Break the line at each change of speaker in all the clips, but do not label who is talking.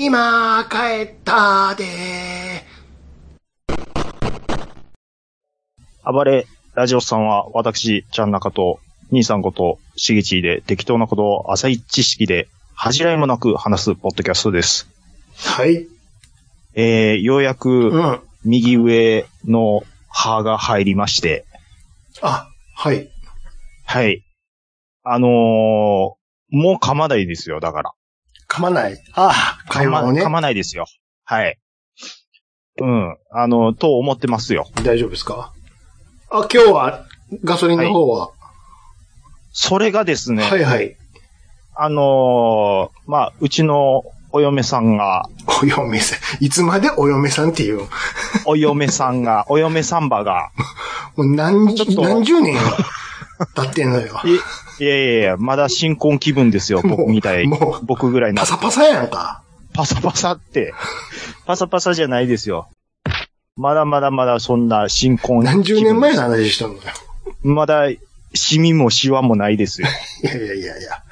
今帰ったで
暴れラジオさんは、私、ちゃん中と、兄さんこと、しげちで、適当なことを浅い知識で、恥じらいもなく話すポッドキャストです。
はい。
えー、ようや
う
く、
ん。
右上の歯が入りまして、
あ、はい。
はい。あのー、もう噛まないですよ、だから。
噛まない。ああ、会
噛ま
話をね
噛。まないですよ。はい。うん。あの、と思ってますよ。
大丈夫ですかあ、今日は、ガソリンの方は。
それがですね、
はいはい。
あのーまあ、うちのお嫁さんが、
お嫁さん。いつまでお嫁さんっていう。も
お嫁さんが、お嫁さんばが、
う何
ちょっ
十、
と
何十年よ経ってん のよ。
いやいやいや、まだ新婚気分ですよ、
もう
僕みたい
もう。
僕ぐらいな
パ。サパサやんか。
パサパサって、パサパサじゃないですよ。まだまだまだそんな新婚気分。
何十年前の話しとんのよ。
まだ、シミもシワもないですよ。
いやいやいやいや。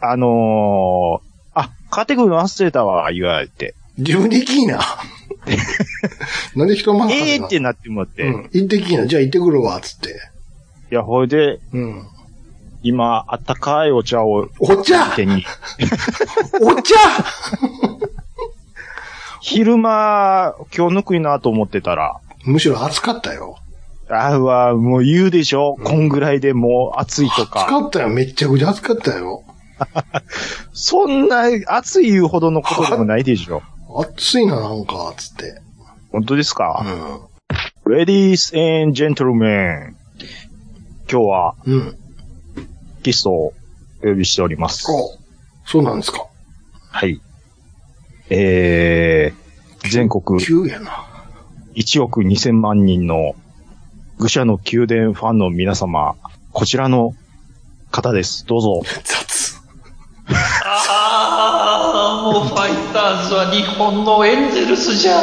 あのー、あ、カテゴリー忘れたわ、言われて。
自分で行き いな。なんで人任せなの
ええー、ってなってもらって。
うん。行ってきな。じゃあ行ってくるわ、つって。
いや、ほいで、
うん。
今、あったかいお茶を
お茶
手に。
お茶
昼間、今日ぬくいなと思ってたら、
むしろ暑かったよ。
あうわ、もう言うでしょ、こんぐらいでもう暑いと
暑
か。
かったよ。めっちゃくちゃ暑かったよ。
そんな暑い言うほどのことでもないでしょ。
暑いな、なんか、つって。
本当です
う
か、
ん。
?Ladies and gentlemen, 今日は
うん。
ゲストをお呼びしております。
おそうなんですか。
はい。えー、全国
急やな。
1億2000万人の愚者の宮殿ファンの皆様、こちらの方です。どうぞ。
雑。
ああ、もうファイターズは日本のエンゼルスじゃ。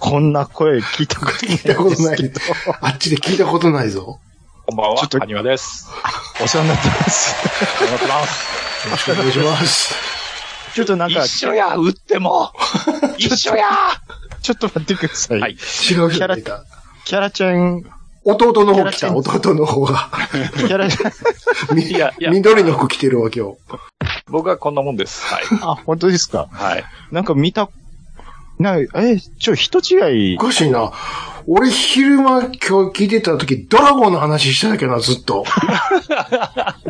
こんな声聞いたことない
聞いたこと ない
ですけど。
あっちで聞いたことないぞ。
こんばん
ちょ
は
っと、
アニワです。
お世話になってます。
お願いします。
よろしくお願いします。
ちょっとなんか、
一緒や、打って も一緒や
ちょっと待ってください。
はい
違う人がいた。
キャラちゃん、
弟の方来
キ
た、
ャラ
弟の方が。
キャラちゃん、
み
いやいや
緑の服着てるわ、今日。
僕はこんなもんです。はい。
あ、本当ですか。
はい。
なんか見た、なんか、え、ちょ、人違い
お、かしいな。俺昼間今日聞いてた時、ドラゴンの話してたけどな、ずっと。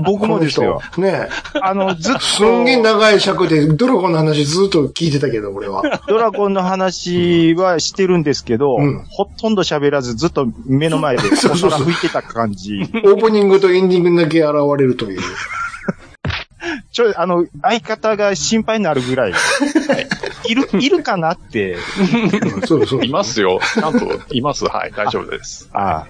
僕もですよ
こ。の人。ね
あの、ずっ
え。すんげえ
と、
長い尺で、ドラゴンの話ずっと聞いてたけど、俺 は。
ドラゴンの話はしてるんですけど、
うん
ほとんど喋らずずっと目の前で、お
そうそうそう
皿拭いてた感
オ
じ。
ープニングとエンディングにだけ現れると いう。
ちょ、あの、相方が心配になるぐらい。いる、いるかなって。
うんそうそう。
いますよ。ちゃんと、います。はい。大丈夫です。
あ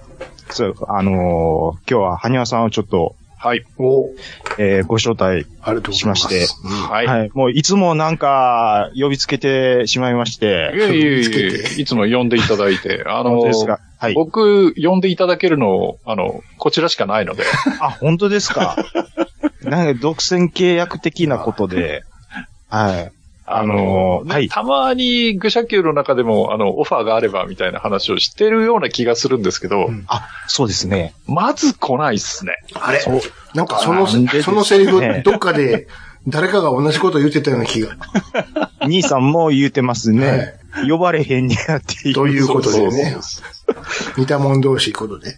そう、あのー今日は、はにわさんをちょっと、
はい。
お、
えーご招待
ありがとうございます。
しまして
はい。
はい、もういつもなんか、呼びつけてしまいまし
い
て。
やいや
つけ
いやいつも呼んでいただいて、あ
本
の
当、ですかはい。
僕、呼んでいただけるの、あの、こちらしかないので、
あ、本当です か。なんか、独占契約的なことで。はい。あの
ね
はい
たまに、愚者級の中でも、あの、オファーがあれば、みたいな話をしてるような気がするんですけど、
うん
あ、そうですね。
まず来ないっすね。
あれ
そう
なんかその、
なんでです
そのセリフ
ね、
どっかで、誰かが同じこと言ってたような気が。
兄さんも言うてますね。呼ばれへんになってい
と
う。
いうことでね
そう。そうそう
似た者同士いうことで。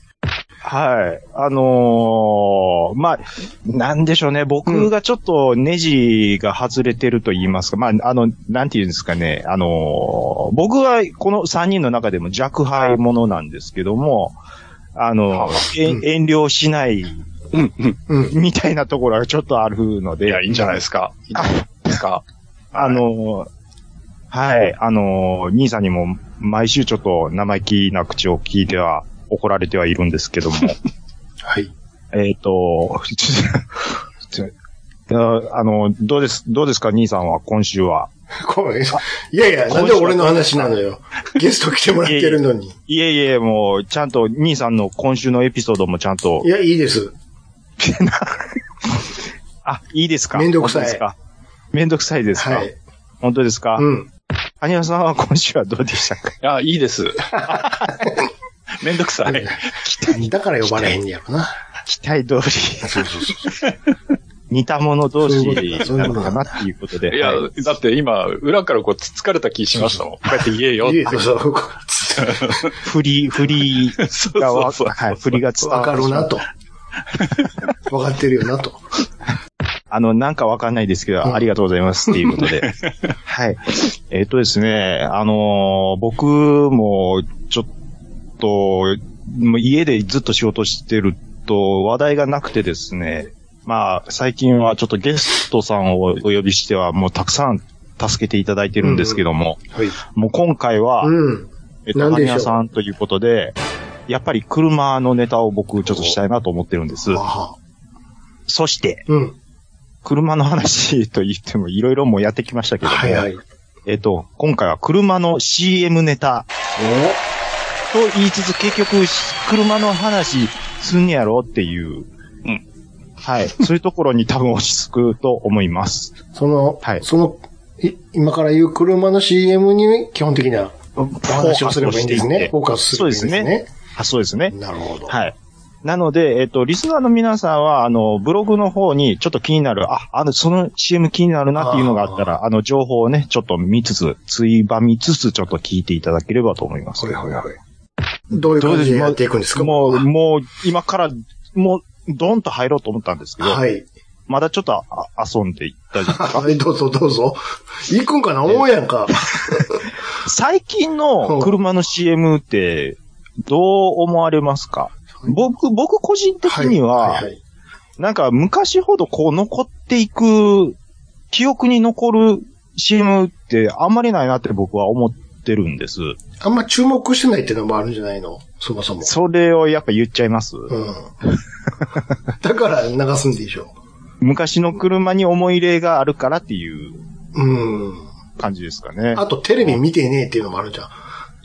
はい。あのーまあ、なんでしょうね。僕がちょっとネジが外れてると言いますか。まあ、あの、なんて言うんですかね。あのー僕はこの3人の中でも弱敗者なんですけども、あの、え
うん
遠慮しない
うんうん。
うん。
みたいなところがちょっとあるので。
いや、いいんじゃないですか。いいんじゃないですか。
あのーはい、あのー兄さんにも毎週ちょっと生意気な口を聞いては怒られてはいるんですけども、
はい。
えっと、 ちょちょ あの、どうです、どうですか、兄さんは、今週は。
ごめんいやいや、なんで俺の話なのよ。ゲスト来てもらってるのに。
いえいえ、もう、ちゃんと、兄さんの今週のエピソードもちゃんと
い、や、いいです。
あ、いいですか
めんどくさい
本当ですかめんどくさいですか、
はい。
本当ですか
うん。
谷川さんは今週はどうでした か
あ、いいです。めんどくさい。
だから呼ばれへんやろな。
期待通り、
そうそうそう。
似た者同士
そういうことだそうい
な
うこ
の
とだ
かなっていうことで。
いや
はい、
だって今、裏からこう、つつかれた気しましたもん。こうやって言えよって。
そうそう。
振り、振り
そう
が
そ
わ、
うそう。
はい、振りが 伝
わ
わ
かるな
る。
と。わかってるよなと。
あの、なんかわかんないですけど、
うん
ありがとうございますっていうこ とで。はい。えっ、とですね、あのー僕も、ちょっと、もう家でずっと仕事してると、話題がなくてですね、まあ、最近はちょっとゲストさんをお呼びしては、もうたくさん助けていただいてるんですけども、
はい。
もう今回は、
うん。
えっと、
なんで
谷
しょう
屋さんということで、やっぱり車のネタを僕ちょっとしたいなと思ってるんです
あ。は。
そして、
うん。
車の話と言ってもいろいろもうやってきましたけども、
はいはい。
えっと、今回は車の CM ネタと言いつつ結局車の話すんねやろっていう、
うん
はい、そういうところに多分落ち着くと思います。
おその、
はい
その、い今から言う車の CM に基本的なお話をすればいいんですね。フ
フォ
ォ
ー
ー
カ
カ
ス
ス
し
す
てい
れば
っ
い
て
いんですね。
あそうですね。
なるほど。
はい。なので、えっと、リスナーの皆さんは、あの、ブログの方に、ちょっと気になる、あ、あの、その CM 気になるなっていうのがあったら、あの、情報をね、ちょっと見つつ、ついばみつつ、ちょっと聞いていただければと思います。
ほいほいほい。どういう感じでやっていくんですか
もう、もう、今から、もう、ドンと入ろうと思ったんですけど、
はい。
まだちょっとあ遊んでい ったり、
はい、どうぞどうぞ。行くんかな思うやんか。
最近の車の CM って、どう思われますか僕、僕個人的には、
いいい
なんか昔ほどこう残っていく、記憶に残る CM ってあんまりないなって僕は思ってるんです。
あんま注目してないっていうのもあるんじゃないのそもそも。
それをやっぱ言っちゃいます。
うん。 だから流すんでしょ。
昔の車に思い入れがあるからっていう
うん。
感じですかね。
あとテレビ見てねえっていうのもあるじゃん。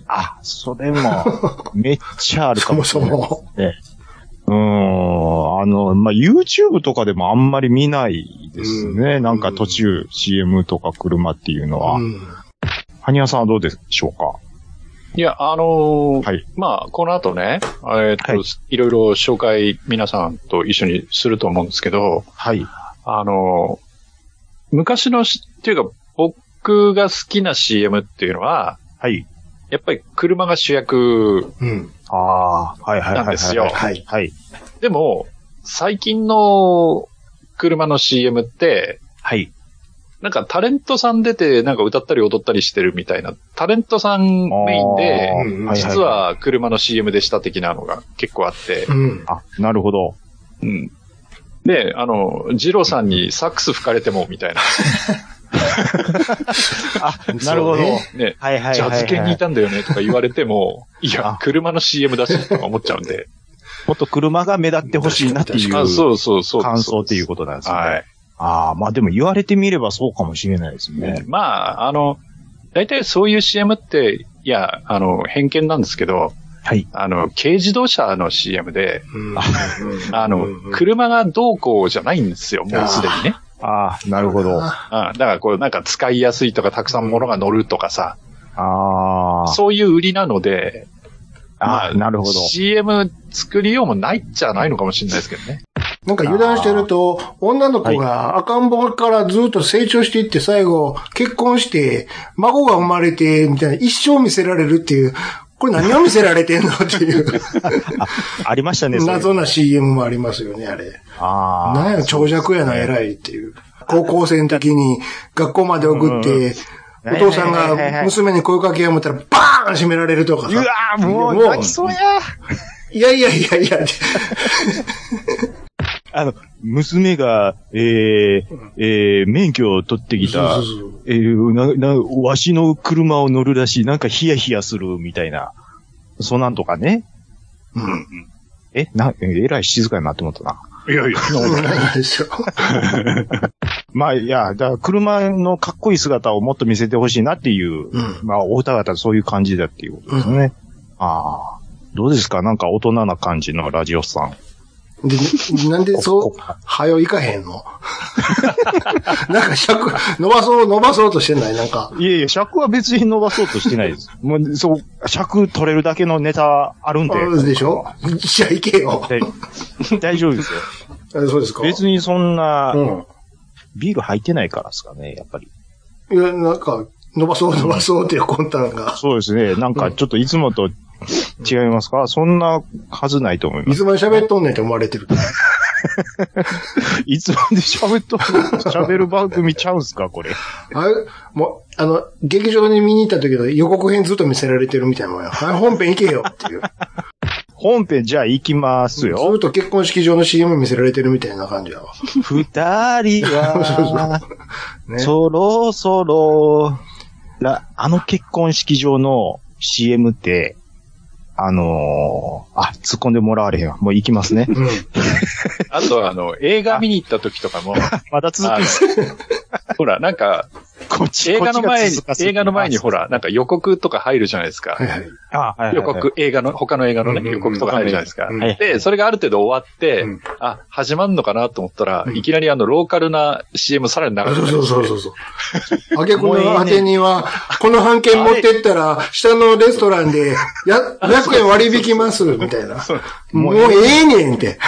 あ、それも、めっちゃある
そ
か
も
もし
そ
れない。
も。
うーん。あの、まあ、YouTube とかでもあんまり見ないですね。
うん
なんか途中 CM とか車っていうのは。
うん。
はにわさんはどうでしょうか
いや、あのー
はい
まあ、この後ね、えーっと、
はい
い、ろいろ紹介皆さんと一緒にすると思うんですけど、
はい。
あのー昔のし、っていうか、僕が好きな CM っていうのは、
はい。
やっぱり車が主役
うん。
ああ、はいはいはいはい。
なんですよ
はい。
はい。
でも、最近の車の CM って、
はい。
なんかタレントさん出て、なんか歌ったり踊ったりしてるみたいな、タレントさんメインで、
あー
うん
実、は車の CM でした的なのが結構あって
う、ん。
あ、なるほど。
うん。で、あの、ジローさんにサックス吹かれても、みたいな。
あ、なるほど。
そうね
ね。
はいはいはい、はい。
ジャズ系にいたんだよねとか言われ ても、い
あ
や、車の CM だしとか思っちゃうん で。
もっと車が目立ってほしいなっていう
あそうそうそう。
感想っていう
こ
ことなんですね。
はい。
ああ、まあでも言われてみればそうかもしれないですね。
まあ、あの、大体そういう CM って、いや、あの、偏見なんですけど、
はい。
あの、軽自動車の CM で、
うん
あの、
うん
車がどうこうじゃないんですよ、もうすでにね。
ああ、なるほど。あ
うん。だからこう、なんか使いやすいとか、たくさん物が乗るとかさ、
あ、
そういう売りなので、ま
ああ、なるほど。
CM 作りようもないっちゃないのかもしれないですけど ね。
なんか油断してると、女の子が赤ん坊からずっと成長していって、最後、結婚して、孫が生まれて、みたいな、一生見せられるっていう、これ何を見せられてんのって いう、
ありましたね、それ
謎な CM もありますよね、あれ。
ああ。
なんや、長尺やな、偉いっていう。高校生の時に、学校まで送って、
うん
お父さん
はいはいはいは
が
い
娘に声かけよう思ったら、バーン閉められるとか
う
さ
わーもう泣きそうや
いやいやいやいや、
あの、娘が、えー、えー、免許を取ってきた
そう、そうそう
えー、な、な、わしの車を乗るらしい、なんかヒヤヒヤするみたいな、そんなんとかね。うん。え、な、ええらい静かになって思ったな。
いやいや、
そんなことないですよ。
まあ、いや、だから車のかっこいい姿をもっと見せてほしいなっていう、
うん
まあ、お二方そういう感じだっていうことですね。ああ。どうですかなんか大人な感じのラジオさん。
で、なんで
こ
そ
こ
う、はよ行かへんの なんか尺、伸ばそう、伸ばそうとしてないなんか。
いやいや、尺は別に伸ばそうとしてない です。もう、そう、尺取れるだけのネタあるんで。
あるでしょじゃあ行けよ。
で大丈夫 ですよ。
あそうですか
別
に。
にそんな、
うん。
ビール入ってないからですかね、やっぱり。
いや、なんか、伸ばそう、伸ばそうっていう魂胆が。
そうですね。なんかちょっといつもと違いますかそんなはずないと思いま
い
す。
つまで喋っとんねんって思われてる。
いつまで喋っと、 喋る番組ちゃうんすかこれ。
あれもう、あの、劇場に見に行った時の予告編ずっと見せられてるみたいなもんや。はい本 編行けよっていう。
本編じゃあ行きます
ず
よ。
っと結婚式場の CM 見せられてるみたいな感じやわ。
二人 は、
ね。。
そろそろ、らあの結婚式場の CM って、あのーあ、突っ込んでもらわれへんわ。もう行きます ね
うん。
あとあの、映画見に行った時とかも、
また続
あ
く。
の、ほら、なんか、
こっち
映画の前
こっちが
に
続か、せて
映画の前にほら、なんか予告とか入るじゃないですか
は。いはい。
あはいはいはい
予告、映画の、他の映画の
うんうん
ね、
うん
予告とか入るじゃないですか
うん。
はい
で、それがある程度終わって
うん、
あ、始まんのかなと思ったら
う、ん
いきなりあの、ローカルな CM さらに流れて
そう
る
そうそうそうそう。あげこ
もうええね
の当てには、この半券持ってったら、下のレストランで、 や、100円割引きます、みたいな。もうええねんって。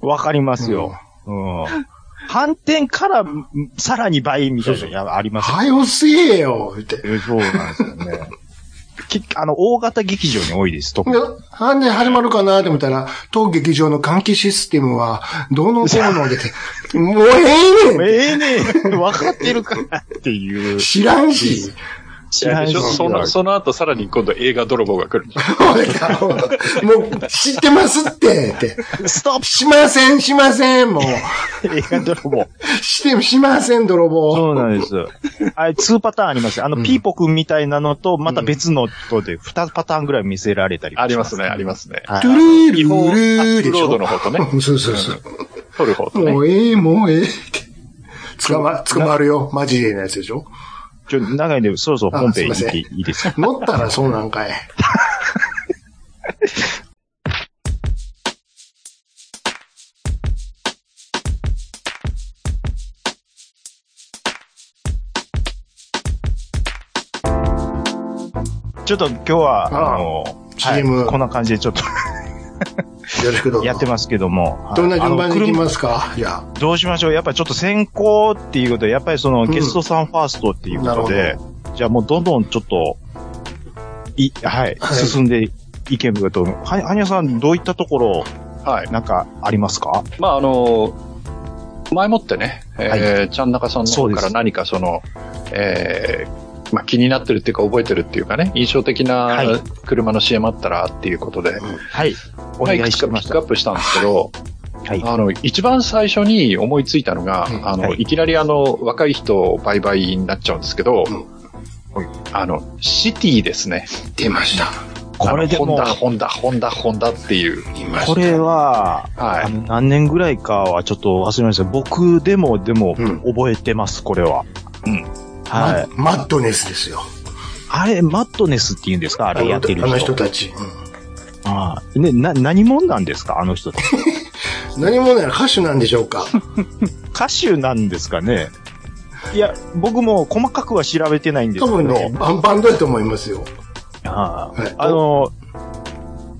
わかりますよ。うん。反転から、んさらに倍みたいなのやありますよ
はよすげえよ、って。
えそうなんですよね。 きあの、大型劇場に多いです、特
で
に。、
半年始まるかなと思ったら、当劇場の換気システムは、どうのこうのでて、もうええねんって
ええねえ、わかってるからっていう。
知らんし。
いやでしょその、
そ
その後さらに今度映画泥棒が来るんでしょ
もう、知ってますって、って。
ストッ
しません、しません、もう。
プ映画泥棒。
して、しません、泥棒。
そうなんです。あれ、2パターンありますよあの、ピーポくんみたいなのと、また別のとで、2パターンぐらい見せられたり。
ありますね、ありますね。
はい
トゥルール
違法ア
ー
ッ
で
プ
し
ロード
ょ
の方とね、
そうそうそう。
撮る方とね
も。うええ、もうええって。捕ま、捕まるよ。マジでなやつでしょ
ちょ、長いんで、そろそろ本編行っていいですか
乗ったらそうなんかい。
ちょっと今日は、
ああ
あの、はい
CM
こんな感じでちょっと
よろしくどうぞ。
やってますけども。はい
どんな順番に行き
あの
ますかじゃあ。
車どうしましょうやっぱりちょっと先行っていうことで、やっぱりその
ん
ゲストさんファーストっていうことで、じゃあもうどんどんちょっと、い、はい、
はい
進んでいけるかと思う。は、はにゃさんどういったところ、
はい。
なんかありますか
まああの、前もってね、えー、ちゃん中さんの
そうで
方
す
から何かその、えー、まあ気になってるっていうか覚えてるっていうかね、印象的
はい
な車の CM あったらっていうことで、
はい。お願いしま
いく
し
つかピックア
た。
ップしたんですけど、
はい。
あの、一番最初に思いついたのが、
うん
あの、
はい
い、きなりあの、若い人売買になっちゃうんですけど、
うん
あの、シティですね。
出ました。
これでも
あのホンダ、ホンダ、ホンダ、ホンダっていう。
出ました。
これは、
はい
あの何年ぐらいかはちょっと忘れました。僕でも、でも
うん、
覚えてます、これは。うん。はい。
ママッドネスですよ。
あれ、マットネスって言うんですかあ
あ
れや
の
ってる人。
あの人たち。
ああね、な、何者なんですかあの 人って。
うん何もなら歌手なんでしょうか
歌手なんですかねいや、僕も細かくは調べてないんです
多
けど。
分ね、バンバンドやと思いますよ。
あ
はい
ああの、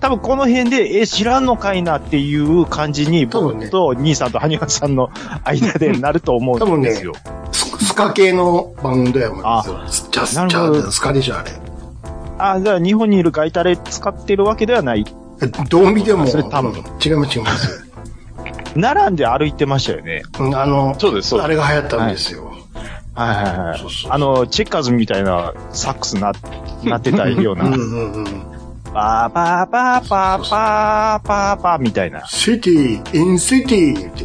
多分この辺で、え、知らんのかいなっていう感じに、
多分ね
僕と兄さんと羽生さんの間でなると思
多
う
分
ん
ね
ですよ。
ススカ系のバンドや思いますよ。スチャスチ
なるほ
ャ
ど
スカでしょ、あれ。
あ、じゃあ日本にいるガイタレ使ってるわけではない。
どう見ても、
それ多分
違います、違います。
並んで歩いてましたよね。
うんあの、
そうです、そう
あ
です。
れが流行ったんですよ。
はいはいはい。
そうそうそう
あの、チェッカーズみたいなサックスな、なってたよう
う
な。
んうんうん。
パーパーパーパーパーパーパーみたいな。
シティ、インシティって。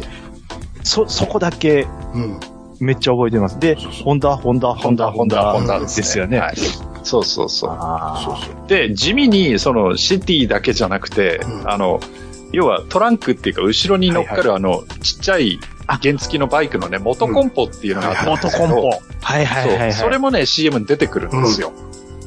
そ、そこだけ
うん。
めっちゃ覚えてます。で、ホンダ、ホンダ、ホンダ、ホンダ、
ホンダですね
ですよね。
はいそうそうそう。
あ
そ
ー
うそう。
で、地味に、その、シティだけじゃなくて、
うん
あの、要はトランクっていうか、後ろに乗っかる、あの、ちっちゃい原付きのバイクのね、元コンポっていうのがあったんです
元
けど
コンポ。はいはいはい、はい。
そう。それもね、CM に出てくるんですよ。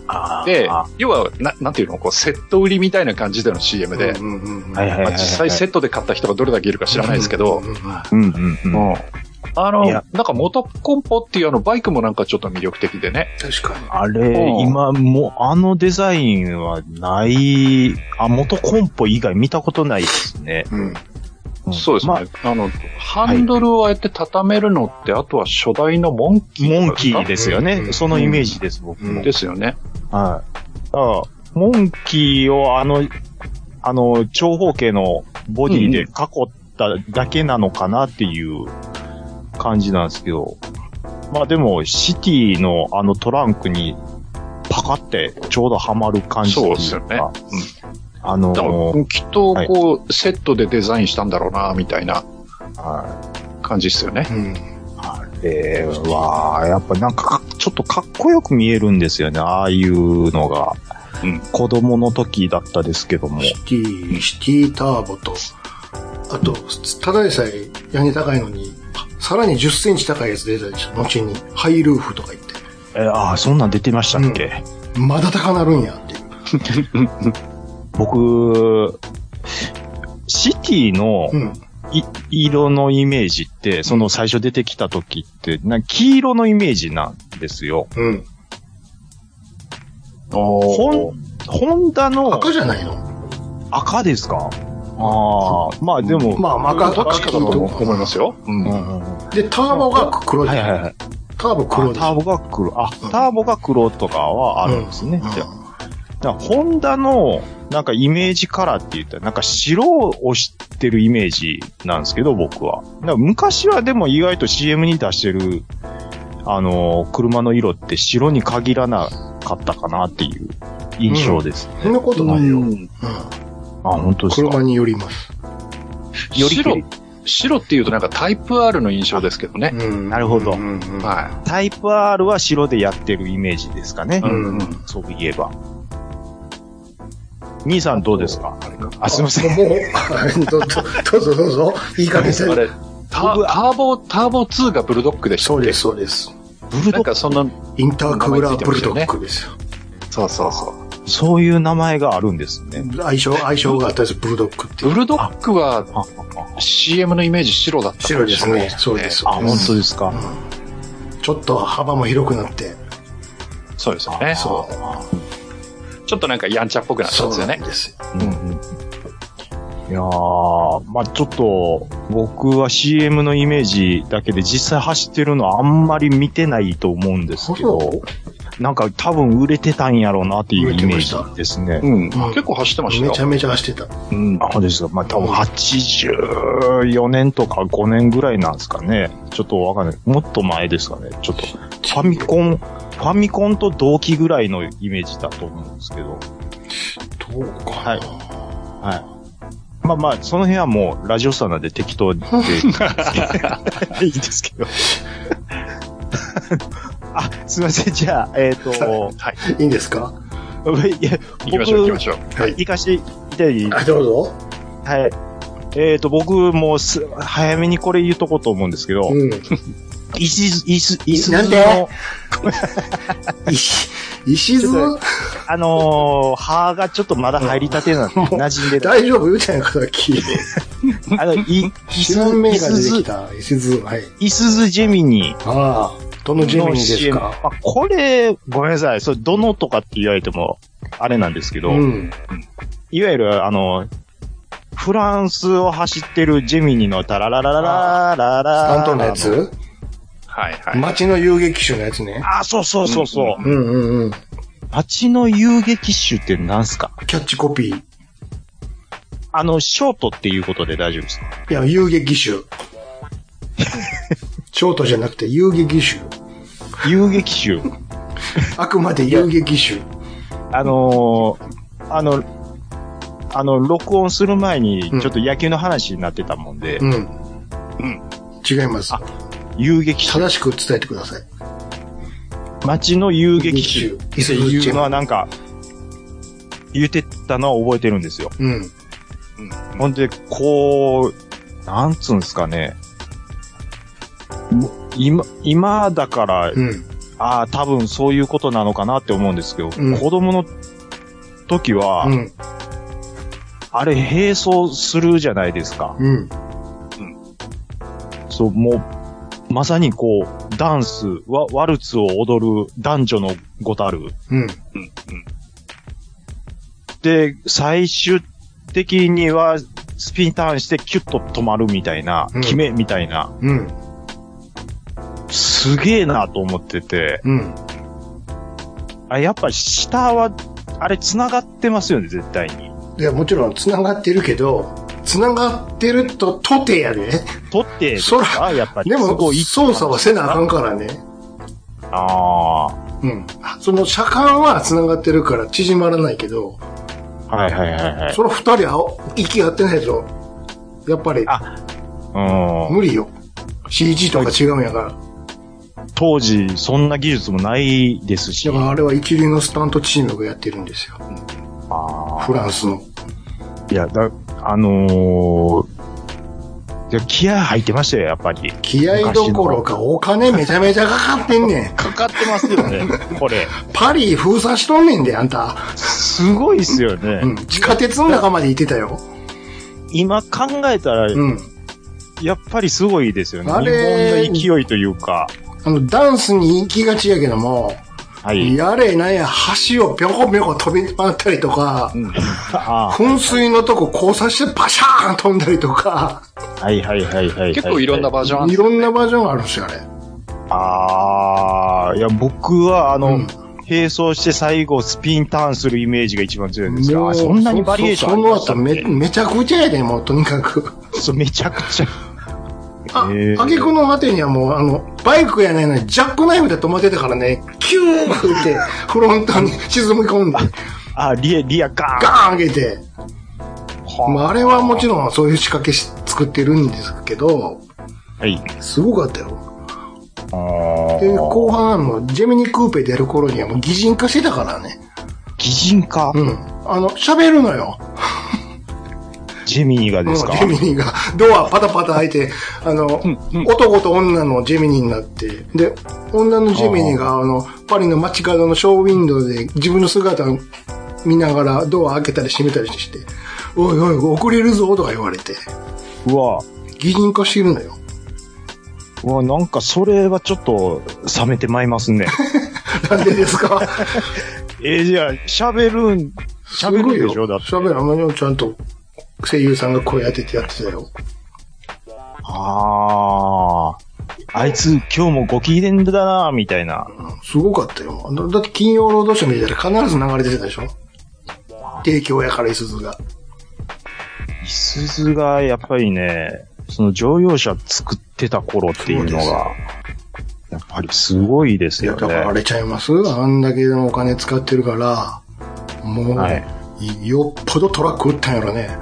あー
で
あ、
要は、ななんていうの、こう、セット売りみたいな感じでの CM で、
うんうんうん
ーはいはいはい
ま
は
あ
い。
実際セットで買った人がどれだけいるか知らないですけ
う
ど
ん、うんうん
うんうんうん。
うんあの
いや、
なんか元コンポっていうあのバイクもなんかちょっと魅力的でね。
確かに。
あれ
う、ん
今もうあのデザインはない、あ、元コンポ以外見たことないですね。
うん。
ん
そうですね。
まあ
あの、ハンドルをあえて畳めるのって、あとは初代のモンキー
モンキーですよ
うんう
ね。
ん
そのイメージです、僕
う
も。
ん
ですよね。
はい。だからモンキーをあの、あの、長方形のボディで囲っただけなのかなっていう感じなんですけど。まあでも、シティのあのトランクにパカってちょうどはまる感じっていか
そうですよね
あの
だから、きっと、こう、セットでデザインしたんだろうな、みたいな
はい
感じですよね。
うん。
えー、わーやっぱなんかか、ちょっとかっこよく見えるんですよね、ああいうのが。
うん
子供の時だったですけども。
シティ、シティターボと、あと、ただでさえ屋根高いのに、さらに10センチ高いやつ出たでしょ。後に、ハイルーフとか言って。
えーああ、そんなん出てましたっけ、
まだ高なるんやっていう。
僕、シティの
うん。
い色のイメージって、その最初出てきた時って、なんか黄色のイメージなんですよ。
うん。
ホン、ホンダの
赤じゃないの
赤ですかああ、まあでも、
まあ、赤、
赤かと思いますよ。
うん
うん
うんうん
で、ターボが黒
は
じ
い
ゃ
は
ん
いはい。
ターボ黒
あ
で
ターボが黒。あ、
うん
ターボが黒とかはあるんですね。じゃあ
う
だからホンダの、なんかイメージカラーって言ったら、なんか白を知ってるイメージなんですけど、僕は。だから昔はでも意外と CM に出してる、あのー車の色って白に限らなかったかなっていう印象です。
んそんなことないよ。うん。
あ、本当ですか。
車によります。
より
白、白っていうとなんかタイプ R の印象ですけどね。
うん
なるほど
うんうん
はい。
タイプ R は白でやってるイメージですかね。
うん
そういえば。兄さんどうですかあ、すいません。
もう、はいどうぞ、どうぞ、どうぞ。いい加減
あ
せ
れ、タタ
僕
ーボ、ターボ2がブルドックでしたっけ
そうです、そうです。
ブル
な
ド
んかそんな、
インタークーラーブルドックですよ。
そうそうそう。
そういう名前があるんですね。
相性、相性があったやつ、ブルドックっていう。
ブルドックは
あ、
CM のイメージ白だったか
白
も
で
し
す
れない
ね。そうです。
あ、本当ですか。
ちょっと幅も広くなって。
そうですよね。そう。ちょっとなんかやんちゃっぽくなったんですよね
なん。です。
うんうんいやー、まあちょっと、僕は CM のイメージだけで実際走ってるのはあんまり見てないと思うんですけ
あそ
ど、なんか多分売れてたんやろうなっていう
売れ
イ
て
メー
ました
ジですね。
うん。
うん
結構走ってました
めちゃ
よ。
めちゃ走ってた。
うん。
あ、そうですか。まあ多分84年とか5年ぐらいなんですかね。ちょっとわかんない。もっと前ですかね。ちょっと、ファミコン、ファミコンと同期ぐらいのイメージだと思うんですけど。
どうか。
はい。はい。まあまあ、その辺はもう、ラジオさんなんで適当で、いいですけど。 あ、すいません。じゃあ、えっ、と、
いいんですか
いや、
行きましょう行きま
ょ
しょう。
は
行。かしていただいていい
あ、どうぞ。
はい。えっ、と、僕もす、早めにこれ言っとこうと思うんですけど、
うん。
いしず、いす、いすず
なんて
の、
石、石
ちょ
津
あのー、歯がちょっとまだ入りたてなんで、
うん
馴染んでた。
大丈夫言うてんやから、聞いて。
あの、い、い
知
す
らん、
い
名が
す
出てき
ず、
た、石津。はい。
いすずジェミニ
ああ、どのジェミニです
の CM
か
まあ、これ、ごめんなさい。それ、どのとかって言われても、あれなんですけど、
うん。
いわゆる、あの、フランスを走ってるジェミニのタラララララララ
担当のやつ
はいはい。
街の遊撃手のやつね。
あ、そうそうそうそう。
うんうんうん。
街の遊撃手って何すか
キャッチコピー。
あの、ショートっていうことで大丈夫ですか
いや、遊 撃手。ショートじゃなくて遊撃手。
遊撃手。
あくまで遊撃手。
あのーあの、あの、録音する前に、ちょっと野球の話になってたもんで、
うん。
ん
違います。
あ遊撃手。
正しく伝えてください。
街の遊撃手って
遊撃手
いうのはなんか、言ってたのは覚えてるんですよ。
うん。
ほんで、こう、なんつうんですかね。もう今、今だから、
うん。
ああ、多分そういうことなのかなって思うんですけど、
うん
子供の時は、
うん。
あれ並走するじゃないですか。
うん。
そう、もう、まさにこう、ダンス、ワワルツを踊る男女のごたる。
うん。
で、最終的には、スピンターンしてキュッと止まるみたいな、
うん
決めみたいな、
うん。
すげえなと思ってて、
うん。
あやっぱ下は、あれ繋がってますよね、絶対に。
いや、もちろん繋がってるけど、繋がってると、とてやで。
取ってです
そら
か、やっぱり。
ですも
ご、い
操作はせなあかんからね。
ああ。
うん。その、車間は繋がってるから縮まらないけど、
はいはいはいはい。
その二人は、息合ってないと、やっぱり、
あうん
無理よ。CG とか違うんやから。
当時、そんな技術もないですし。
だからあれは一流のスタントチームがやってるんですよ。
あ
フランスの。
ーいや、だ、あのー、いや気合入ってましたよ、やっぱり。
気合どころかお金めちゃめちゃかかってんねん。
かかってますよね、これ。
パリ封鎖しとんねんで、あんた。
すごいっすよね。
うん。地下鉄の中まで行ってたよ。
今考えたら、
うん。
やっぱりすごいですよね。
あれ
日本の勢いというか。
あの、ダンスに行きがちやけども、
はい。
やれなんや、橋をぴょこぴょこ飛び回ったりとか
う、んあ
噴水のとこ交差してパシャーン飛んだりと か、
ーはいはいはいはいはい。
結構いろんなバージョンあ
い
る。
ろんなバージョンがあるんですよ、あれ。
ああ、いや、僕は、あの、
うん
並走して最後スピンターンするイメージが一番強いんです
も
が、
う
そんなにバリエーションありま
そ
し
そ
た
の後め、めちゃくちゃやで、もう、とにかく。
そうめちゃくちゃ。
あ、
へー
挙句の果てにはもう、あの、バイクやないのに、ジャックナイフで止まってたからね、キューって、フロントに沈み込ん で、
あ、リア、リアガーン
ガーン上げて、まあ、あれはもちろんそういう仕掛けし作ってるんですけど、
はい。
すごかったよ。
あー
で、後半、あの、ジェミニクーペ出る頃にはもう擬人化してたからね。
擬人化、
うん。あの、喋るのよ。
ジェミニーがですか、
うんジェミニが、ドアパタパタ開いて、あの、男と女のジェミニになって、で、女のジェミニが、あの、パリの街角のショーウィンドウで自分の姿を見ながらドア開けたり閉めたりして、おいおい、遅れるぞとか言われて、
うわ、
擬人化してるのよ。
うわ、なんかそれはちょっと冷めてまいますね。
なんでですか
えー、じゃあ、喋るん、 喋るでしょだって。
喋るあのちゃんと声優さんが声当ててやってたよ。
ああ。あいつ、今日もご機嫌だな、みたいな。
すごかったよ。だだって金曜ロードショー見てたら必ず流れてたでしょ帝京やからいすずが。
いすずが、やっぱりね、その乗用車作ってた頃っていうのが、やっぱりすごいです
いや、
よ
だからあ
ね。
れちゃいますあんだけのお金使ってるから、もう、
はい
よっぽどトラック売ったんやろね。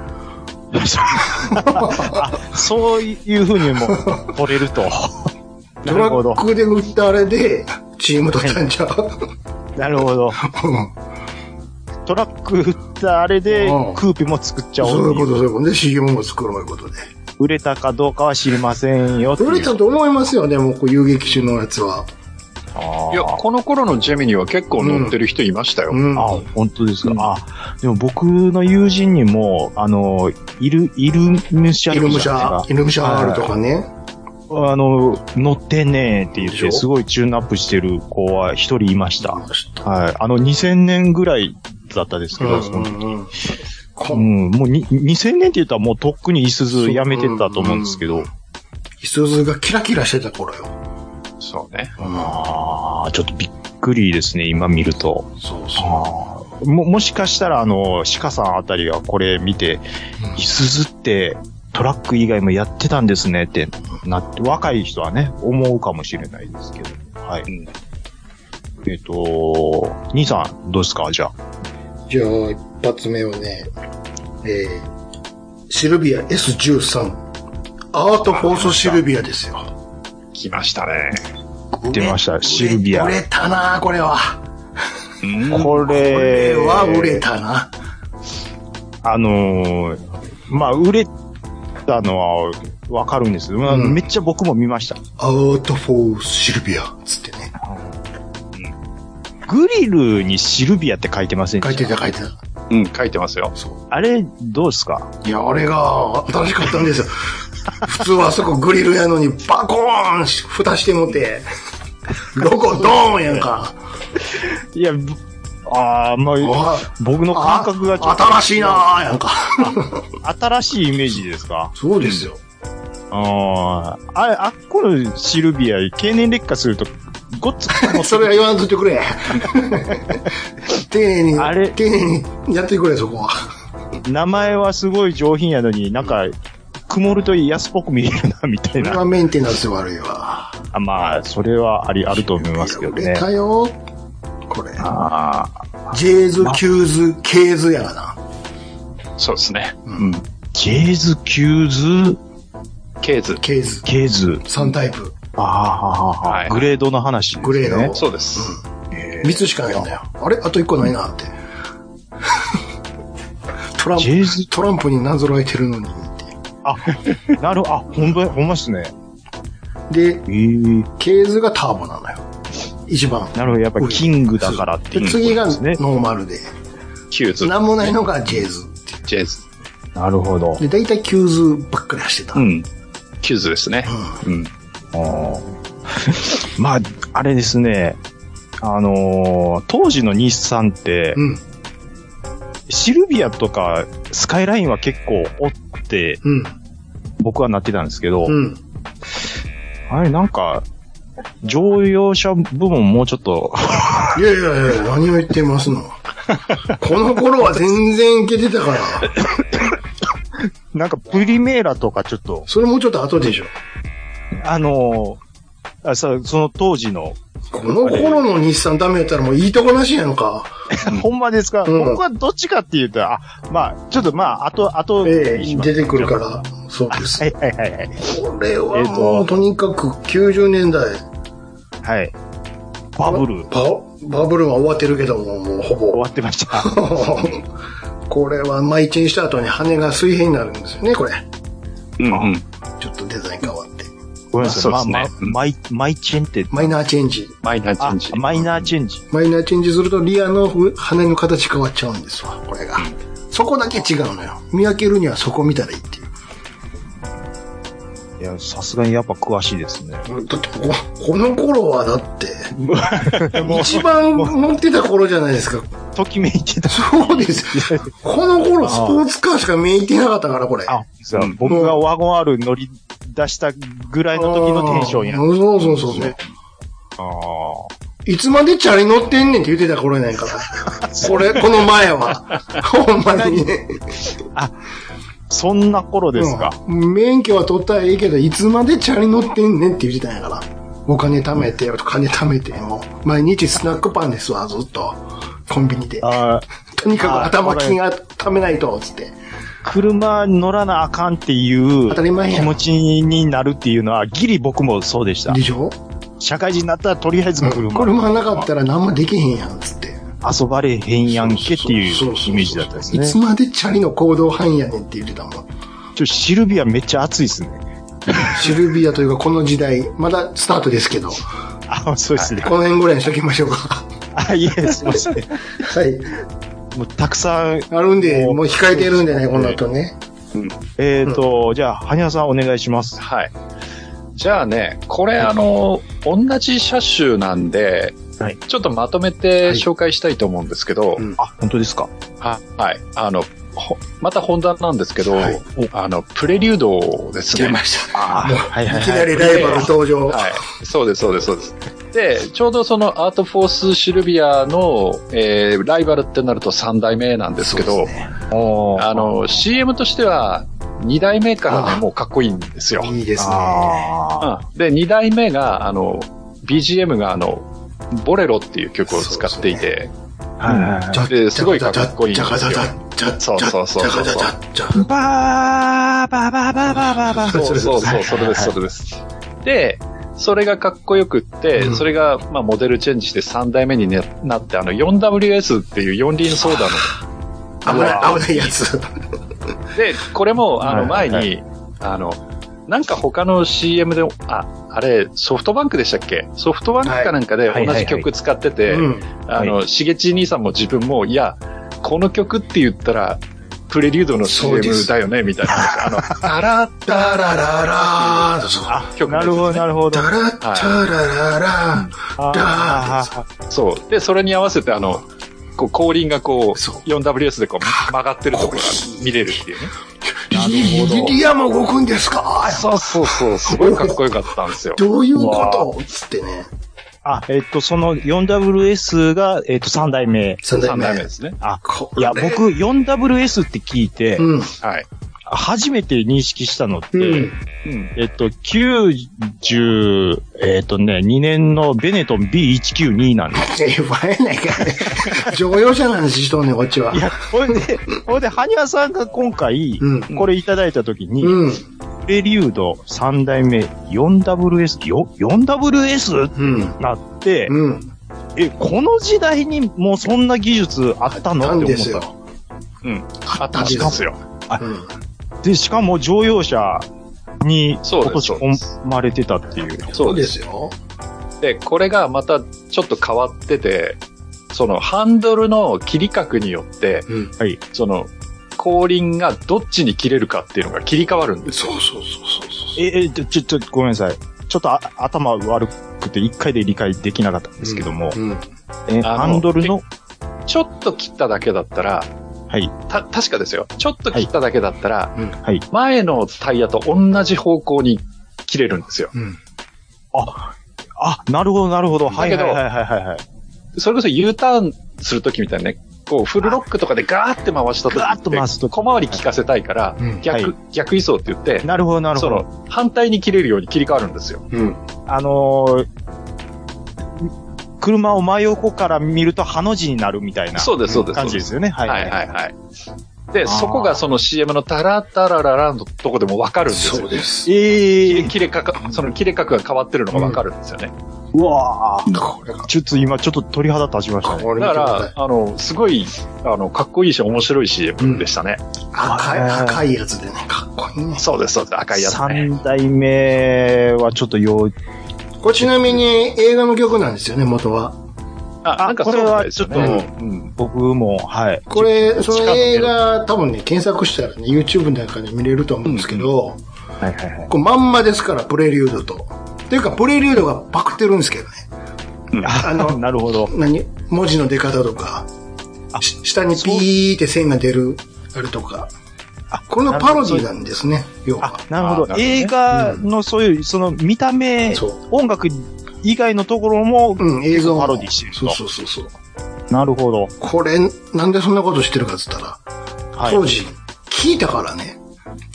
そういうふうにも取れる と。な
ト
る
ラ
ほど
ッ。クで売ったあれで、チーム取ったん ちゃう、
なるほど。トラック売ったあれで
うん、
クーペも作っちゃお
そう
う
い
っ
う
てい
こ
う
と、そういうことで、CM も作ろういうことで。
売れたかどうかは知りませんよっていう。
売れたと思いますよね、もうこう遊撃中のやつは。
あー
いや、この頃のジェミニは結構乗ってる人いましたよ。
うん。
あ、本当ですか。あ、でも僕の友人にも、あの、イル、イルムシャ
イルムシャ
あ、
イルムシャ R とかね。
の、乗ってねーって言っ
でしょ
て、すごいチューンアップしてる子は一人いました。
ました
はい。あの、2000年ぐらいだったですけど、その時
うんうんうん
う
こん
ん、もうに2000年って言ったらもうとっくにイスズやめてたと思うんですけど、
いすずがキラキラしてた頃よ。
そうね。
ああ、ちょっとびっくりですね、今見ると。
そう
あ
そ
ーも、もしかしたら、あの、鹿さんあたりがこれ見て、いすずってトラック以外もやってたんですねってなって、若い人はね、思うかもしれないですけど。はい。えっ、と、兄さん、どうですかじゃ
う。じゃあ、一発目をね、
あ。
えー、シルビア S13。アートフォースシルビアですよ。
来ましたね。
出ましたシルビア
売れたな、これは。
こ
これ
れ
は売れたな。
あのーまあ、売れたのはわかるんです、まあ
うん
めっちゃ僕も見ました。
アートフォースシルビア、つってね。
グリルにシルビアって書いてませんで
書い
した
てた書いてた。
うん、書いてますよ。
あれ、どうですか
いや、あれが新しかったんですよ。 普通はあそこグリルやのにバコーンし蓋してもて、ロゴドーンやんか。
いや、ぶああ、まあ、
あ
僕の感覚がちょっと。
新しいなーやんか。
新しいイメージですか
そうですよ。
ああ、あれ、あっこのシルビア、経年劣化すると、ごっつくも
それは言わんといてく れ。丁寧に
あれ、
丁寧にやってくれ、 そこは。
名前はすごい上品やのに、なんか、曇ると安っぽく見えるな、みたい
これ
な。
はメンテナンス悪いわ。
あまあ、それはあり、あると思いますけど
いや売
ね
れ。たよ。これ。
ああ、
ジェーズ、キューズ、ケーズやがな。
そうですね。
うん。ケーズ、キューズ、
ケーズ。
ケーズ。
ケーズ。
3タイプ。
ああ、
はい
グレードの話、ですね
グレード
そうです。
3つしかないんだよ。あれあと1個ないな って。トラン
ジェーズ
プ、トランプになぞらえてるのにっ
あ、なるほど、あ、ほんま、ほんまっすね。
て。で、
ええ。
ケーズがターボなのよ。一番。
なるほど、やっぱりキングだからってい
で、
うこと
次が
で
ノ
すね。
ーマルで。
キューズ。
なんもないのがジェーズ。
ジェーズ。
なるほど。
で、大体キューズばっかり走ってた。
うん。キューズですね。うん。
まあ、あれですね。あのー当時の日産って、
うん。
シルビアとかスカイラインは結構おって、
うん。
僕はなってたんですけど、
うん。
あれなんか、乗用車部門もうちょっと、
いやいやいや、何を言ってます の。この頃は全然いけてたから。
なんかプリメーラとかちょっと、
それもうちょっと後でしょ。
あのーあさその当時の、
この頃の日産ダメやったらもういいとこなしやのか。
ほんまですか、
うん
僕はどっちかって言うと、あ、まあ、ちょっとまあ、あと、あと、
ええ、出てくるから。そうです
は。いはいはいはい。
これは
えーと
もうとにかく90年代。
はい。バブル、
ババブルは終わってるけども、もうほぼ
終わ。ってました。
これは、まあ、一年した後に羽が水平になるんですよね、これ。
うんうん。
ちょっとデザイン変わって。
ごめんなさい。
ま
ま
あ
あ、
そうですね
まあ、マイ、マイチェンって、
マイナーチェンジ。
マイナーチェ
あ
ンジ。、
マイナーチェンジ。
マイナーチェンジするとリアのふ羽の形変わっちゃうんですわ、これが。そこだけ違うのよ。見分けるにはそこ見たらいいっていう。
いや、さすがにやっぱ詳しいですね。
だってこ、この頃はだって、 一番乗ってた頃じゃないですか。
ときめいてた。
そうです。この頃スポーツカーしか見えてなかったから、これ。
あ、そう僕がワゴン R 乗り出したぐらいの時のテンションや。
うんそうそうそうそう。
あ
いつまでチャリ乗ってんねんって言ってた頃やないから。これ、この前 は。ほんまにね。
ーそんな頃ですか。
うん免許は取ったらいいけど、いつまでチャリ乗ってんねんって言ってたんやから。お金貯めてよ、金貯めて、もう。毎日スナックパンですわ、ずっと。コンビニで。
あー
とにかく
あ
頭
これ
金が貯めないと、つって。
車乗らなあかんっていう
当たり前や
気持ちになるっていうのは、ギリ僕もそうでした
で。しょ
社会人になったらとりあえず車、
車なかったら何もできへんやん、つって。
遊ばれへんやんけっていう
そうそうそうそう
イメージだったですね
い。つまでチャリの行動範囲やねんって言ってたもん。
ちょシルビアめっちゃ熱いですね。
シルビアというかこの時代、まだスタートですけど、こ
あ、そうですね。
の辺ぐらいにしときましょうか。
あ、いえ、そう ですね。
はい。
もうたくさん、
あるんで、もう控えてるんでね、この後ね。
えっ、と、じゃあ、羽生さんお願いします。
はい。じゃあね、これあの、同じ車種なんで、
はい
ちょっとまとめて紹介したいと思うんですけど、
うん
あ、本当ですか。
ははい。あの、ほまたホンダなんですけど、
はい
あの、プレリュードです
出
ね
ま。した。
あーはいはい
いき
は。
ないりライバル登場。
はい。そうです、そうです、そうです。で、ちょうどそのアートフォースシルビアの、えー、ライバルってなると3代目なんですけど、
おー
あ、の、CM としては2代目からね、
あ
もうかっこいいんですよ。
いいですね。
あー
うんで、2代目が、あの、BGM があの、ボレロっていう曲を使っていて、
はいはいはい
じゃ
ですごいかっこいいん
じ
で
ゃ
す
か
よ
じゃかじゃかちゃ
そうそうそうそう
ちゃちゃちゃちゃ
バーバーバーバーバーバーバー。
そうそうそう、
はいはいはい
それです、それです。で、それがかっこよくって、
うん
それが、まあ、モデルチェンジして3代目にねなって、あの、4WS っていう四輪ソーダ
危ない、危ないやつ。
の。で、これも、あの、
はい
前に、
はい
あの、なんか他の CM で、あ、あれ、ソフトバンクでしたっけソフトバンクかなんかで
はい
同じ
はいはいは
曲使ってて、
うん。
あの、しげち兄さんも自分も、いや、この曲って言ったら、プレリュードの
そうです
CM だよね、みたいな。あの、タラッ
ダラララーそう。
曲
なるほど、なるほど。
ダラッチャラララー
あー
そう。で、それに合わせて、あの、こう、後輪がこう、
そう
4WS でこう、曲がってるところが見れるっていうね。
リリリアも動くんですか
そうそうそう、すごいかっこよかったんですよ。
どういうことつってね。
あ、えっと、その 4WS が、えっと、3代目。
三代
3代目
目
で。すね。
あ、
こ
い
れ
や、僕 4WS って聞いて、
うん。
はい。
初めて認識したのって、
うん。
うん。
えっと、90、えっとね、2年のベネトン B192 なんです。
え、笑えないからね。乗用車の話しとんねん、こっちは。
いや、ほんで、ほんで、はにわさんが今回、
うん。
これいただいたときに、
うん。
プレリュード3代目 4WS、よ、4WS?
うん。
なって、
うん。
え、この時代にもうそんな技術あったの
な
っ
んで
て思っ
す
た
よ
の。。
うん。あった
ん
ん
です
ですよ。
うん。
で、しかも乗用車に
そう
今
で
年
すそうです
込まれてたっていう。
そうです。
すよ。
で、これがまたちょっと変わってて、そのハンドルの切り角によって、
うん。
その、後輪がどっちに切れるかっていうのが切り替わるんです。
そうそうそうそうそう。
え、え、ちょ、ちょ、ちょごめんなさい。ちょっとあ頭悪くて一回で理解できなかったんですけども、
うん。
え
あの
ハンドルの、
ちょっと切っただけだったら、
はい。
た、確かですよ。ちょっと切っただけだったら、
うん
い
前のタイヤと同じ方向に切れるんですよ。
うん。
あ、あ、なるほど、なるほど。
だ
はい
け
は
ど
いはいはいはいはい。
それこそ U ターンするときみたいなね、こうフルロックとかでガーって回したとき
ガーッと回す時
小回り効かせたいから、
うん
逆、
はい
逆位相って言って、
なるほど、なるほ
そ
ど。
の、反対に切れるように切り替わるんですよ。
うん。
あのー車を真横から見るとハの字になるみたいな
そうです、そうです。
感じですよね。は
そう
い
です。
は
はい
い
は
はい。
いはい。で、
ー
そこがその CM のタラタラララのとこでもわかるんです
そ
よ
う。です。
ええー、
切れかか、その切れ角が変わってるのがわかるんですよね。
うわー
これが、
ちょっと今ちょっと鳥肌立ちましたね。
これ見て
だ
く
か
ださ
ら
い、
あの、すごい、あの、かっこいいし、面白い CM でしたね。
赤い、
あー
赤いやつでね、かっこいいね。
そうです、そうです。赤いやつね。
三代目はちょっと要、
これちなみに映画の曲なんですよね、元は。
あ、なんか
こ
そう
れは
です
ちょ
よ
っ
ね
と、うん僕も、はい。
これ、そ
近く
の
にい
映
る
画、多分ね、検索したらね、YouTube なんかで見れると思うんですけど、
はいはいはい。
これまんまですから、プレリュードと。っていうか、プレリュードがパクってるんですけどね。あの
なるほど。
何文字の出方とか、し下にピーって線が出る、あれとか。このパロディなんですね、要
あ
は。、
なるほ
あ
ど。
なるほどね
映画のそういう、その見た目
そう、
音楽以外のところも、
うん、映像も
パロディしてると
そうそうそうそう。
なるほど。
これ、なんでそんなことしてるかっつったら、
はい。
当時、聞いたからね。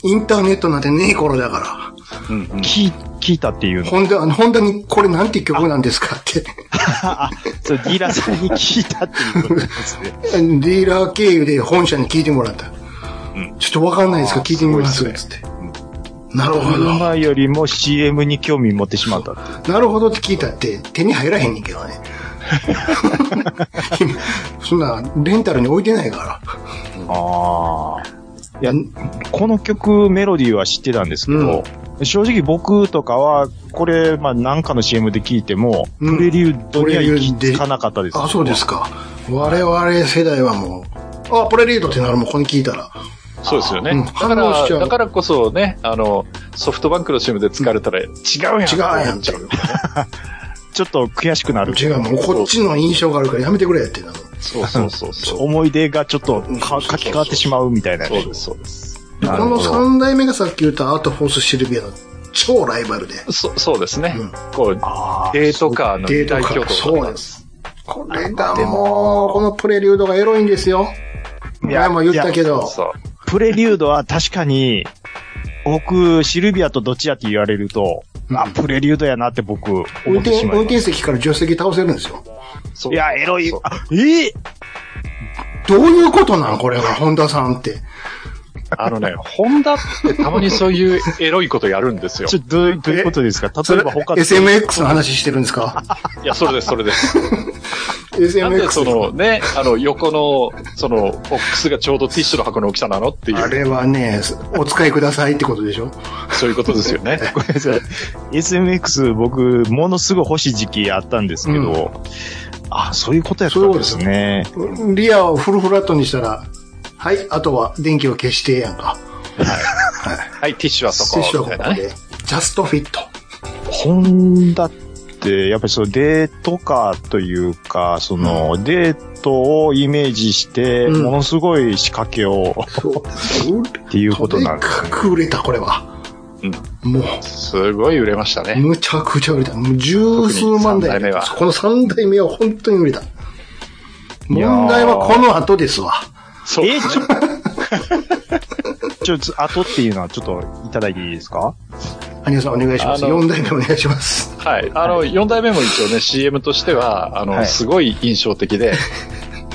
インターネットなんてねえ頃だか
うんうん
聞い聞いたっていう
ら。
の。
ほんで、あの、本当にこれなんて曲なんですかって。
あ、そう、ディーラーさんに聞いたっていうことです ね。
ディーラー経由で本社に聞いてもらった。
ん
ちょっとわかんないですか聞いてみます。
あー
つって
ね。
なるほど。
今よりも CM に興味持ってしまったっていう。
なるほどって聞いたって手に入らへんねんけどね。今そんな、レンタルに置いてないから。
ああ。いや
う、ん
この曲、メロディーは知ってたんですけど、正直僕とかは、これ、まあ、なんかの CM で聞いても、
うん
プレリュードには行き着かなかったです。
あ、そうですか。我々世代はもう、あ、プレリードってなるもん、ここに聞いたら。
そうですよね。
うん
だか
反応しちゃ
ら、
う
だからこそね、あの、ソフトバンクの CM で使われたら、違うやん。
違うやんっていう。
ちょっと悔しくなる。
違う、もうこっちの印象があるからやめてくれってなの。
そうそうそ うそう。
思い出がちょっとか
うん
書き換わってしまうみたいな
そう
ね。
です、そうです。
でこの3代目がさっき言ったアートフォースシルビアの超ライバルで。
そそうですね
うん。
こう、
あー
デートカーの
デー
二
トカ
大
ー
巨頭
そうなん
で。
ですこれがもう、このプレリュードがエロいんですよ。
いや
前も言ったけど。
そう。
プレリュードは確かに、僕、シルビアとどっちやって言われると、
うん
あ、プレリュードやなって僕、思
運
って
転、
しま
運
いま
転席から助手席倒せるんですよ。
そ
す。
う
いや、エロい
そう。
あ、ええ
どういうことなんこれは、本田さんって。
あのね、ホンダってたまにそういうエロいことやるんですよ
ち。ょ、どういう、どういうことですか
それ
例えば他
SMX の話してるんですか
いや、それです、それです。
?SMX。
なんでそのね、あの、横の、その、ボックスがちょうどティッシュの箱の大きさなのってい
あ
う、
れはね、お使いくださいってことでしょ
そういうことですよ ね。
ごめんなさい。SMX 僕、ものすごい欲しい時期あったんですけど、
うん
あ、そういうことやったんですね。
リアをフルフラットにしたら、はい、あとは電気を消してやんか。
はい、ティッシュはそ
接種
こ、
は
み
こ
たいな
こ
ね。
で。ジャストフィット。
ホンダって、やっぱりそのデートカーというか、そのデートをイメージして、
うん
ものすごい仕掛けを、
そう。
っていうことなんで
と
す
にかく売れた、これは。もう、
すごい売れましたね。
むちゃくちゃ売れた。もう十数万台。
特に三代目は
この三代目は本当に売れた。問題はこの後ですわ。
そう。
えちょ、 ちょ、つ後っていうのはちょっといただいていいですか
アニさんお願いします。
あの
四代目お願いします。
はい。あの、4代目も一応ね、CM としては、あ
は
の、
い
すごい印象的 で、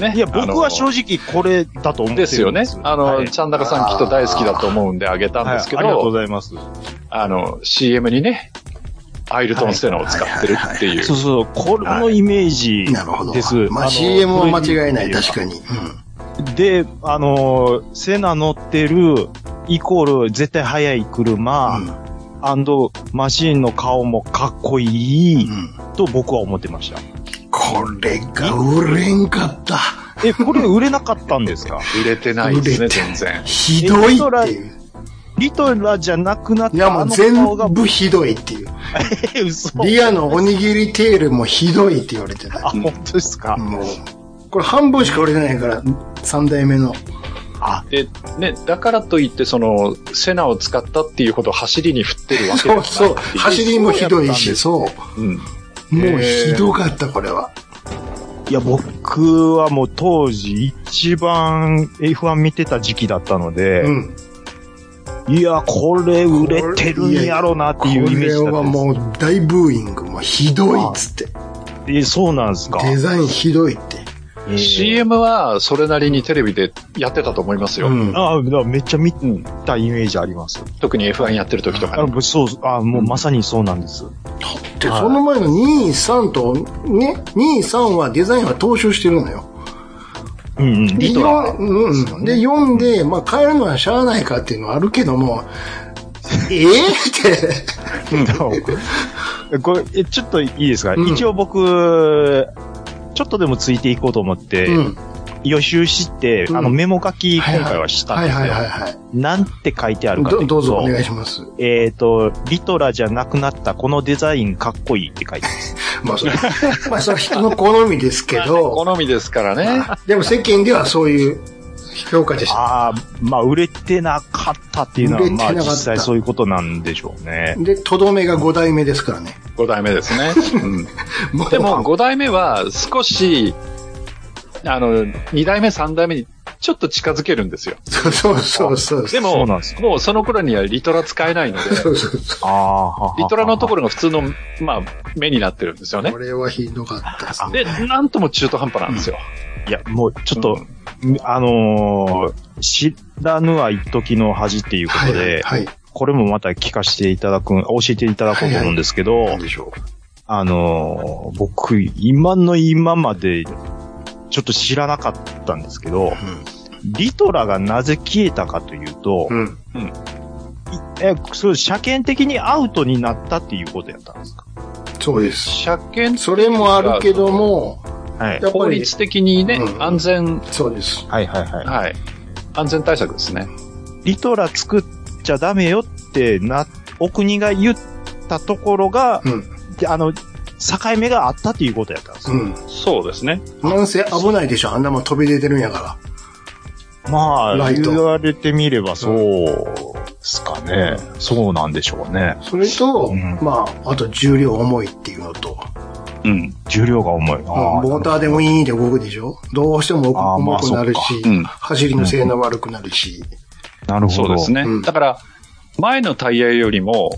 ね。
いや、僕は正
直
直これだと思ってるん
ですよね。あ
は
の、
い
ちゃんだかさんきっと大好きだと思うんであげたんですけ
はいありがとう
ど、
ございます。
あの、CM にね、アイルトン・ステノを使ってるっていう
そう。そう、これのイメージ
なるほど。
です。
まあ
の
CM は間違いない、
VTR
確かに。
で、あのー、セナ乗ってる、イコール絶対速い車、
うん
アンドマシーンの顔もかっこいい、
うんうん
と僕は思ってました。
これが売れんかった。
え、これ売れなかったんです か
売れてないです
売れ
ね、
て
全然。
ひどいっていう。
リトラじゃなくなっ
いや
た
も
あ
う
の
全
顔が、
部ひどいっていう。
え、 嘘。
リアのおにぎりテールもひどいって言われて
あ、
た。
本当ですか、
もう、これ半分しか売れてないから、三代目の。
あ、
で、ね、だからといって、その、セナを使ったっていうほど走りに振ってるわけでは
そ
な
う
い。
そう。 走りもひどいし、そう。
うん。
もうひどかった、これは。
いや、僕はもう当時一番 F1 見てた時期だったので、
うん。
いや、これ売れてるんやろうなって
こ
いうイメージ
れ
だったんです。
はもう大ブーイング、もうひどいっつって。
え、そうなんですか。
デザインひどいって。
えー
CM はそれなりにテレビでやってたと思いますよ。
うん。
ああ、だからめっちゃ見たイメージあります。
特に F1 やってる時とか
あ
ね。
ぶそう、あもうまさにそうなんです。
で、その前の2、3と、ね、2、3はデザインは踏襲してるのよ。
うん うん。
で、
リトラ
4、うんうん。で、4で、まあ、変えるのはしゃあないかっていうのはあるけど も、ええって。
これ、えちょっといいですか、
うん
一応僕、ちょっとでもついていこうと思って、
うん。
予習して、
うん
あのメモ書き今回はしたん
は
で
い
すよ。
はいはいはい。
なんて書いてあるかとい
ど
うと
どうぞお願いします。
えっ、と、リトラじゃなくなったこのデザインかっこいいって書いてます。
まあ、それ、まあ、それは人の好みですけ ど、
好みですからね。
でも世間ではそういう評価でした。
ああ、まあ売れてなかったっていうの
売
は、
れてな
ま
か
あ
った
実際そういうことなんでしょうね。
で、とどめが5代目ですからね。
5代目です ね。
もう
でも、5代目は少し、あの、2代目、3代目にちょっと近づけるんですよ。
そうそうそうそう。
で
そ
も、
うなんです
もうその頃にはリトラ使え ないので、
そうそうそ
ああ、はは
リトラのところが普通の、まあ、目になってるんですよ
う。
ね
こ。れはひどかったですね。
で、なんとも中途半端なんですよ。
いや、もうちょっと、あのー知らぬは一時の恥っていうこ
は
と
い
で、
はい。はい。
これもまた聞かせていただく、教えていただこうと思うんですけど、
なんでしょ
あのー僕、今の今まで、ちょっと知らなかったんですけど、リトラがなぜ消えたかというと、
う。うん。
え、そう、車検的にアウトになったっていうことやったんですか
そうです。
車検
それもあるけども、
はい。
やっぱ
法
り、
律的にね、
うん
安全、
そうです。
はいはいは
はい。安全対策ですね。
い。リトラ作っちゃダメよってな、お国が言ったところが、
うん。
で、あの、境目があったということやったんです
う
よ、
ん。
そうですね。
なんせ危ないでしょ。あんなもん飛び出てるんやから。
ま
ラ
あ、
イト
言われてみればそうですかね。そうなんでしょうね。
それと、
うん
まあ、あと重量重いっていうのと、
うん。
重量が重い。あ
モーターでウィーンって動くでしょどうしても
あー
重
まあ
くなるし、
そ
うん。
走りの性能悪くなるし、
なるほ
そ
ど。
うですね。
うん
だから、前のタイヤよりも、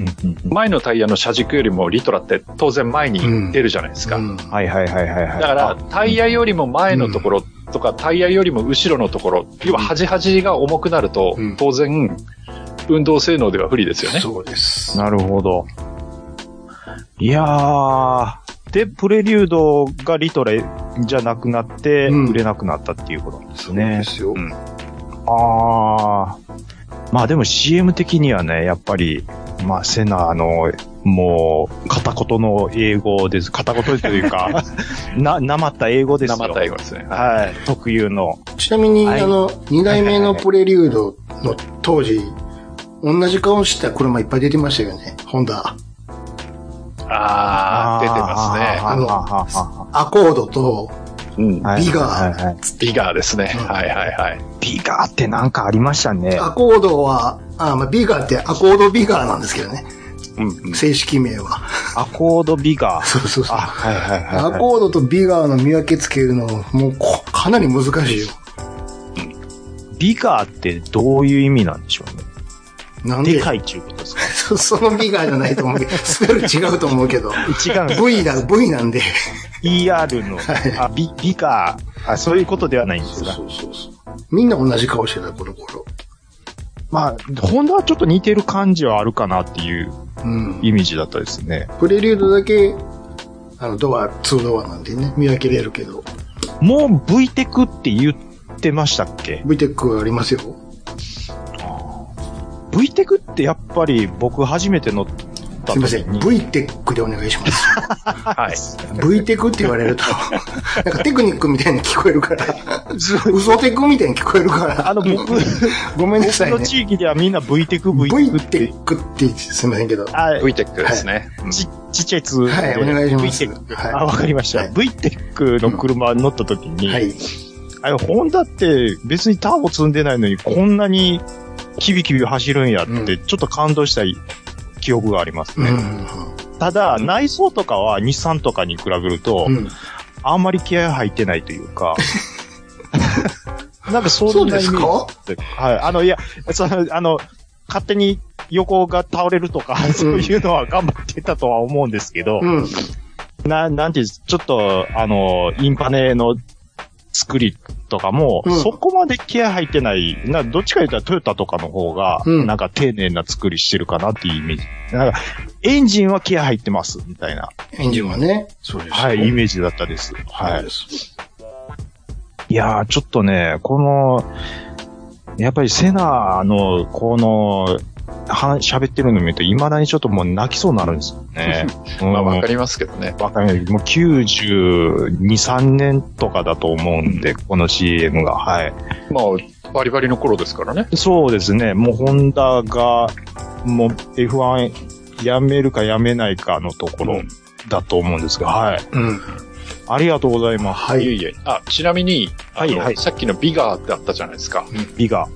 うんうんうん。
前のタイヤの車軸よりもリトラって当然前に出るじゃないですか。
うん
はいはいはいはいはい。
だから、タイヤよりも前のところとかタイヤよりも後ろのところ、要は端端が重くなると、
うん
当然、運動性能では不利ですよね。
そうです。
なるほど。いやー。で、プレリュードがリトレじゃなくなって、
うん
売れなくなったっていうことなんです
で
ね。
すよ。
うん
ああ。まあでも CM 的にはね、やっぱり、まあセナの、もう、片言の英語です。片言と いうか、な、なまった英語ですよ。
生対応ですね。
はい。特有の。
ちなみに、
はい
あの、2代目のプレリュードの当時、同じ顔した車いっぱい出てましたよね。ホンダ。
ああ、出てますね。
あの
の、
アコードと、
うん。
はい
ビガー
はいはい
ビガーですね。
うん
はいはいはい。
ビガーってなんかありましたね。
アコードは、あまあ、ビガーってアコードビガーなんですけどね。
うん
正式名は。
アコードビガー。
そうそうそう。
はいはい
アコードとビガーの見分けつけるの、もうこかなり難しいよ。
い。ビガーってどういう意味なんでしょうね。
なんで
でかいっていうことですか
そ そのビガーじゃないと思うけど、スペル違うと思うけど。
違うんです
V だ、V なんで。
ER の、あ、ビ、ビガー。あ、そういうことではないんですが。
うそうそう。みんな同じ顔してた、この頃。
まあ、ホンダはちょっと似てる感じはあるかなっていう
うん。
イメージだったですね。
プレリュードだけ、あの、ドア、2ドアなんでね、見分けれるけど。
もう V テクって言ってましたっけ
VTEC ありますよ。
?V テクってやっぱり僕初めて乗った
す
時
い
に。
ません。VTEC でお願いします。
はい。
VTEC って言われ ると、なんかテクニックみたいに聞こえるから、
そう
嘘テクみたいに聞こえるから、
あの、僕、
ごめんなさ
僕
いね
の。地域ではみんな V テク、V テクって。
VTEC ってすいませんけど。は
あ、
V テックですね。
ち、ちっちゃいやつで。
はいお願いします
V テック。
はい
あ、わかりました。
はい
V テックの車乗った時に、
い。
あれ、ホンダって別にターボ積んでないのにこんなにキビキビ走るんやって、ちょっと感動した記憶があります
う
ね。
ん。
ただ、内装とかは日産とかに比べると、
うん。
あんまり気合入ってないとい うか、なんかそ
そ
ん
う
な
で
イ
す
メージ
か
はい。あの、いや、その、あの、勝手に横が倒れるとか、そういうのは頑張ってたとは思うんですけど、
うん。
な、なんていうんですちょっと、あの、インパネの作りとかも、
うん
そこまで気合入ってない、な、どっちか言ったらトヨタとかの方が、
うん
なんか丁寧な作りしてるかなっていうイメージ。なんか、エンジンは気合入ってます、みたいな、
エンジンはね。そうです。
はい、イメージだったです。は
はいい。。
いやー、ちょっとね、この、やっぱりセナの、この、は喋ってるの見ると、未だにちょっともう泣きそうになるんですよ ね。うん
まあわかりますけどね。
わかんない。もう92、3年とかだと思うんで、この CM が。はい。
まあ、バリバリの頃ですからね。
そうですね。もうホンダが、もう F1 やめるかやめないかのところだと思うんですが、はい。
うん。
ありがとうございます。
はい
え
い。
いえ。あ、ちなみに、あの
はいはい
さっきのビガーってあったじゃないですか。
ビガ。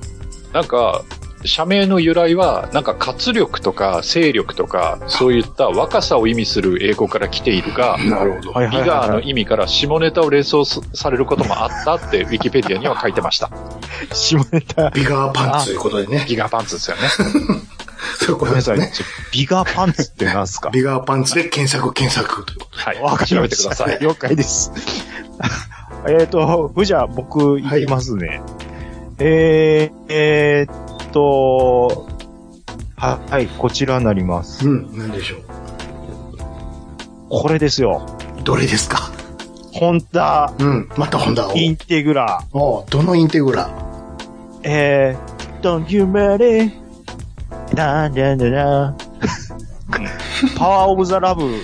なんか、社名の由来は、なんか活力とか勢力とか、そういった若さを意味する英語から来ているが、
なるほど。
はい
ビガーの意味から下ネタを連想されることもあったって、ウィキペディアには書いてました。
下ネタ。
ビガーパンツということでね。
ギガーパンツですよね。
そういう
ご
こ
め
と
ん
です
なさ
ね。
い。ちょビガーパンツってなんすか
ビガーパンツで検索検索というこ
はい。
わかり
調
ま
べ
して
く
た
ださい。
了解です。えっと、じゃあ僕行きますね。えー、えーっと、は、はい、こちらになりま
と。
す。
うん。なんでしょう。
これですよ。
どれですか
ホンダ
うん。またホンダを。
インテグラ。
おうどのインテグラ
えー、Don't you ready? ダンダンダンダ ンパワーオブザラブ流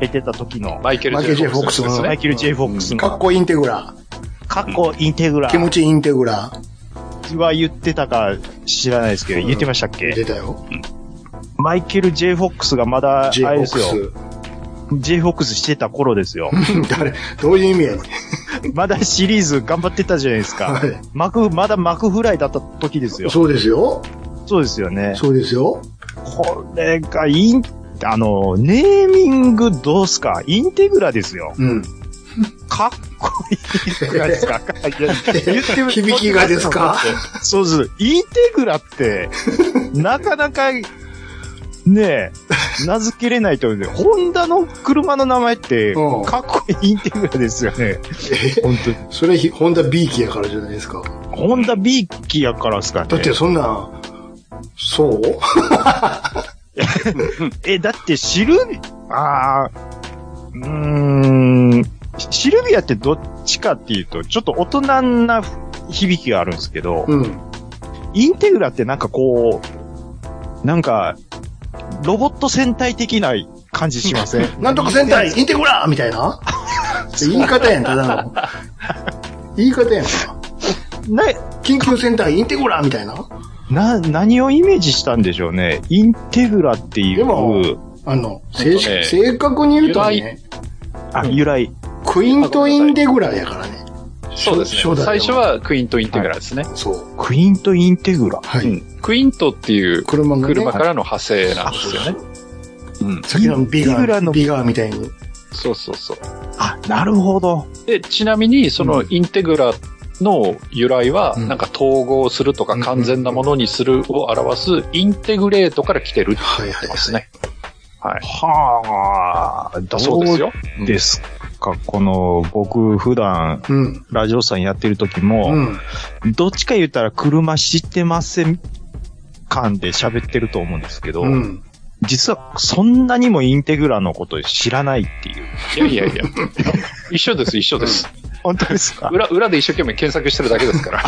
れてた時の、
マイケル・
マイケル
J ・フォックス
J
で
フォックス
す
の
マイ
ね。
ケル・ J ・フォックス
かっ
の、
こいいインテグラ。
かっこインテグラ
気持ちいいインテグラ。
は言ってたか知らないですけど、
うん
言ってましたっけ
出たよ。
マイケル・ J ・フォックスがまだ、あ
J フ
れ
ォ
で
ッ
す
ク
よ。
ス。
J ・フォックスしてた頃ですよ。
うん誰どういう意味やねん
まだシリーズ頑張ってたじゃないですか
は。
マク、まだマクフライだった時ですよ。
そうですよ。
そうですよね。
そうですよ。
これが、イン、あの、ネーミングどうすかインテグラですよ。
うん。
かっこいいじゃないで すか。いや言ってみ
響きがですか
そうです。インテグラって、なかなか、ねえ、名付けれないと思うんで、ホンダの車の名前って
う、ん
かっこいいインテグラですよね。本当に。
それ、ホンダ B 機やからじゃないですか。
ホンダ B 機やからですかね。
だってそんな、そう
え、だってシルビ、ああ、うーん、シルビアってどっちかっていうと、ちょっと大人な響きがあるんですけど、
うん。
インテグラってなんかこう、なんか、ロボット戦隊的な感じしま せん
なんとか戦隊インテグラーみたいな言い方やん、ただの。言い方やんか。
な、
緊急戦隊インテグラーみたいな
な、何をイメージしたんでしょうね。インテグラってい
でも
う、
あの、正式
えっと
正確に言うと
由
ね、
あ、由来。
クイントインテグラーやからね。
そうです
初
ね。
代
最初。はクイントインテグラですね。
そう。
クイントインテグラ。
はい。
うんクイントっていう
車のね
車からの派生なんですよね。
うん。
さっきのビ
インテグ
ガ
ラ
ー、
の、
ビガーみたいに。
そうそうそう。
あ、なるほど。
で、ちなみに、そのインテグラの由来は、
うん
なんか統合するとか
うん
完全なものにするを表す、インテグレートから来てるって
はいはい
こと
は
で
い。
すね。はい。
はあ、だ
そうですよ。
ですか、この、僕、普段、
うん。
ラジオさんやってる時
う
も、
ん。
どっちか言ったら車知ってません感で喋ってると思うんですけど、
うん。
実はそんなにもインテグラのこと知らないっていう。
いや いやいや。一緒です、一緒です。
本当ですか
裏、裏で一生懸命検索してるだけですか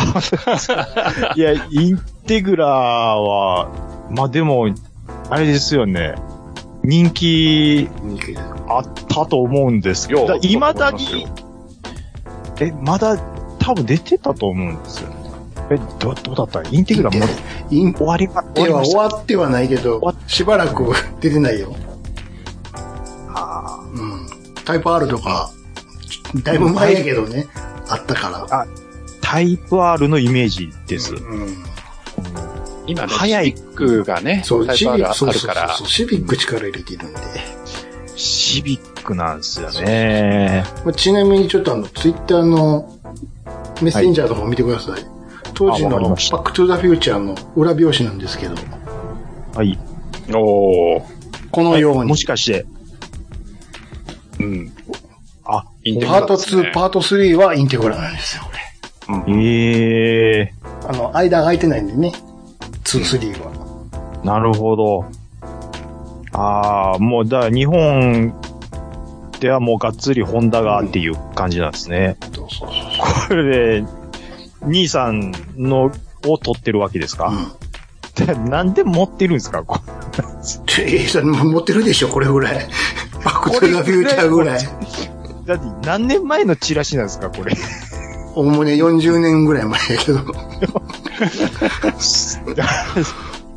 ら。
いや、インテグラは、まあでも、あれですよね。人気
人気だ
あったと思うんですけ
いや
ど、いまだ
あったと思い
に、え、まだ多分出てたと思うんですよね。え、ど、どうだったインテグラもう
イン
終わりま、終わ
で
り
は
まし
終
た。
わってはないけど
終、
しばらく出てないよ。
あ
うん。タイプ R とか、だいぶ前やけどね、あったから。
ータイプ R のイメージです。
うん。
今ね、
早い
シビックがね、
そう、
タイ
シ
プ
ビ
R
ッ
があ
ク、そう
る
そう
から
そう、シビック力入れてるんで。
シビックなんですよね。
まあちなみにちょっとあの、ツイッターのメッセンジャーとかも見てください。当時
あわ
の
かり
バ
ました
ックトゥーザフューチャーの裏表紙なんですけど、
はい。
おー
このように
も、しかして、
うん。
あ、
インテグ
パ
ラ
ート
ですね
2、パート3はインテグラなんですよ、これ。
ええ
あの、間が空いてないんでね。2、3は。
ー、なるほど。ああ、もう、だから日本ではもうがっつりホンダがっていう感じなんですね。
そうそうそうそう。
これで、兄さんのを取ってるわけですか、
う
でなんで持ってるんですかこ
ん。て、えそれ持ってるでしょ、これぐら い。バックトゥーザフューチャーぐらい。
だって何年前のチラシなんです かこれ。
おおむね40年ぐらい前やけど。
す、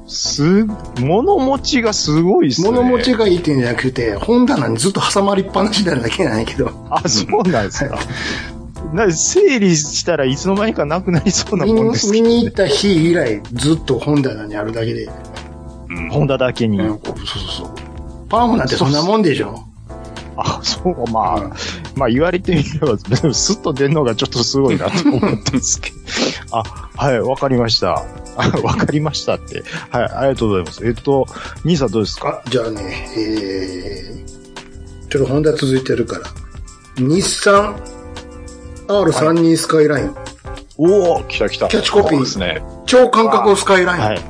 す物持ちがすごいっすね。
物持ちがいいっていうんじゃなくて、本棚にずっと挟まりっぱなしなだけなんやけど。
あ、そうなんですか。な整理したらいつの間にかなくなりそうな
見
もん
に
です
見
けど、
に行
ね
っ。た日以来、ずっと本棚にあるだけで。
ホンダだけに。
うんそうそうそう。パンフなんてそんなもんでしょ。
あ、そう、まあ、まあ言われてみれば、 でもスッと出るのがちょっとすごいなと思ったんですけど。あ、はい、わかりました。あわかりましたって。はい、ありがとうございます。えっと、兄さんどうですか
あ、じゃあね、えー、ちょっと本田続いてるから。日産 R32 スカイライン。
おお
来た来た。
キャッチコピー
そうですね。
超感覚をスカイライン。
はい。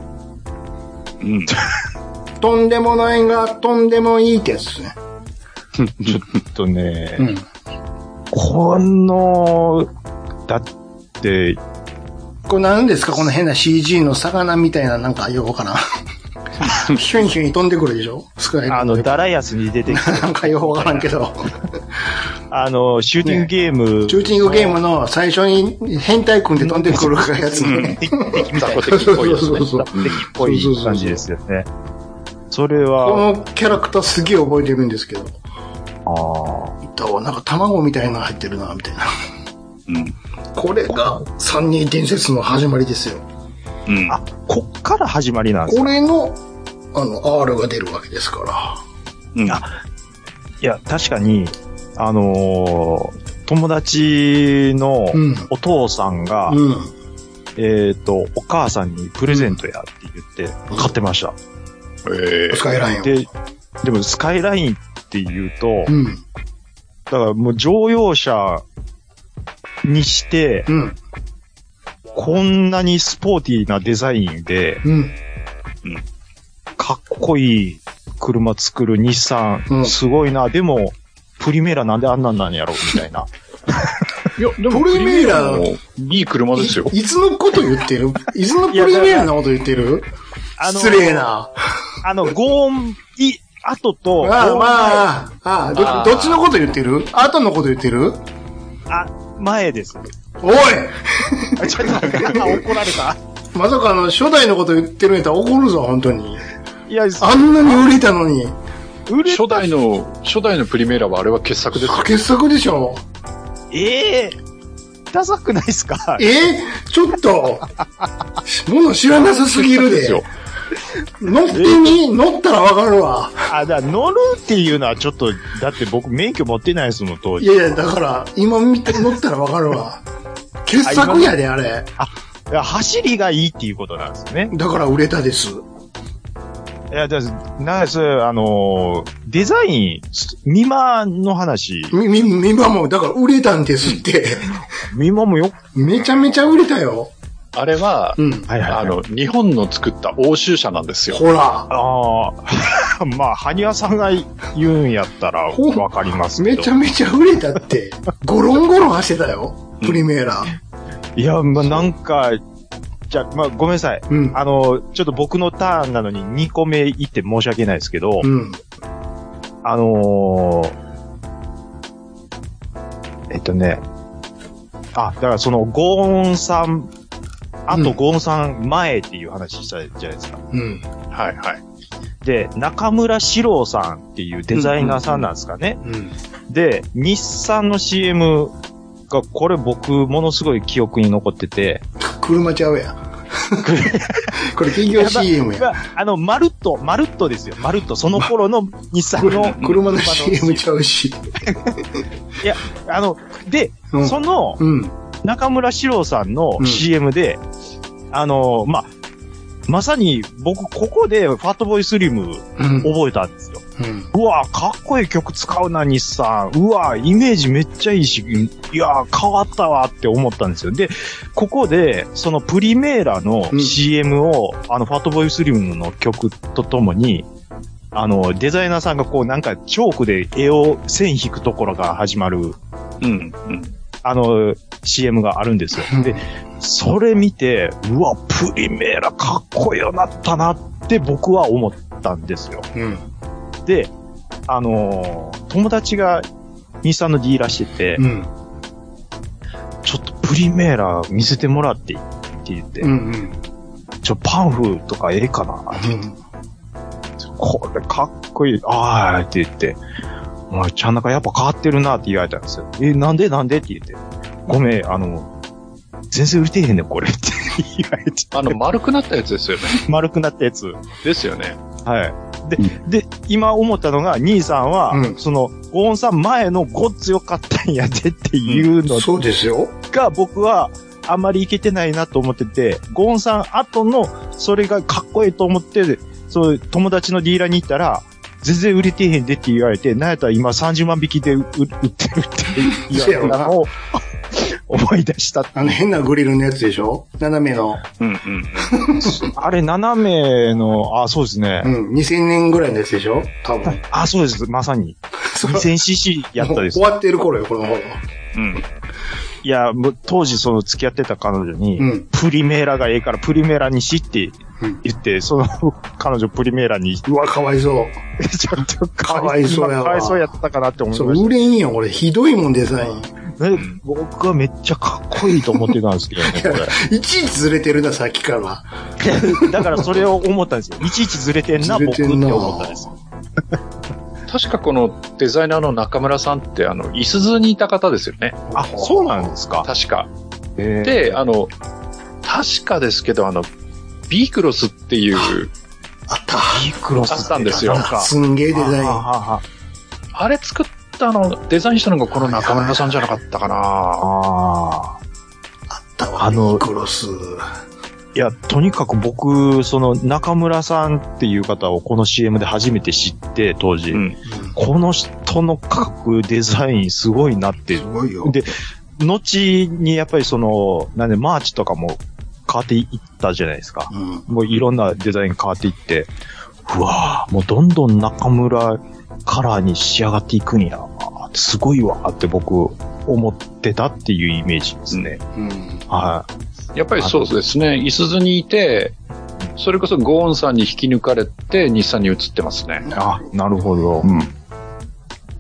うん。
とんでもないが、とんでもいいってやつですね。
えっとね、
うん。
この、だって、
これ何ですかこの変な CG の魚みたいななんかよくわ からん。シュンシュンに飛んでくるでしょスカイライン。
あの、ダラヤスに出てきた、
なんかよくわからんけど。
あの、シューティングゲーム、
チューティングゲームの最初に変態君で飛んでくるやつね。
雑魚的っぽいですね。
そうそうそう
うん
っぽい感じですよね。それ
こ
は、
のキャラクターすげえ覚えてるんですけど。
あ
どうなんか卵みたいなの入ってるな、みたいな。
うん
これが三人伝説の始まりですよ。
うん
あ、こっから始まりなんです
これの、あの、R が出るわけですから。
うん
いや、確かに、あのー友達の
うん。
お父さんが、
うん。
えっ、と、お母さんにプレゼントやって言って、買ってました。
え
スカイラインを。
で、でもスカイラインっていうと
う、ん。
だからもう乗用車にして、
うん。
こんなにスポーティーなデザインで、
うん。
かっこいい車作る日産、
うん
すごいな。でも、プリメーラなんであんなんなんやろみたいな。
いや、で
プリメイラ
もいい車ですよ。
いいつのこと言 ってるいつのプレミアムなこと言ってる
あの
失礼な。
あの、ゴーン、い、後と、
ああ、
ゴーン
まあ、ああ
ああ
ど、どっちのこと言ってる後のこと言ってる
あ、前です。
おい
あちょっと、あ 怒られた。
まさかあの、初代のこと言ってるんやったら怒るぞ、本当に。
いや、
あんなに売れたのに。
売れ
初代の、初代のプリメイラはあれは傑作ですよ。
傑作でしょ
ええダサくないですか
えちょっと、もの知らなさすぎるで。
よ。
乗ってみ、乗ったらわかるわ。
あ、だから乗るっていうのはちょっと、だって僕免許持ってないですもん、当
い
時。
やいや、だから、今見て、乗ったらわかる わ。傑作やで、あれ。
いや走りがいいっていうことなんですね。
だから売れたです。
いや、じゃあなんかそういう、あのーデザイン、ミマの話、
み、み、みばも、だから売れたんですって。
ミマもよ、
めちゃめちゃ売れたよ。
あれは、
うん。
はい
あの、日本の作った欧州車なんですよ。
ほら、
ああ、 まあ、埴輪さんが言うんやったら
ほう
わかりますけ
め
ど
ち。ゃめちゃ売れたって。ゴロンゴロン走ってたよ。プリメーラ。
いや、まあ、なんか、じゃあ、まあ、ごめんなさい。
うん。
あの、ちょっと僕のターンなのに2個目行って申し訳ないですけど、
うん。
あのー、えっとね、あ、だからその、ゴーンさん、あ
う
と
ん
ゴーンさん前っていう話したじゃないですか。
うん。
はいはい。
で、中村史郎さんっていうデザイナーさんなんですかね。
うん。
で、日産の CM が、これ僕、ものすごい記憶に残ってて、
車ちゃうや。 これ企業 CM や。。
まああの、まるっと、まるっとですよ。まるっと、その頃の日産の
車の CM ちゃうし。
あの、で、
うん
その、
うん。
中村史郎さん
う
の
ん
CM で、あの、まあ、まさに僕、ここでファットボーイスリム
うん。
覚えたんですよ。
うん。
うわかっこいい曲使うな、日産。うわイメージめっちゃいいし、いやー変わったわって思ったんですよ。で、ここで、そのプリメーラ
う
の
ん
CM を、あの、ファットボーイスリムの曲とともに、あの、デザイナーさんがこう、なんか、チョークで絵を線引くところが始まる、
うん、うん。
あの、CM があるんですよ。で、それ見て、うわ、プリメーラかっこよなったなって僕は思ったんですよ。
うん。
で、あのー友達が日産のディーラーしてて、
うん。
ちょっとプリメーラ見せてもらっていいって言って、
うん。うん。
ちょ、パンフとかええかなこれかっこいい。あーって言って、お前、ちゃん中やっぱ変わってるなって言われたんですよ。え、なんでなんでって言って、ごめん、あの、全然売れてへんねん、これって言われて、
あの、丸くなったやつ ですよね。
丸くなったやつ。
ですよね。
はい。で、で、今思ったのが、兄さんは、
うん
その、ゴーンさん前のごっつよかったんやでっていうの
そうですよ。
が、僕は、あんまりいけてないなと思ってて、ゴーンさん後の、それがかっこいいと思って、そう、友達のディーラーに行ったら、全然売れてへんでって言われて、なんやったら今30万匹で売売ってるって言われたのを、思い出した。
あの変なグリルのやつでしょ斜めの。
うん、うん。
あれ、斜めの、あ、そうですね。
うん。2000年ぐらいのやつでしょ多 分。
あ、そうです。まさに。
そう
2000cc やったです
もう終。わってる頃よ、この頃。
うん。
いや、もう当時その付き合ってた彼女に、
うん
プリメーラがええからプリメーラにしって
うん
言って、その彼女プリメーラに、ち
うわ、かわいそ
ょっと
かわいそうやわ
かわいそうやったかなって
う。
思い
そ
ま
う、
し
売れんよ、俺。ひどいもん、デザイン。
た。ね僕はめっちゃかっこいいと思ってたんです けどね、こ
いちいちずれてるな、さっきから。
れ。だからそれを思ったんですよ。いちいちずれてんな、
ずれ
僕って
てんな
思ったんですよ。
確かこのデザイナーの中村さんって、あの、イスズにいた方ですよね。
あ、そうなんですか。
確か。
で、
で、あの、確かですけど、あの、ビークロスっていう、
あった。
ピクロス
あったんですよ
なんか
すんげえデザイン。
ははは
あれ作ったの、デザインしたのがこの中村さんじゃなかったかな
ああ。
あったわ、
あの
ビークロス。
いや、とにかく僕、その中村さんっていう方をこの CM で初めて知って、当時。
うん
この人の描くデザインすごいなって
すごいよ。
で、後にやっぱりその、なんで、マーチとかも変わっていったじゃないですか。
うん。
もういろんなデザイン変わっていって、うわぁ、もうどんどん中村カラーに仕上がっていくんや。すごいわーって僕思ってたっていうイメージですね。
うん。
はい。
やっぱりそうですね。いすずにいて、それこそゴーンさんに引き抜かれて、日産に移ってますね。
あ、なるほど。
うん。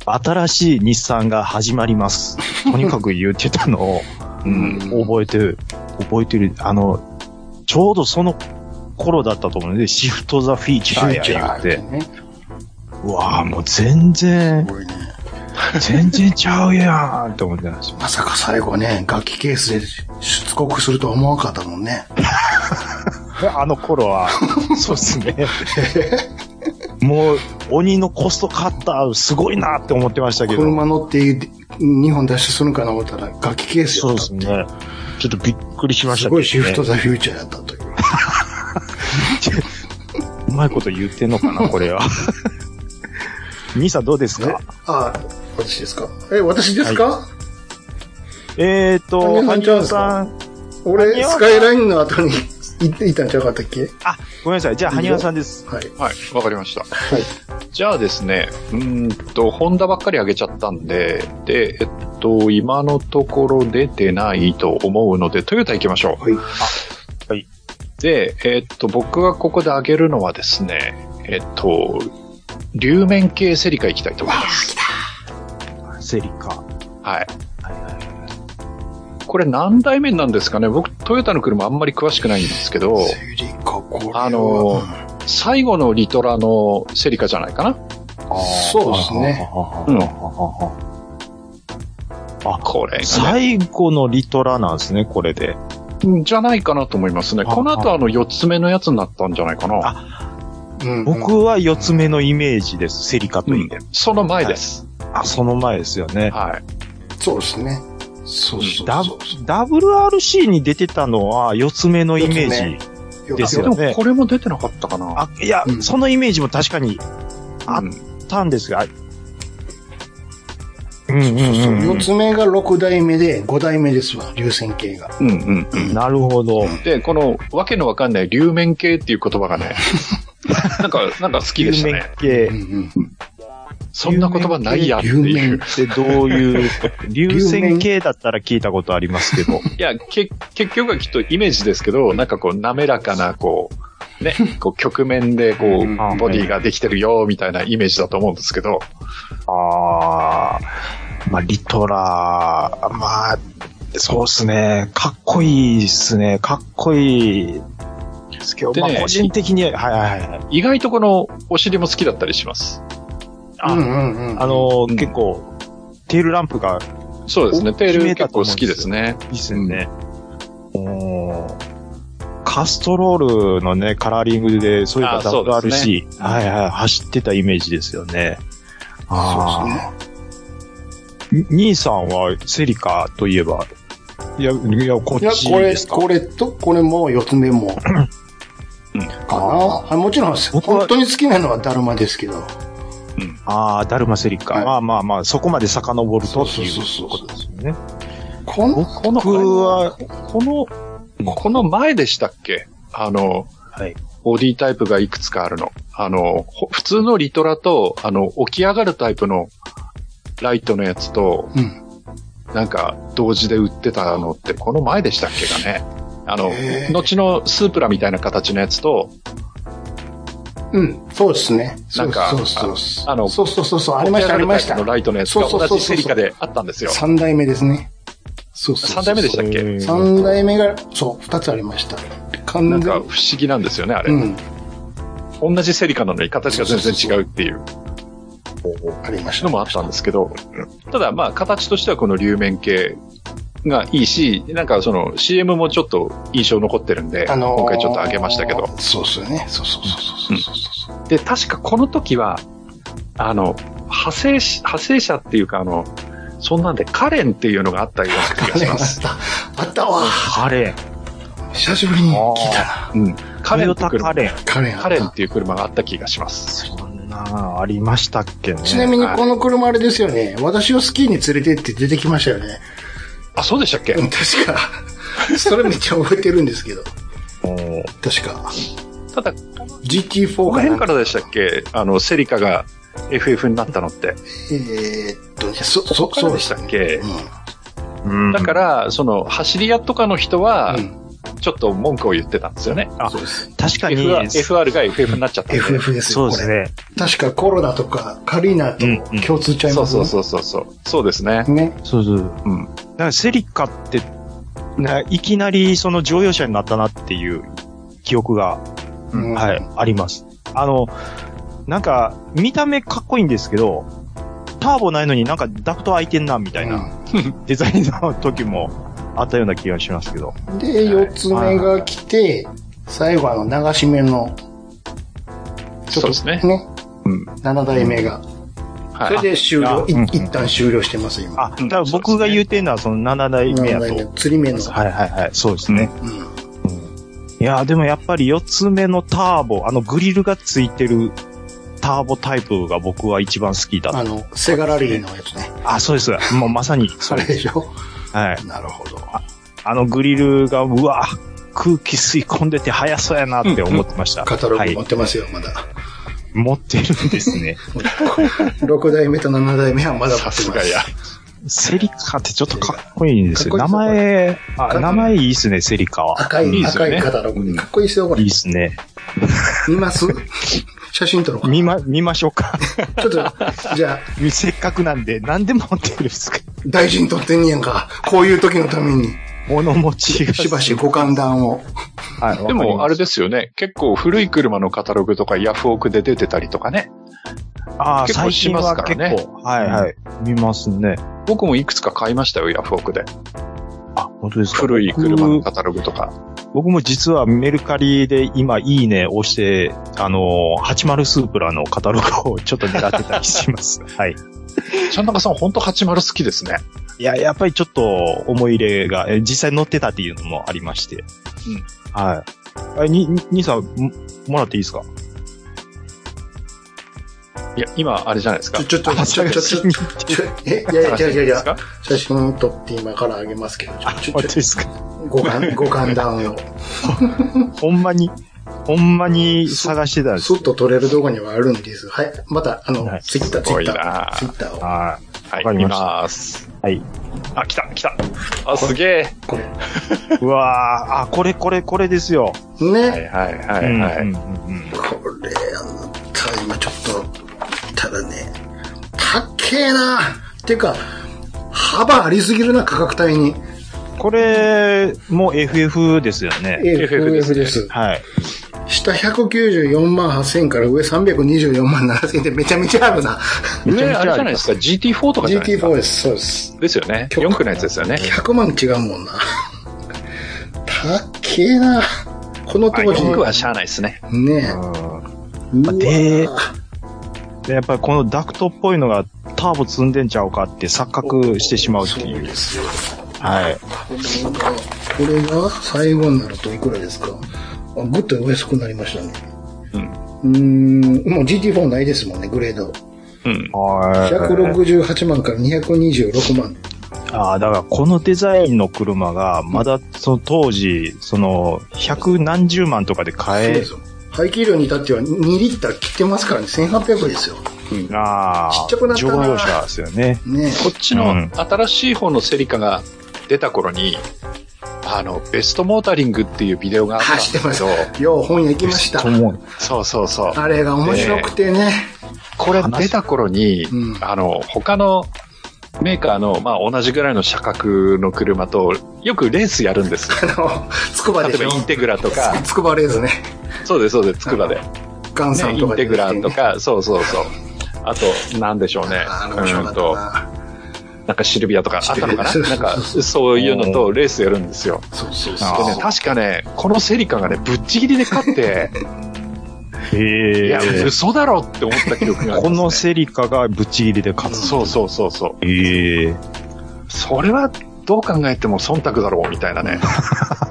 新しい日産が始まります。とにかく言ってたのを、
うん。
覚えてる、覚えてる、あの、ちょうどその頃だったと思うんで、シフトザフィーチ
シ
ャ
ュ
ー
ーチャ
や
ー
言
で
って、
ね。
うわぁ、もう全
す
然、
ごいね。
全然ちゃうやんって思ってた んですよ。
まさか最後ね、楽器ケースで出国するとは思わなかったもんね。
あの頃は、そうですね。 もう、鬼のコストカッター、すごいなって思ってましたけど。
車乗って2本脱出するんかな思ったら楽器ケース
そ
や
う
っ
で
たっ
す
て
ね。ちょっとびっくりしまし
す
たけど、
ご
ね。
いシフトザフューチャーやったという。
うまいこと言ってんのか な、これは。兄さんどうです
え
か
あ、私ですかえ、私ですか、
えー
羽
と、
生さんちゃうんですか
羽生さん
俺、スカイラインの後に 行っていたんちゃうかったっけ
あ、ごめんなさい。じゃあ、羽生さんです。
はい。
はい、わかりました。
はい。
じゃあですね、うーんと、ホンダばっかり上げちゃったんで、で、えっと、今のところ出てないと思うので、トヨタ行きましょう。
はい
あはい。
で、えっと、僕がここで上げるのはですね、えっと、流面系セリカ行きたいと思います。
セリカ。
はい。これ何代目なんですかね僕、トヨタの車あんまり詳しくないんですけど、
セリカ、これは
あのー最後のリトラのセリカじゃないかな
そうですね。
うん
あ、
これがね
最後のリトラなんですね、これで。
じゃないかなと思いますね。
あ
この後あの4つ目のやつになったんじゃないかな。
あ
うん
僕は四つ目のイメージです、セリカと
う
いうんね。
その前です。
あ、その前ですよね。
はい。
そうですね。そうそう
ダ
そうそ
WRC に出てたのは四つ目のイメ
四
ージ。
う。
です
で
よ
も
ね
これも出てなかったかな。
あ、いや
う、ん
そのイメージも確かにあ
うん
たんですが。うんうん
そうそう
うんう
四
ん。
つ目が六代目で、五代目ですわ、流線形が。
うんうんうん。
なるほど。
で、このわけのわかんない流面系っていう言葉がね、なんか、なんか好きでしたね。
系
う。ん
そんな言葉ないやって
流面系
い
流
う
面。
ってどう いう、流線系だったら聞いたことありますけど。
いや、け結局はきっとイメージですけど、なんかこう滑らかな、こう、 ね、こう曲面でこう、
うん
ボディができてるよ、みたいなイメージだと思うんですけど、
ああ、まあ、リトラー、まあ、そうっすね。かっこいいっすね。かっこいい。ですけど、
で
まあ
ね、
個人的に、はいはいはい。
意外とこのお尻も好きだったりします。
あ
うんうんうんうん。
あのー
うん
結構、テールランプが
そうですね。
お
テー
決
ル
めた
結
と
構
思
好
うんですよ
きですね。
いいっすよね。おーカストロールのね、カラーリングで、そういえば
あそうですね
WRC、はいはい、走ってたイメージですよね。
そう
あ
で
あ
すね。
に兄さんはセリカといえば、いや、いや、こっ
いや、
ち
これ
で、すか
これと、これも四つ目も。かなはいもちろん、
僕は
本当に好きなのはダルマですけど。
ああ、ダルマセリカ。
はい
まあまあまあ、そこまで遡るとってい
そうそうそ
う
う
こ
そう
とですよね。
この、
この、
僕は、
この、この前でしたっけあの、
はい。
ボディタイプがいくつかあるの。あの、ほ普通のリトラと、あの、起き上がるタイプのライトのやつと、
うん。
なんか、同時で売ってたのって、この前でしたっけかね。あの
へ、ー
後のスープラみたいな形のやつと、
うん、そうですね。
なんか
そうそうそう。
あの
そうそうそうそう、ありました、ありまし
起き上がるタイプの
た。
ライトのやつが
そうそうそ
同
う
じ
そう
セリカであったんですよ。
三代目ですね。そうそうそう。
三代目でしたっけ
三代目が、そう、二つありました。完
な
全
んか不思議なんですよね、あれ。
うん、
同じセリカなのに形が全然違うっていう。
ありました。
のもあったんですけど、ただまあ形としてはこの流面系がいいし、なんかその CM もちょっと印象残ってるんで、
あのー
今回ちょっと上げましたけど。。
そうっすよね。そうそうそうそうそうそう、
で、確かこの時は、あの、派生し、派生者っていうかあの、 そんなんでカレンっていうのがあったような気がします。
あったわ。
カレン。
久しぶりに聞いたな。
うん。カレン
トヨ
っ
タ
て車
カレン。
カレンあった
カレンっていう車があった気がします。
そんな、ありましたっけね。
ちなみにこの車あれですよね。私をスキーに連れてって出てきましたよね。
あ、そうでしたっけ、
うん確か。それめっちゃ覚えてるんですけど。
お
確か。
ただ、
GT4
この
かな
辺からでしたっけあの、セリカが FF になったのって。
えーっとね、そ、そ、
ここか
そう
らでしたっけ
うん
うん
だか、ら、その、走り屋とかの人は
う、ん。
ちょっと文句を言ってたんですよね。
あ
そうです。
確かに、
FR, FR が FF になっちゃったんで。
FF です
そ
よ、
う
こ
です
れ。
ね。
確かコロナとかカリーナと共通ちゃい
そ
ま
う
す
そ
ね
うそうそうそう。そうですね。
ね。
そうそう。だ
うん。
からセリカって、ないきなりその乗用車になったなっていう記憶が、
うん
はい、あります。あの、なんか、見た目かっこいいんですけど、ターボないのになんかダクト開いてんな、みたいな、デザインの時もあったような気がしますけど。
うんで、四つ目が来て、最後あの、流し目の、
そうですね。
ね。
うん。
7代目が。そ
は
れ
い。
で終
あ
了、い
うん
一旦終了してます、今。
あ、だから僕が言うてんのはその7代目やと。はい
釣り目の。
はいはい、そうですね。
うん
いやーでもやっぱり4つ目のターボ、あのグリルがついてるターボタイプが僕は一番好きだっ
あの、セガラリーのやつね。
た。あ、そうです。もうまさに。
それでしょ
はい。
なるほど。
あのグリルが、うわ空気吸い込んでて速そうやなって思ってました。
カタログ持
はい
っ。てますよ、まだ。
持ってるんですね。
6代目と7代目はまだ持って
さ
ます。
すがや。
セリカってちょっとかっこいいんですよ。
か
名
っこいい
前、
こ
あ
れ
名前いいですね、セリカは。
赤い、
いいですよ
赤
ね
いカタログ。かっこいいですよ、こ
いい
れ
で。すね。
見ます写真撮ろうか。
見ま、 見ましょうか。
ちょっと、じゃあ、
せっかくなんで、何でも持ってるんですか。
大事に撮ってんねやんか。こういう時のために、
物持ちが。
しばしご勘談を。
はい。
でも、あ
あれ、
れですよね。結構古い車のカタログとかヤフオクで出てたりとかね。
ああ、
結構
最
し
近
ます
は
から
結
ね
構、はいはい。見ますね。
僕もいくつか買いましたよ、ヤフオクで。
あ、本当ですか。
古い車の
僕
カタログとか。
僕も実はメルカリで今、いいねを押して、あのー、80スープラのカタログをちょっと狙ってたりします。 はい。
ちゃん中さん、ほんと80好きですね。
いや、やっぱりちょっと思い入れが、え実際乗ってたっていうのもありまして。はい。あに、に兄さん、ももらっていいですか
いや、今、あれじゃないですか
ちょ、。ちょっと、ちょ、ちょ、ちょ、ちょ、
に
ちょえ、いやいや、
探し
違う
て
違うん
る
違
で
う
す。か
写真撮って今からあげますけど、ちょ
あ、
ちょ、
本当
ちょ
ですか。
ご勘、ご勘談を。
ほんまに、ほんまに探してたんです
そっ。と撮れるとこにはあるんです。はい。また、あの
は、い
ツイッター、ツ
すご
イッ
い
タ
な
ー、ツイッターを。
は
は
わ
い、
かり
見
ました
ます。
い。はい。
あ、来た、来た。あ、すげ
これ。
うわーあ、これ、これ、これですよ。
え。は
ね。
い、はい、はい、は
う
い
ん。うんうんうん
これ、あの、た今ちょっと、ただね、たっけえなてか、幅ありすぎるな、価格帯に。
これ、もう FF ですよね。
FF です
FF です。
はい。
下194万8000から上324万7000でめちゃめちゃあるな。
上、あれじゃないですか。GT4 とかじゃないですか。
GT4 です、そうです。
ですよね。
曲
4区のやつですよね。
100万違うもんな。たっけえなこの
あ、
当時
4区はしゃあないですね。
ねうわ
でで、やっぱりこのダクトっぽいのがターボ積んでんちゃうかって錯覚してしまうって
そ
いうう。
ですよ。
はい。
これが、これが最後になるといくらですかあぐっとお安くなりましたね。うん。うーん、もう GT4 ないですもんね、グレード。
うん。
はい。
168万から226万。
ああ、だからこのデザインの車が、まだその当時、その、百何十万とかで
そう
買
で
え
す、よ。排気量に至っては2リッター切ってますからね、1800ですよ。
ああ
ちっちゃくなった
乗
な
用車ですよね。
ね
こっち
う
の
ん
新しい方のセリカが出た頃に、あの、ベストモータリングっていうビデオがあったん
あ、
で
知
す
ってます
けど、。
よう本屋行きました。
そうそうそう。
あれが面白くてね。
これ出た頃に、
うん
あの、他のメーカーの、まあ、同じぐらいの車格の車と、よくレースやるんですよ。
あの、つくば
例
で
え
しょ
ばインテグラとか、
つくばレーズね。
そうです、そうです、つくばで。
ガンさ
ね、
ん
イ
と
ン
か
テ
で
グ
でき
ラ
てね、
とか、そうそうそう。あと、なんでしょうね。
ああ
う
面白
んと、
かっ
なんかシルビアとかあったのかな
シルビ
な
ア
んか、そういうのとレースやるんですよ。
たな。そうそう
でね、
そう。
確かね、このセリカがね、ぶっちぎりで勝って、い
ええ
や、嘘だろって思った記憶がありますね、
このセリカがぶっちぎりで勝つ。
そうそうそうそう。
ええ
それはどう考えても忖度だろうみたいなね、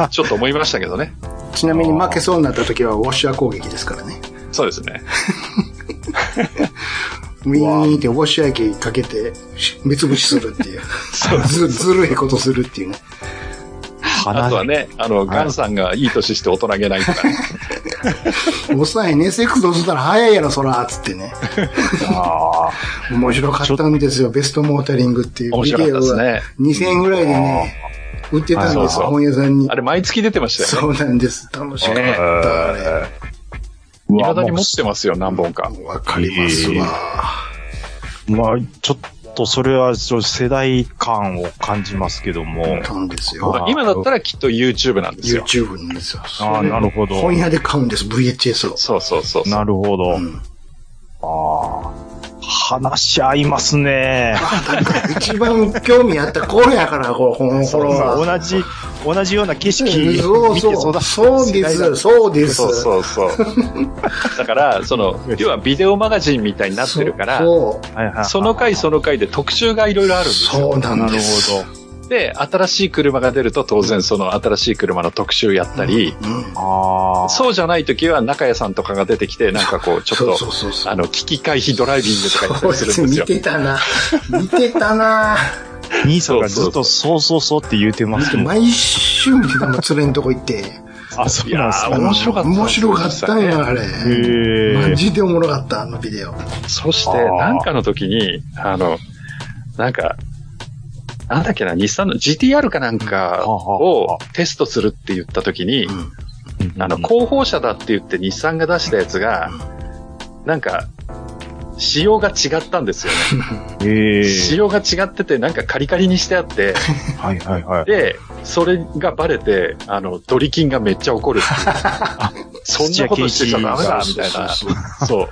ちょっと思いましたけどね。
ちなみに負けそうになった時はウォッシャー攻撃ですからね。
そうですね。
ウィーンってウォッシャー液かけて、し目つぶしするっていう。ずずるいことするっていうね。
鼻
あとはね、あの、ガンさんがいい年して大人げないとかね。
おっさんやね、セックスどうせたら早いやろ、そら、つってね。
あー
面白かったんですよ、ベストモータリングっていう
面
ビ
白かっ
デ
た
オ
ですね
が2000円ぐらいでね、売ってたん
は
で
い
す、
そうそう
本屋さんに
あ。れ、毎月出てましたよね。
そうなんです。楽しかった、あれ。
う
未
わ
だに持
も
ってますよ、何本か。
わかりますわ。
うまあ、ちょっとそれはちょっと世代感を感じますけども。
なんです
あ
よ。
まあ今だったらきっと YouTube なんですよ。
YouTube なんですよ。それ
ああ、なるほど。
本屋で買うんです、VHS を。
そうそうそうそう。
なるほど。
うん
ああ。話し合いますね。
一番興味あった頃やから、こう、この頃は。
同じ、同じような景色
そう
見て
そ
育った
う。そうで
世代
す、
だ
そうです。
そうそうそう。だから、その、要はビデオマガジンみたいになってるから、そ
そう
はいはいはい
の回その回で特集がいろいろあるんですよ。
そうなんです。
なる
で、新しい車が出ると当然その新しい車の特集やったり、
うん
ああ。
そうじゃない時は中谷さんとかが出てきて、なんかこう、ちょっと、
そうそうそうそう
あの、危機回避ドライビングとか言った
そう
りす
です
る
ね、
んです
見
よ。
てたな。見てたな。
兄さんがずっとそうそうそうって言うてますけど。
毎週見てたの、連れんとこ行って。
あ、そうなんです
いやー
か。
面白かった
面白かったんや、あれ。
へー
マジでおもろかった、あのビデオ。
そし
あ
て、
ー
なんかの時に、あの、なんか、なんだっけな、日産の GTR かなんかをテストするって言った時に、
うん
あの、
こ
広報車だって言って日産が出したやつが、なんか、仕様が違ったんですよね。
う。ええ。
仕様が違ってて、なんかカリカリにしてあって、
はいはいはい。
で、それがバレて、あの、ドリキンがめっちゃ怒るっていう そんなことしてちゃダメだ、みたいな。
そうそう
そう。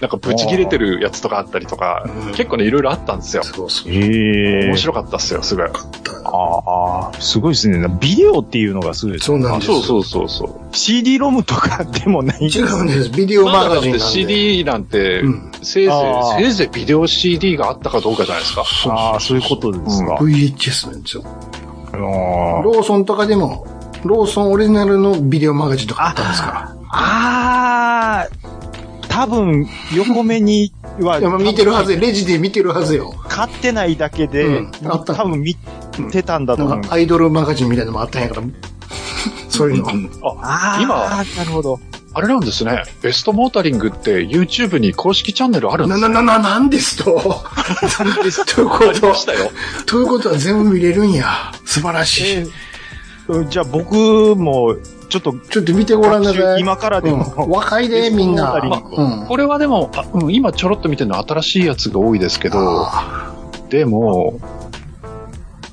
なんかブチ切れてるやつとかあったりとか
うん、
結構ね、いろいろあったんですよ。
そうそう
ええ。
面白かったっすよ、すごい。
ああ、すごいですね。ビデオっていうのがすごいです
そうなんです。
そうそうそうそう。
CD ロムとかでもない。
違うんです。ビデオ
ま
マ
だだ
ガ
っ
ジンなん
て
で。。
CD なんて
う、ん。
せいぜ
あー
い、せいぜいビデオ CD があったかどうかじゃないですか。
ああ、そういうことですか。
VHS なんですよ。
あー
ローソンとかでも、ローソンオリジナルのビデオマガジンとかあったんですか
あー、多分、横目には、
ら。いやまあ見てるはずよレジで見てるはずよ。
買ってないだけで、
うんあった
多分見てたんだと思
な
うんんで
か
す。
アイドルマガジンみたいなのもあったんやから。そういうの。
あー
今、
なるほど。
あれなんですね。ベストモータリングって YouTube に公式チャンネルあるんで
な、
す
な、
ね
な、な、なんですと。 というこ
ありましたよ。
と。ということは全部見れるんや。素晴らしい。
うんじゃあ僕も、ちょっと、
ちょっと見てごらんなさい。
今からでも
うん若いで、みんな。
ベストモータ
うん。
これはでも、あうん今ちょろっと見てるのは新しいやつが多いですけど、
あ
でも、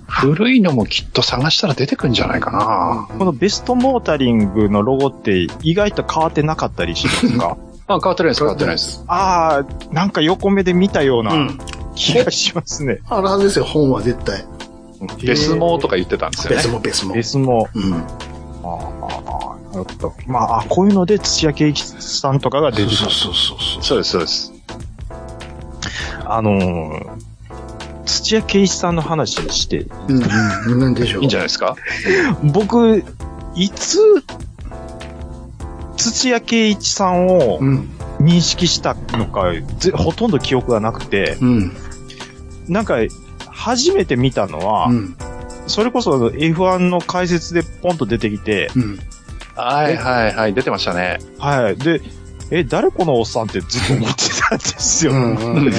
古いのもきっと探したら出てくんじゃないかな。
このベストモータリングのロゴって意外と変わってなかったりしますか
あ、変わってないです、変わってないです。
ああ、なんか横目で見たよう
ーう。
なん気がしますね。
あるはずですよ、本は絶対。
ベスモーとか言ってたんですよ
ベ
ね
ス。もベスも
ベ。スも。
うん。
ああ、なるほど。まああ、こういうので土屋圭一さんとかが出てた
そうそうそうそう。
そうです、そうです。
あのー、土屋圭一さんの話して、
うん、うん、なんでしょう。
いいんじゃないですか
僕、いつ、土屋圭一さんを
うん、
認識したのか、ぜほとんど記憶がなくて、
うん、
なんか、初めて見たのは、
うん、
それこそ F1 の解説でポンと出てきて、
うん。
はい、はい、はい、出てましたね。
はい。で、え、誰このおっさんってずっと思ってたんですよ。
うん、うん。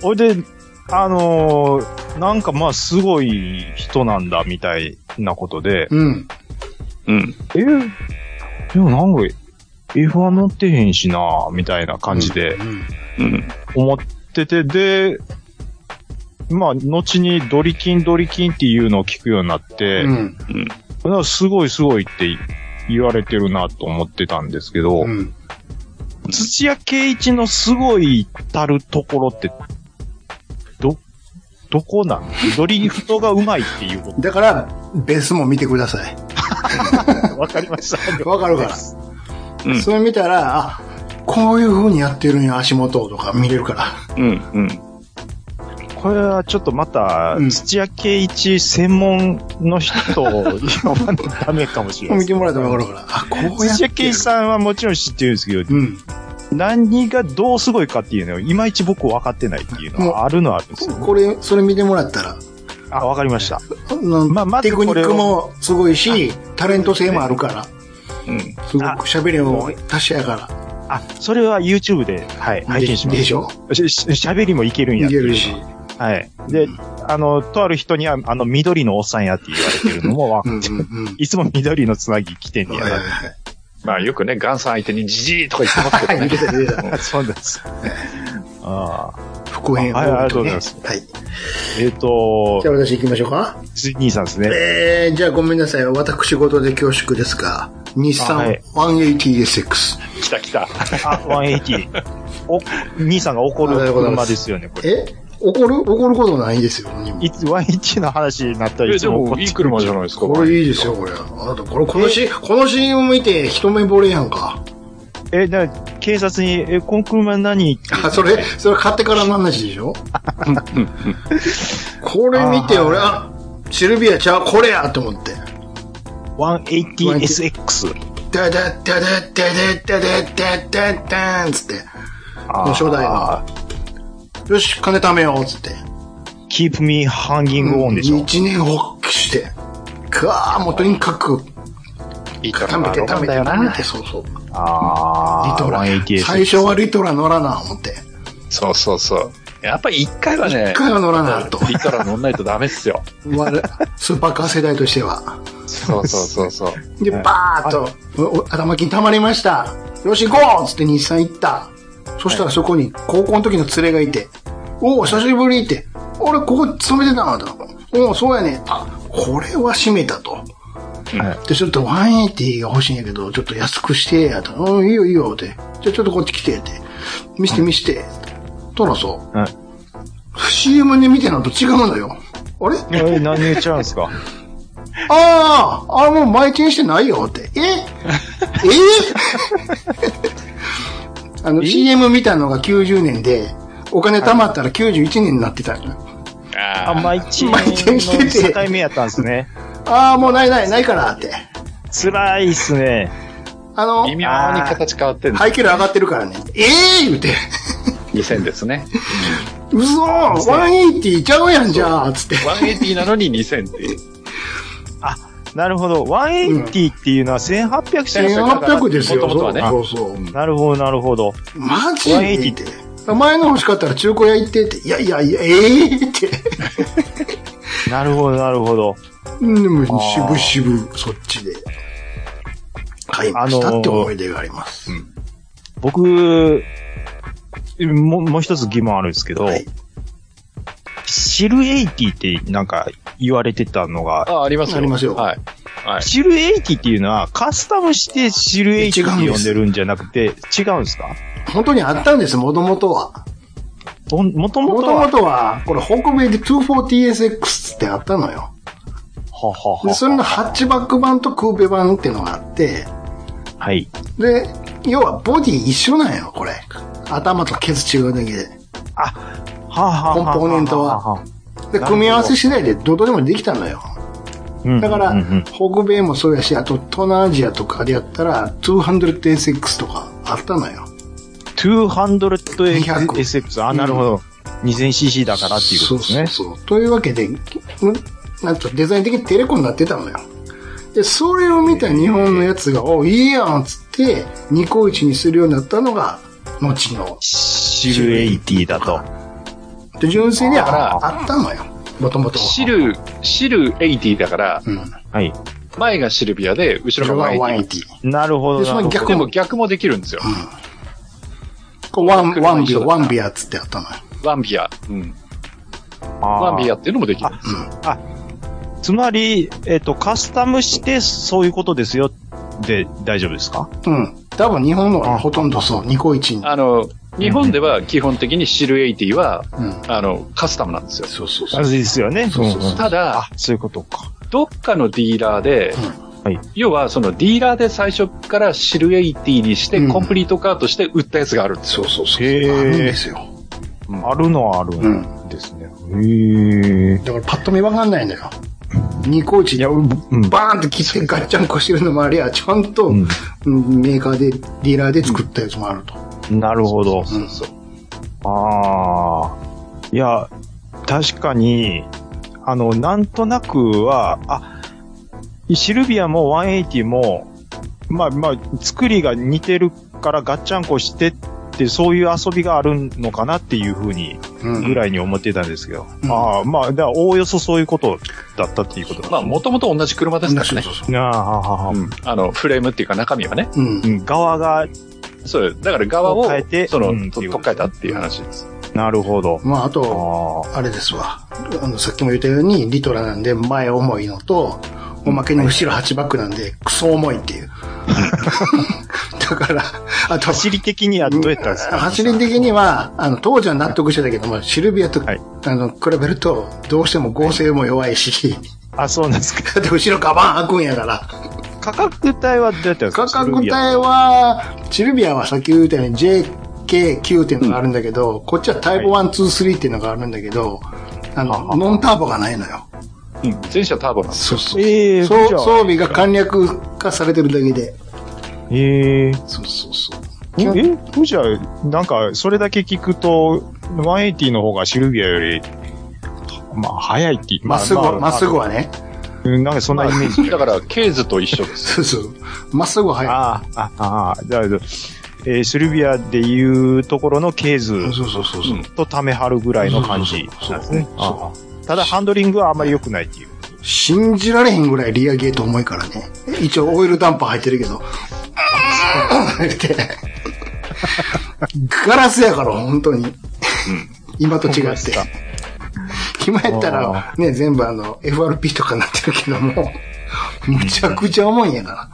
ほいで、あのーなんかまあすごい人なんだみたいなことで、
うん。
うん。
えでもなんか F1 乗ってへんしなみたいな感じで
うん。
うん。
思ってて、で、まあ、後にドリキンドリキンっていうのを聞くようになって、
うん。
なんかすごいすごいって言われてるなと思ってたんですけど、
うん。
土屋圭一のすごいたるところって、ど、どこなんドリフトがうまいっていうこ
だから、ベスも見てください。
と。わかりました。
わかるから
うん
それ見たら、あ、こういう風にやってるんや、足元とか見れるから。
うん。うん。
これはちょっとまた、
うん
土屋圭一専門の人を呼ばないとダメかもしれない。
見てもらったらわかるから。あ、こうやっ
土
て
屋圭一さんはもちろん知ってるんですけど、
うん。
何がどうすごいかっていうのを、いまいち僕分かってないっていうのはあるのはあるんですよ。
これ、それ見てもらったら、
あ、わかりました。
あの
まあまず
テクニックもすごいし、タレント性もあるから、
うん。
すごく喋りも達者やから。
あ、それは YouTube で、はい、拝見しま
で
し
しょ
た。しし喋りもいけるん
い
や
けるし。
はい。で、あの、とある人には、あの、緑のおっさんやって言われてるのもわ
う
か
ん
って、
うん
いつも緑のつなぎ来てん
う
ね
ん。
や
はいはい
な。
まあよくね、ガンさん相手にジジーとか言ってますけ
はい。
ど
はい、
ね。
出た出た。
そうです。ああ。
副編
はいありがとうございます
はい。
えっ、と
じゃ、あ私行きましょうか。
兄さんですね。
えー、じゃあごめんなさい。私事で恐縮ですが、日
あは
産
い
180SX。
来た来た。
あ、180。お、兄さんが怒る
ありがとうございま
車
す
ですよね、これ。
え怒る怒ることないんですよ。何も
いつ、180の話になったら
え、
いつ
で
も怒っ
も
て
いい車じゃないですか。
これいいですよ、これ。あなた、これ、このシーン、このシーンを見て一目惚れやんか。
え、だから警察に、え、この車何って
あ、それ、それ買ってからの話でしょこれ見て、
あーはい
俺、あ、シルビアちゃう、これやと思って。
180SX。
ダダッダダッダダッダダッダッダッダンつって、も
あ
う初代
あ
の。よし、金貯めよう、つって。
Keep me hanging on でしょ。
一年発起して。かあ、もうとにかく、
いいか
貯めて、貯めて、
よ
貯め
な。
て、そうそう。リ
ああ
トラ。
180。
最初はリトラ乗らな、思って。
そうそうそう。やっぱり一回はね
一、回は乗らな、と。
リトラ乗んないとダメっすよ。
我々スーパーカー世代としては。
そうそうそうそう。
で、
はい
バーッと、おお頭金溜まりました。よし、行こうっつって日産行った。そしたらそこに、高校の時の連れがいて、おお、久しぶりって、俺、ここ勤めてたのと。おお、そうやね。あ、これは閉めたと。で、ちょっと180が欲しいんやけど、ちょっと安くしてやと。うん、いいよいいよって。じゃあちょっとこっち来てって。見して見して。とらそう。
はい
CM で見てんのと違うのよ。あれ
え、何言っちゃうんですか
ああ、あもう前転してないよって。ええあの、CM 見たのが90年で、お金貯まったら91年になってたのよ。
あ、
ああ、
毎日。
毎日してて
境目やったんですね。
ああ、もうないない、ないからって。
辛いっすね。
あの、
微妙に形変わってんの。
ハイキル上がってるからね。ええ言うて。
2000ですね。
嘘 !180 ちゃうやんじゃあつって。
180なのに2000っていう。
なるほど。180っていうのは1800しかなかった
1800ですよ。
元々はね
そうそう。
なるほど、なるほど。
マジで
180
って。前の欲しかったら中古屋行ってって。いやいやいや、ええって。
なるほど、なるほど。
うんでも、
あー
しぶしぶ、そっちで、買いまし
あの
た
ー
って思い出があります。
僕、ももう一つ疑問あるんですけど、
はい
シルエイティってなんか言われてたのが、
あ、ありますよ。
ありますよ
はい。はい。
シルエイティっていうのはカスタムしてシルエイティって呼んでるんじゃなくて、違うんですか
本当にあったんです、もともとは。
ももとも
も
と
と
は
も、とは、これ、北米で 240SX ってあったのよ。
ははは
で、それのハッチバック版とクーペ版っていうのがあって、
はい。
で、要はボディ一緒なんよ、これ。頭とケツ違うだけで。
はあはあはあはあ
コンポーネントはで、
なるほど
組み合わせ次第でどうとでもできたのよ。
うん
だから
うんうん、
北米もそうやし、あと東南アジアとかでやったら、200SX とかあったのよ。200
200SX。あ、なるほど。2000cc だからっていうことですね。
そうそうそう。というわけで、んなんとデザイン的にテレコになってたのよ。で、それを見た日本のやつが、お、いいやんっつって、ニコイチにするようになったのが、後の。
シルエイティだと。
で、純粋には
あ
あったのよ。もともと。
シル、シル80だから、
うん。
はい。
前がシルビアで、後
それ
ろが
が180
180。。
なるほど。
でその
なるほど
逆
でも逆もできるんですよ。
こうワン、ワンビア、
車の一緒だ
ワンビアっつってあったのよ。
ワンビア。うん。
あー
ワンビアっていうのもできるんですよ。
つまり、えっ、と、カスタムして、そういうことですよ。で、大丈夫ですか
うん。多分日本のはほとんどそう、ニコイチに。
あの、日本では基本的にシル80は、
うん。
あの、カスタムなんですよ。
そうそうそ
あ
う。
ですよね。
そうそうそうん
ん
ただ
あ、、そういうことか。
どっかのディーラーで、
うんはい
要はそのディーラーで最初からシルエイティにして、
うん
コンプリートカーとして売ったやつがあるんです
そうそうそう。あ
へー
るんですよ。
あるのはあるんですね。うへえ。
だからパッと見わかんないのよ。ニコイチ
いや、うん。うん
バーンって切ってガッチャンコしてるのもありゃ、ちゃんと、
うん
うんメーカーで、ディーラーで作ったやつもあると。
なるほど。
うん
ああ。いや、確かに、あの、なんとなくは、あ、シルビアも180も、まあまあ、作りが似てるからガッチャンコしてって、そういう遊びがあるのかなっていうふうに、
うん
ぐらいに思ってたんですけど。
うん
ああ、まあ、だからおおよそそういうことだったっていうことだ。
まあ、もともと同じ車ですからね。
そうそう
ああ、はは
うんあの、フレームっていうか中身はね。
そう。うん
う。ん、側が、
そう、だから側を、
変えて
その、
うん
と
っていう
取
こ
っ
と
替えたっていう話です。
なるほど。
まあ、あと、
あ
あれですわ。あの、さっきも言ったように、リトラなんで前重いのと、おまけに後ろハッチバックなんで、クソ重いって いう。だから、あ
あ。
と、
走り的にはどうやったんですか
走り的には、あの、当時は納得してたけども、シルビアと、
はい
あの、比べると、どうしても合成も弱いし、
あ、そうなんですか。
だって後ろガバン開くんやから。
価格帯はどうやったんですか
価格帯
シルビア
は、シルビアはさっき言ったように JK9 っていうのがあるんだけど、こっちはタイプ123っていうのがあるんだけど、あ
は
の、
は
ノンターボがないのよ。
うん全車ターボなんです。
そうそう。
ええ
そう
じゃあ
装備が簡略化されてるだけで。
ええ
そうそうそう。
え、フジャなんか、それだけ聞くと、180の方がシルビアより、まあ、早いって言って
まっすぐは、まっすぐ
は。
はね。
うんなんか、そんなイメージ。
だから、ケーズと一 緒で
そ
す。
うそう。まっすぐは速い。
ああ、ああ、ああ、だけど、えー、シルビアでいうところのケーズ
そうそうそうそう。
とタメハルぐらいの感じなんですね。ああただ、ハンドリングはあんまり良くないっていう。
信じられへんぐらいリアゲート重いからね。一応オイルダンパー入ってるけ ど。入れて。ガラスやから、本当に。今と違って。今やったら、ね、全部あの、FRP とかになってるけども、むちゃくちゃ重いんやか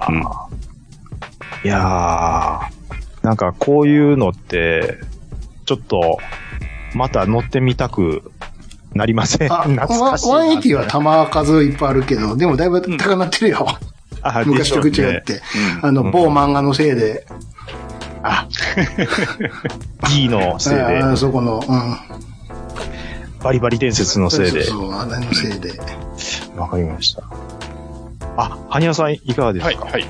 ら。
いやー、なんかこういうのって、ちょっと、また乗ってみたくなりません。
あ、
懐かしいな。
180は弾数いっぱいあるけど、でもだいぶ高なってるよ。
あ
昔と違っ。
でしょうね
て。あの、某漫画のせいで、
あ、G のせいで、
あそこの、うん。
バリバリ伝説のせいで
そ。うそうそう、あれのせいで。
わかりました。あ、羽生さんいかがです
はい、
か
はい。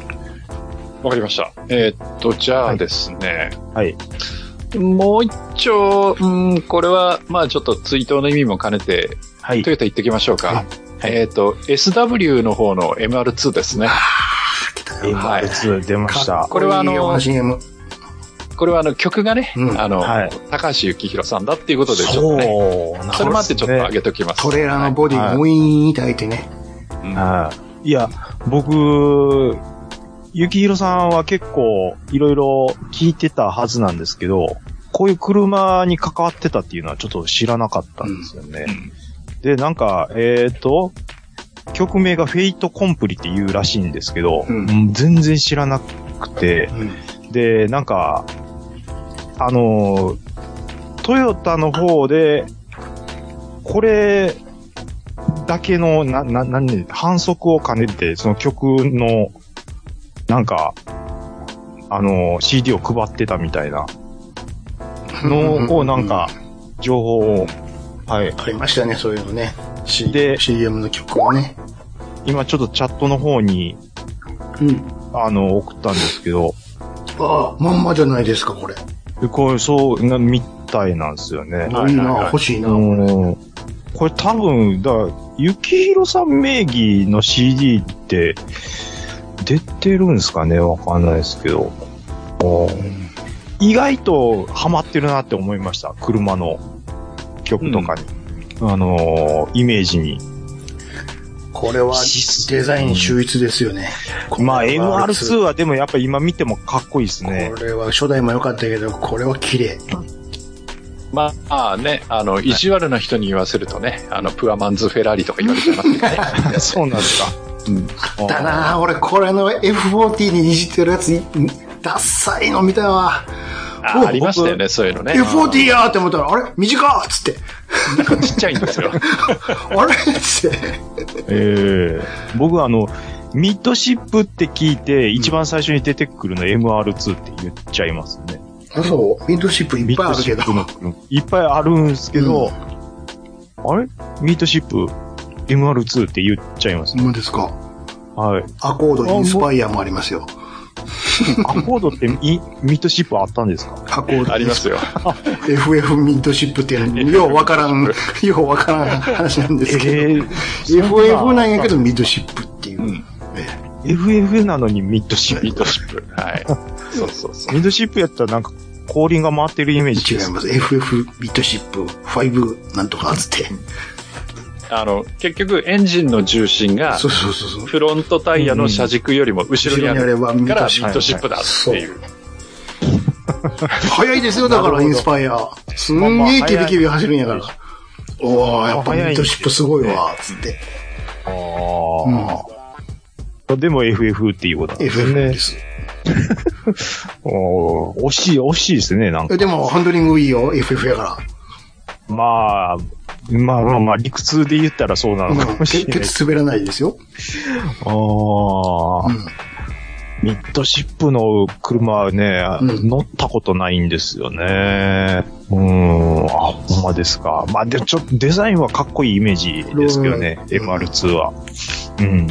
わかりました。えーっと、じゃ
は
あ
い
ですね、
はい。
もう一丁、うん、これは、まあちょっと追悼の意味も兼ねて、
はい
ト。ヨタ行ってきましょうか。
はい
えーっと、SW の方の MR2 ですね。はい
M2 出ました。
これはあの
いいよな CM。
これはあの曲がね、
うん
あの、
はい
高橋幸宏さんだっていうことで、ちょっとね、
そうなんですね
それもあってちょっと上げときます。
トレーラーのボディがウィーンって開いてね。
はい。いや、僕、ゆきひろさんは結構いろいろ聞いてたはずなんですけど、こういう車に関わってたっていうのはちょっと知らなかったんですよね。で、なんか、えっ、と、曲名がフェイトコンプリっていうらしいんですけど、
うん
うん全然知らなくて、で、なんか、あのー、トヨタの方で、これだけの、な、な、なんで、反則を兼ねて、その曲の、なんか、あのー、CD を配ってたみたいな、のを、なんか、情報を、はい。
ありましたね、そういうのね。C、
で
CM の曲をね。
今ちょっとチャットの方に、
うん。
あの、送ったんですけど、
ああ、まんまじゃないですか、これ。
これ、そう、な、みたいなんですよね。
いいな、欲しいな。
うんこれ多分、だから、ゆきひろさん名義の CD って、出てるんですかねわかんないですけど。うん意外とハマってるなって思いました。車の曲とかに。あのーイメージに。
これはデザイン秀逸ですよね。
まあ、MR2 はでもやっぱ今見てもかっこいいですね
こ。れは初代も良かったけど、これは綺麗。
まあね、あの、意地悪な人に言わせるとね、あの、プアマンズ・フェラーリとか言われてますけどね。
そうなんですか。うん
だなあ俺これの F40 にいじってるやつ、いダッサいの見たわ。
あありましたよね、そういうのね。
F40 やーって思ったら、あれ短っつって。
ちっちゃいんですよ。
あれつって。
ええ僕はあの、ミッドシップって聞いて、一番最初に出てくるの MR2 って言っちゃいますね。
そう、ウィンドウシップいっぱいあるけど。
ミッドシップのいっぱいあるんですけど、あれミートシップ MR2 って言っちゃいますね。
今ですか。
はい。
アコード、インスパイアもありますよ。
アコードっていミートシップあったんですか
アコード、
ありますよ。
FF ミントシップっていうの、ようわから ん、ようわからん話なんですけど。
えー
FF なんやけど、ミッドシップっていうう。
ん。
FF なのにミッドシップ。
ミートシップ。はい。そうそうそう。
ミッドシップやったらなんか、後輪が回ってるイメージ
違い
です。
ます。FF ミッドシップ5なんとかっつって。
あの、結局エンジンの重心が、
そうそうそうそう。
フロントタイヤの車軸よりも後ろにあ
後ろにあれ
る
ば
から
ミ
ミ
ートシップ
ッドシップだっていう。
早いですよ、だか
な
ら
る
イ
ほど
ンスパイア。すんげえキビキビ走るんやから。おー、やっぱミ
早い
ッドシップすごいわ、つって。
あ
う
ーでも FF っていうことなん
ん。
です
FF
ね
で。す。
おー惜しい、惜しいですね、なんか。
えでも、ハンドリングいいよ、FF やか
まあ、まあまあまあ、理屈で言ったらそうな
ら。う
のか
ん
もしれない。
鉄滑らないですよ。
ああ、
うん
ミッドシップの車はね、
うん
乗ったことないんですよね。うん、あ、ほんまですか。まあ、で、ちょっとデザインはかっこいいイメージですけどね、
うん
MR2 は。うん。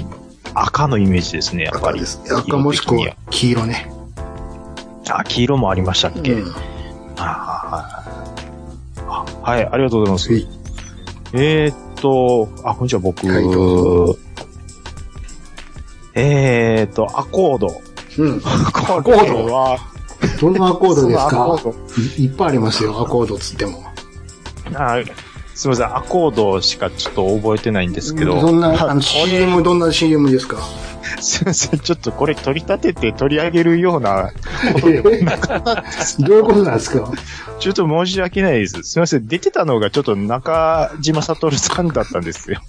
赤のイメージですね、やっぱ
赤
り。
です。赤もしく
色
は
的
黄色ね。
にはあ、黄色もありましたっけ、
うん
あーはい、ありがとうございます。
はい
えーっと、あ、こんにちは、僕。
はいど
えーっと、アコード。
うん。
アコ
ード
は、
どんなアコードです
そのア
か
コー
いいっぱいありますよ、アコードっつっても。
あすみません、アコードしかちょっと覚えてないんですけど。
どんな、
まあ
あの、
これ
CM、どんな CM です か
すみません、ちょっとこれ取り立てて取り上げるような、
どういうことなんですか
ちょっと申し訳ないです。すみません、出てたのがちょっと中島悟さんだったんで すよ。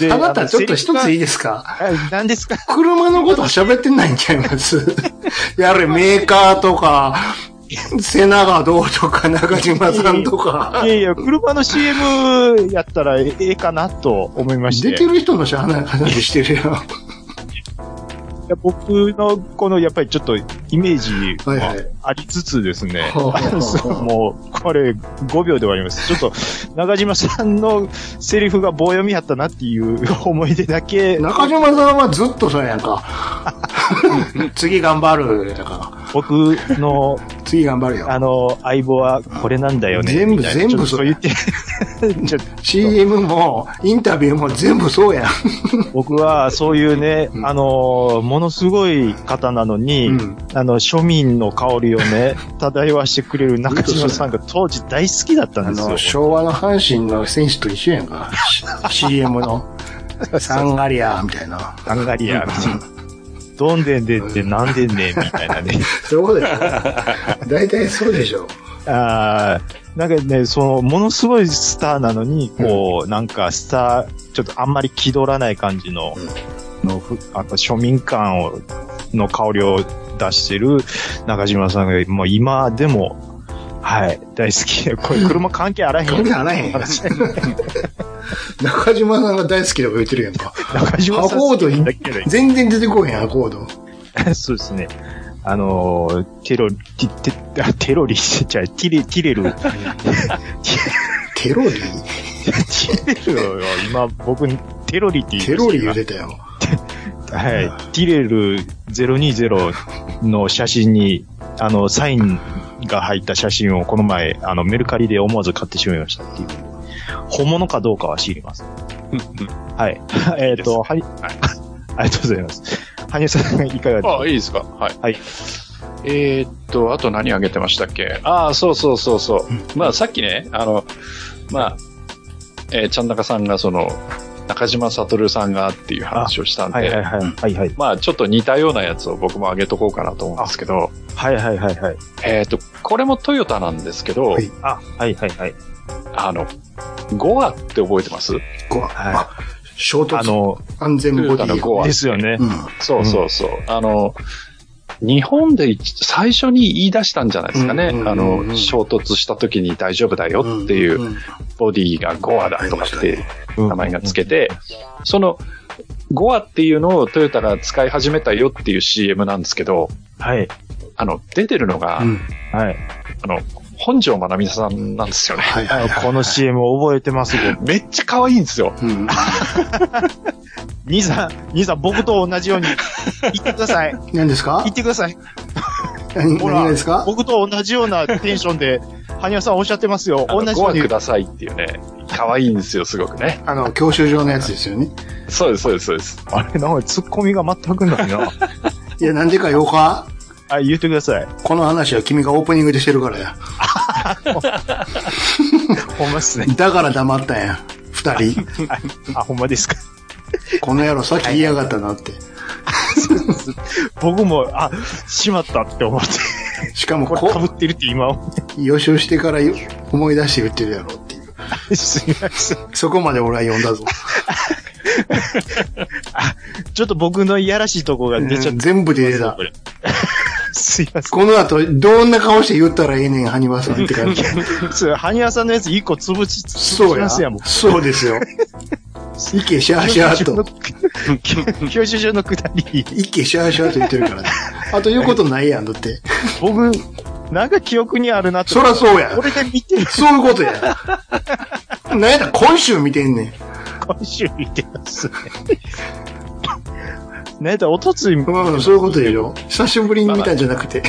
で
あなた、ちょっと一つい
い
いですか
何で すか
車のこと喋ってないんちゃいます やれ、メーカーとか、瀬長どうとか、中島さんとか
い。やいや、車の CM やったらええかなと思いまして。
出てる人のしゃあない話してるよ。
いや僕のこのやっぱりちょっとイメージ
はい
は
はい
ありつつですね、
ほうほうほうほう
そう もうこれ5秒で終わります。ちょっと中島さんのセリフが棒読みやったなっていう 思い出だけ、
中島さんはずっとそうやん か。次頑張る。だか
僕の
ら、次頑張るよ。
あの相棒はこれなんだよね。
全部
みたいな
全部
ちょっとそう言って、ちょ
CM も、インタビューも全部そう やん。
僕はそういうね、
うん
あの、ものすごい方なのに、
うん
あの、庶民の香りをね、漂わしてくれる中島さんが当時大好きだった
あ
んですよ
の、。昭和の阪神の選手と一緒やん か。し CM の。サンガリアみたいな。
ハンガリアみたいな。どんでんでんってなんでんねんみたいなね。
そういうことでしょ。大体そうでしょ。
あーなんかね、その、ものすごいスターなのに、こう、なんかスター、ちょっとあんまり気取らない感じの、のふあと庶民感を、の香りを出してる中島さんが、もう今でも、はい、大好き。こ れ車関係あらへん。
関係あら へん
話
中島さんが大好きとか言ってるやんか。
中島さん
アコードいい
だけど
全然出てこへん、アコード。
そうですね。あのー、テロ、テ、テ、あテロリしてちゃう、ティレ、ティレル、テ
テロリ
ィレルを今、僕、テロリって言いました
テロリ言うてたよ。
はい。ティレル020の写真に、あの、サインが入った写真をこの前、あの、メルカリで思わず買ってしまいましたっていう。本物かどうかは知りません。はい。えっ、と、はい。ありがとうございます。羽生さん、いかがで
あ、いいですか。はい。
はい
えーっと、あと何あげてましたっけああ、そうそうそうそう。まあ、さっきね、あの、まあ、えーちゃんなかさんが、その、中島悟さんがっていう話をしたん
す
で、
かはいはいはい。はいはい。
まあ、ちょっと似たようなやつを僕もあげとこうかなと思うんですけど、
はいはいはいはい。
えーっと、これもトヨタなんですけど、
はい
あ、はいはいはい。
あの、ゴアって覚えてます
ゴア。
はい
あ衝
あ
突。
の、
安全ボデ
トヨタの
ィ。
ゴア。
ですよね
う。ん。
そうそうそう。あの、日本で一最初に言い出したんじゃないですかね。
うんうんうん
あの、衝突した時に大丈夫だよっていう、
ん
ボディがゴアだとかって
うん
名前がつけて、その、ゴアっていうのをトヨタが使い始めたよっていう CM なんですけど、
はい。
あの、出てるのが、
うん
はい。
あの、本庄まなみさんなんですよね。
はいはいはい。
この CM 覚えてます、僕。
めっちゃ可愛いんですよ。
うん
兄さん、兄さん、僕と同じように、言ってください。
何ですか
言ってください。
何
ほ
何
ら
がですか
僕と同じようなテンションで、羽生さんおっしゃってますよ。
あの
同じ
ご
よう
は
に
く。ださいっていうね。可愛いんですよ、すごくね。
あの、教習所のやつですよね。
そうです、そうです、そうです。
あれ、なんかツッコミが全くないな。
いや、なんでか8日、
あ、言ってください。
この話は君がオープニングでしてるからや。
ほんまっすね。
だから黙ったんや。二人。
あ、ほんまですか。
この野郎さっき言いやがったなって。
僕も、あ、しまったって思って、
しかも
こ
こ
れ、被ってるって今思っ
予習してからよ思い出して言ってるやろっていう。
て、すみません。
そこまで俺は読んだぞ。
ちょっと僕のいやらしいとこが出ちゃ
う
っ
ん
て、
全部で出た
こ。れ。すいませ
この後、どんな顔して言ったらええねん、ハニバさんって感じ。
ん。そう、羽生さんのやつ一個潰し、潰
そうや。
しますやん、もう。
そうですよ。一気シャーシャーと。
教習所のくだり、
一気シャーシャーと言ってるからね。 あと言うことないやん、だって。
僕、なんか記憶にあるなって。
そらそうや。
俺が見てる
そういうことや。なんやったら今週見てんねん。
今週見てますね。ねえ、だ、おとつい、
うん、そういうことやよ。久しぶりに見たんじゃなくて。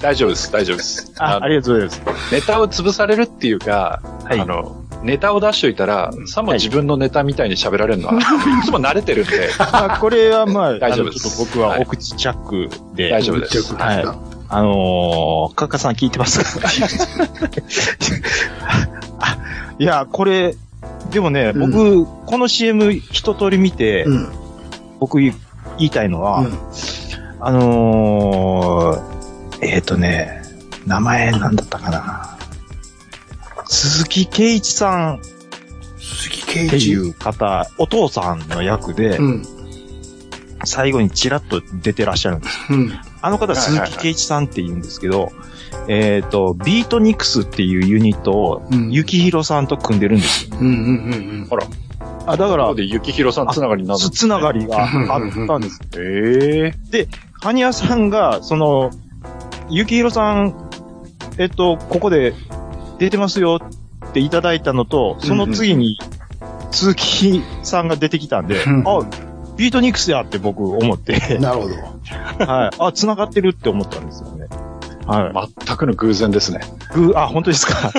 大丈夫です、大丈夫です。
あ、ありがとうございます。
ネタを潰されるっていうか、
い
あの、ネタを出しといたら、さも自分のネタみたいに喋られるのは、い、つも慣れてる んで、
まあ、これはまあ、
大丈夫
あの
で
ち
す
ょっと僕はお口チャックで、
大丈夫です。
ぶっちゃ
はい
けですか
あのー、カッカさん聞いてますかあいや、これ、でもね、僕、この CM 一通り見て、
うん。うん。
僕言いたいのは、あのー、えっ、とね、名前なんだったかな。鈴木圭一さんっ
鈴木圭
て
一。
いう方、お父さんの役で
う、ん。
最後にちらっと出てらっしゃるんです。
うん。
あの方、
はいはい
鈴
はい
木圭一さんって言うんですけど、えっ、と、ビートニクスっていうユニットを、
うん。
ゆきひろさんと組んでるんですよ。
うんうんうん
あ、だか
なの
ら、
で、ゆきひろさんつながりになるん
つつながりがあったんです。
ええ
ハニヤさんが、その、ゆきひろさん、えっと、ここで出てますよっていただいたのと、その次に、鈴木さんが出てきたんで、
うん
あ、ビートニクスやって僕思って
う ん。、なるほど。
はい。あ、繋がってるって思ったんですよね。は
全くの偶然ですね。
い。ぐ、あ、本当ですか。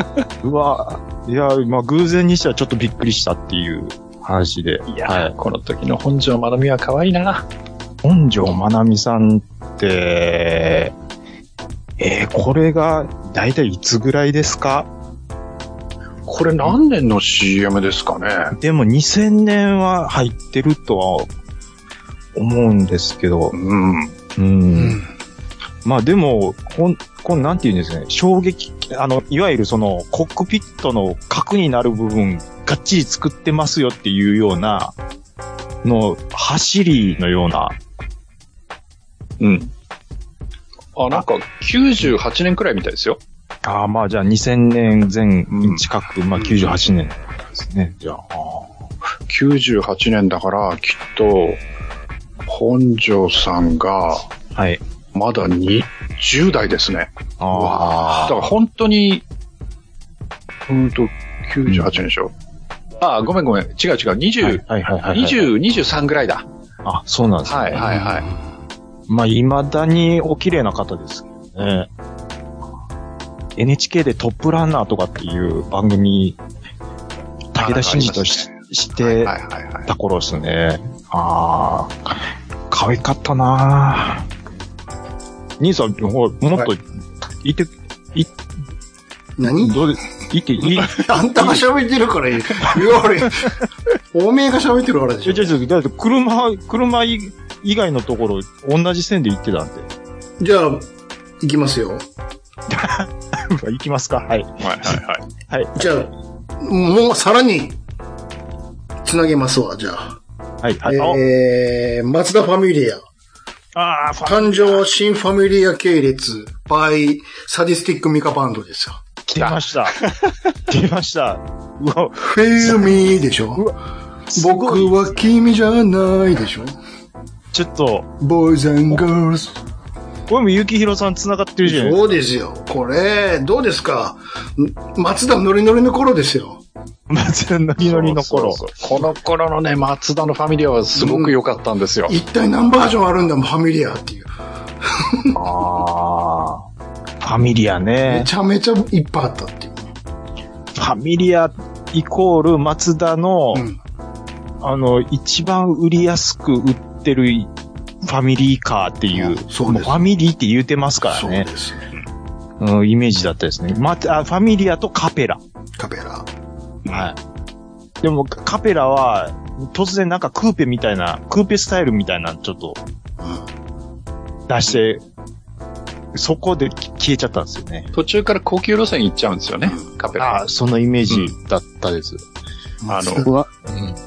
うわ、いや、まあ偶然にしてはちょっとびっくりしたっていう話で。
いや、
はい
この時の本庄まなみは可愛いな。
本庄まなみさんって、えーこれが、だいたいいつぐらいですか
これ何年の CM ですかね。
でも2000年は入ってるとは思うんですけど
う、ん。
うん。
うん。
まあでも、こん、こんなんて言うんですかね、衝撃、あの、いわゆるその、コックピットの核になる部分、がっちり作ってますよっていうような、の、走りのような、
うん。あ、なんか、98年くらいみたいですよ。
ああ、まあじゃあ2000年前
うん
近く、まあ98年ですね。じゃあ。
98年だから、きっと、本庄さんが、
はい。
まだ20代ですね。だ
あ
から本当に、うんと、98年でしょ。ああ、ごめんごめん。違う違
あ。
う。
はい
20、
はいはいはい。
20、23ぐらいだ。
あ、そうなんですね。
はいはいはい。
まあ、未だにお綺麗な方ですけどね。NHK でトップランナーとかっていう番組、武田真治とし,、て
はいはいはい。
た頃ですね。ああ、可愛かったな兄さん、ほらもっと、いて、
何
どうで、い て、いい、
あんたが喋ってるからいい。言われ。おめえが喋ってるからで
い
し
や、
ょ。
じゃじゃだって車、車以外のところ、同じ線で行ってたんで。
じゃあ、行きますよ。
行きますかはい。
はいはいはい。
じゃあ、もうさらに、つなげますわ、じゃあ。
はい。はい、
えー、松田ファミリア。
ああ、ファ
誕生新ファミリア系列 by サディスティックミカバンドですよ。
来ました。来ました。うわ、
フェミーでしょ僕は君じゃないでしょ
ちょっと、
ボーイズガールズ。
これもゆきひろさん繋がってるじゃないです
そうですよ。これ、どうですかん松田ノリノリの頃ですよ。
か。 松田のりのりの頃。
そうそうそうこの頃のね、松田のファミリアはすごく良かったんですよ。
一体何バージョンあるんだもん、ファミリアっていう。
ああ。ファミリア
め
ね。
ちゃめちゃいっぱいあったっていう。
ファミリアイコール松田の、
うん
あの、一番売りやすく売ってるファミリーカーっていう。
そう
も
で
う
す
ファミリーって言うてますから
そう
ね
で。す。
うん、イメージだったですね。また、あファミリアとカペラ。
カペラ。
はい。でも、カペラは、突然なんかクーペみたいな、クーペスタイルみたいな、ちょっと、出して、そこで消えちゃったんですよね。
途中から高級路線行っちゃうんですよね、カペラ。
ああ、そのイメージだったです。
あ
松田
の、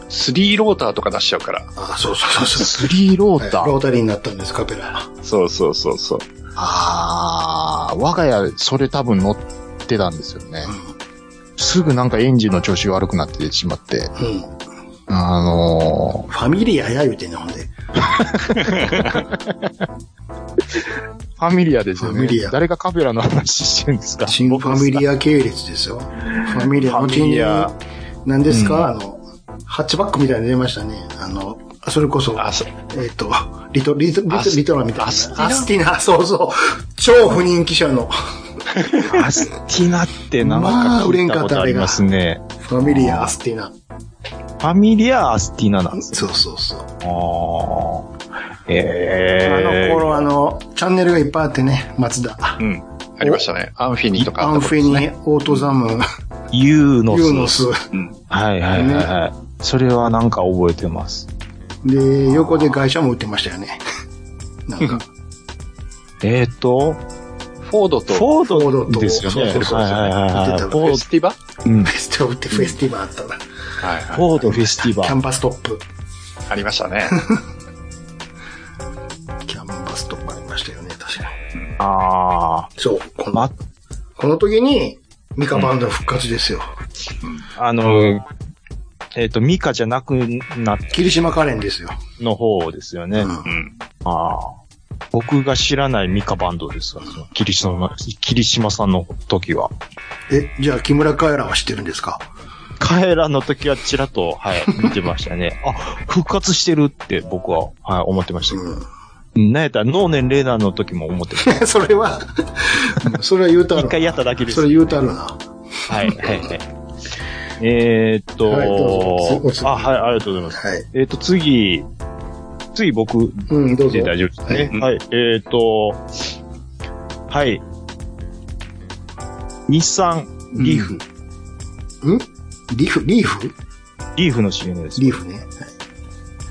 スリーローターとか出しちゃうから。
あ、そうそうそうそう。
スリーローター。
ロータリーになったんです、カペラ。
そうそうそうそう。
ああ、我が家、それ多分乗ってたんですよね。すぐなんかエンジンの調子悪くなってしまって、
うん。
あの
ファミリアや言うてんね、ほんで。
ー、ファミリアですよね。
ファミリア
誰がカペラの話してるんですか
新ファミリア系列ですよ。ファミリア。
ファミリア
後に何ですか、あの、ハッチバックみたいなの出ましたね。あの、それこそ、
あ、そ
えっ、と、リト、リト、リ
ア
ト
ス
リトラみたいな。
アスティナ
アスティナ、そうそう。超不人気者の
アスティナって名前
まあ
か
売れ
聞
ん
い
か
た
っ
こ
た
と
あ
あ
れ
り
が
ますね。
ファミリア、アスティナ。
ファミリアアスティナなんです
そうそうそう。
よ。あーえ
あ
え
の頃、あの、チャンネルがいっぱいあってね、松田。
うん。
ありましたね。アンフィニとか
ア
あ
ン
った
フ
頃
ェ
ですね、
ニ、オートザム、
ユーノス。
ユーノス。
はいはいはいはい。それはなんか覚えてます。
で、横で外車も売ってましたよ ね。なんか、
えっ、と、
フォード
フ
とフ
ォー
フォード
ド
と
ですよ
そう
ね。
そうそう
はいはいはいはい。
出てた
フ
フ
ォ
ォ
ー
ェスティバ
ド、うん
フェスティブフェスティバーあったな。
はい
フォードフェスティバ
キャ
ル。
ンパストップ。
ありました ね。
キャンバスとかありましたよね、確かに。
あ
そう、こ
あ、
の、
ま、
この時に、ミカバンド復活ですよ。
あの、えっ、と、ミカじゃなくな、
霧島カレンですよ。
の方ですよね。
うん
ああ。僕が知らないミカバンドですわ。その霧島、霧島さんの時は。
え、じゃあ木村カエラは知ってるんですか
カエラの時はちらっと、はい、見てましたね。 あ、復活してるって僕は、はい、思ってましたけど。なんやったら、能年レーダーの時も思ってました。
うん。 それは、それは言うたる
一
な。
回やっただけです
そ。れ言うたるな。
はい、はい、はい。えーっと、
はいどうぞ
あ、はい、ありがとうございます。
はい。
えーっと、次、次僕
うん、どうぞ
で。大丈夫ですね。
は
はい、えーっと、はい。日産、リーフ、
んリーフ、リーフ
リーフの CM です。
リーフね。はい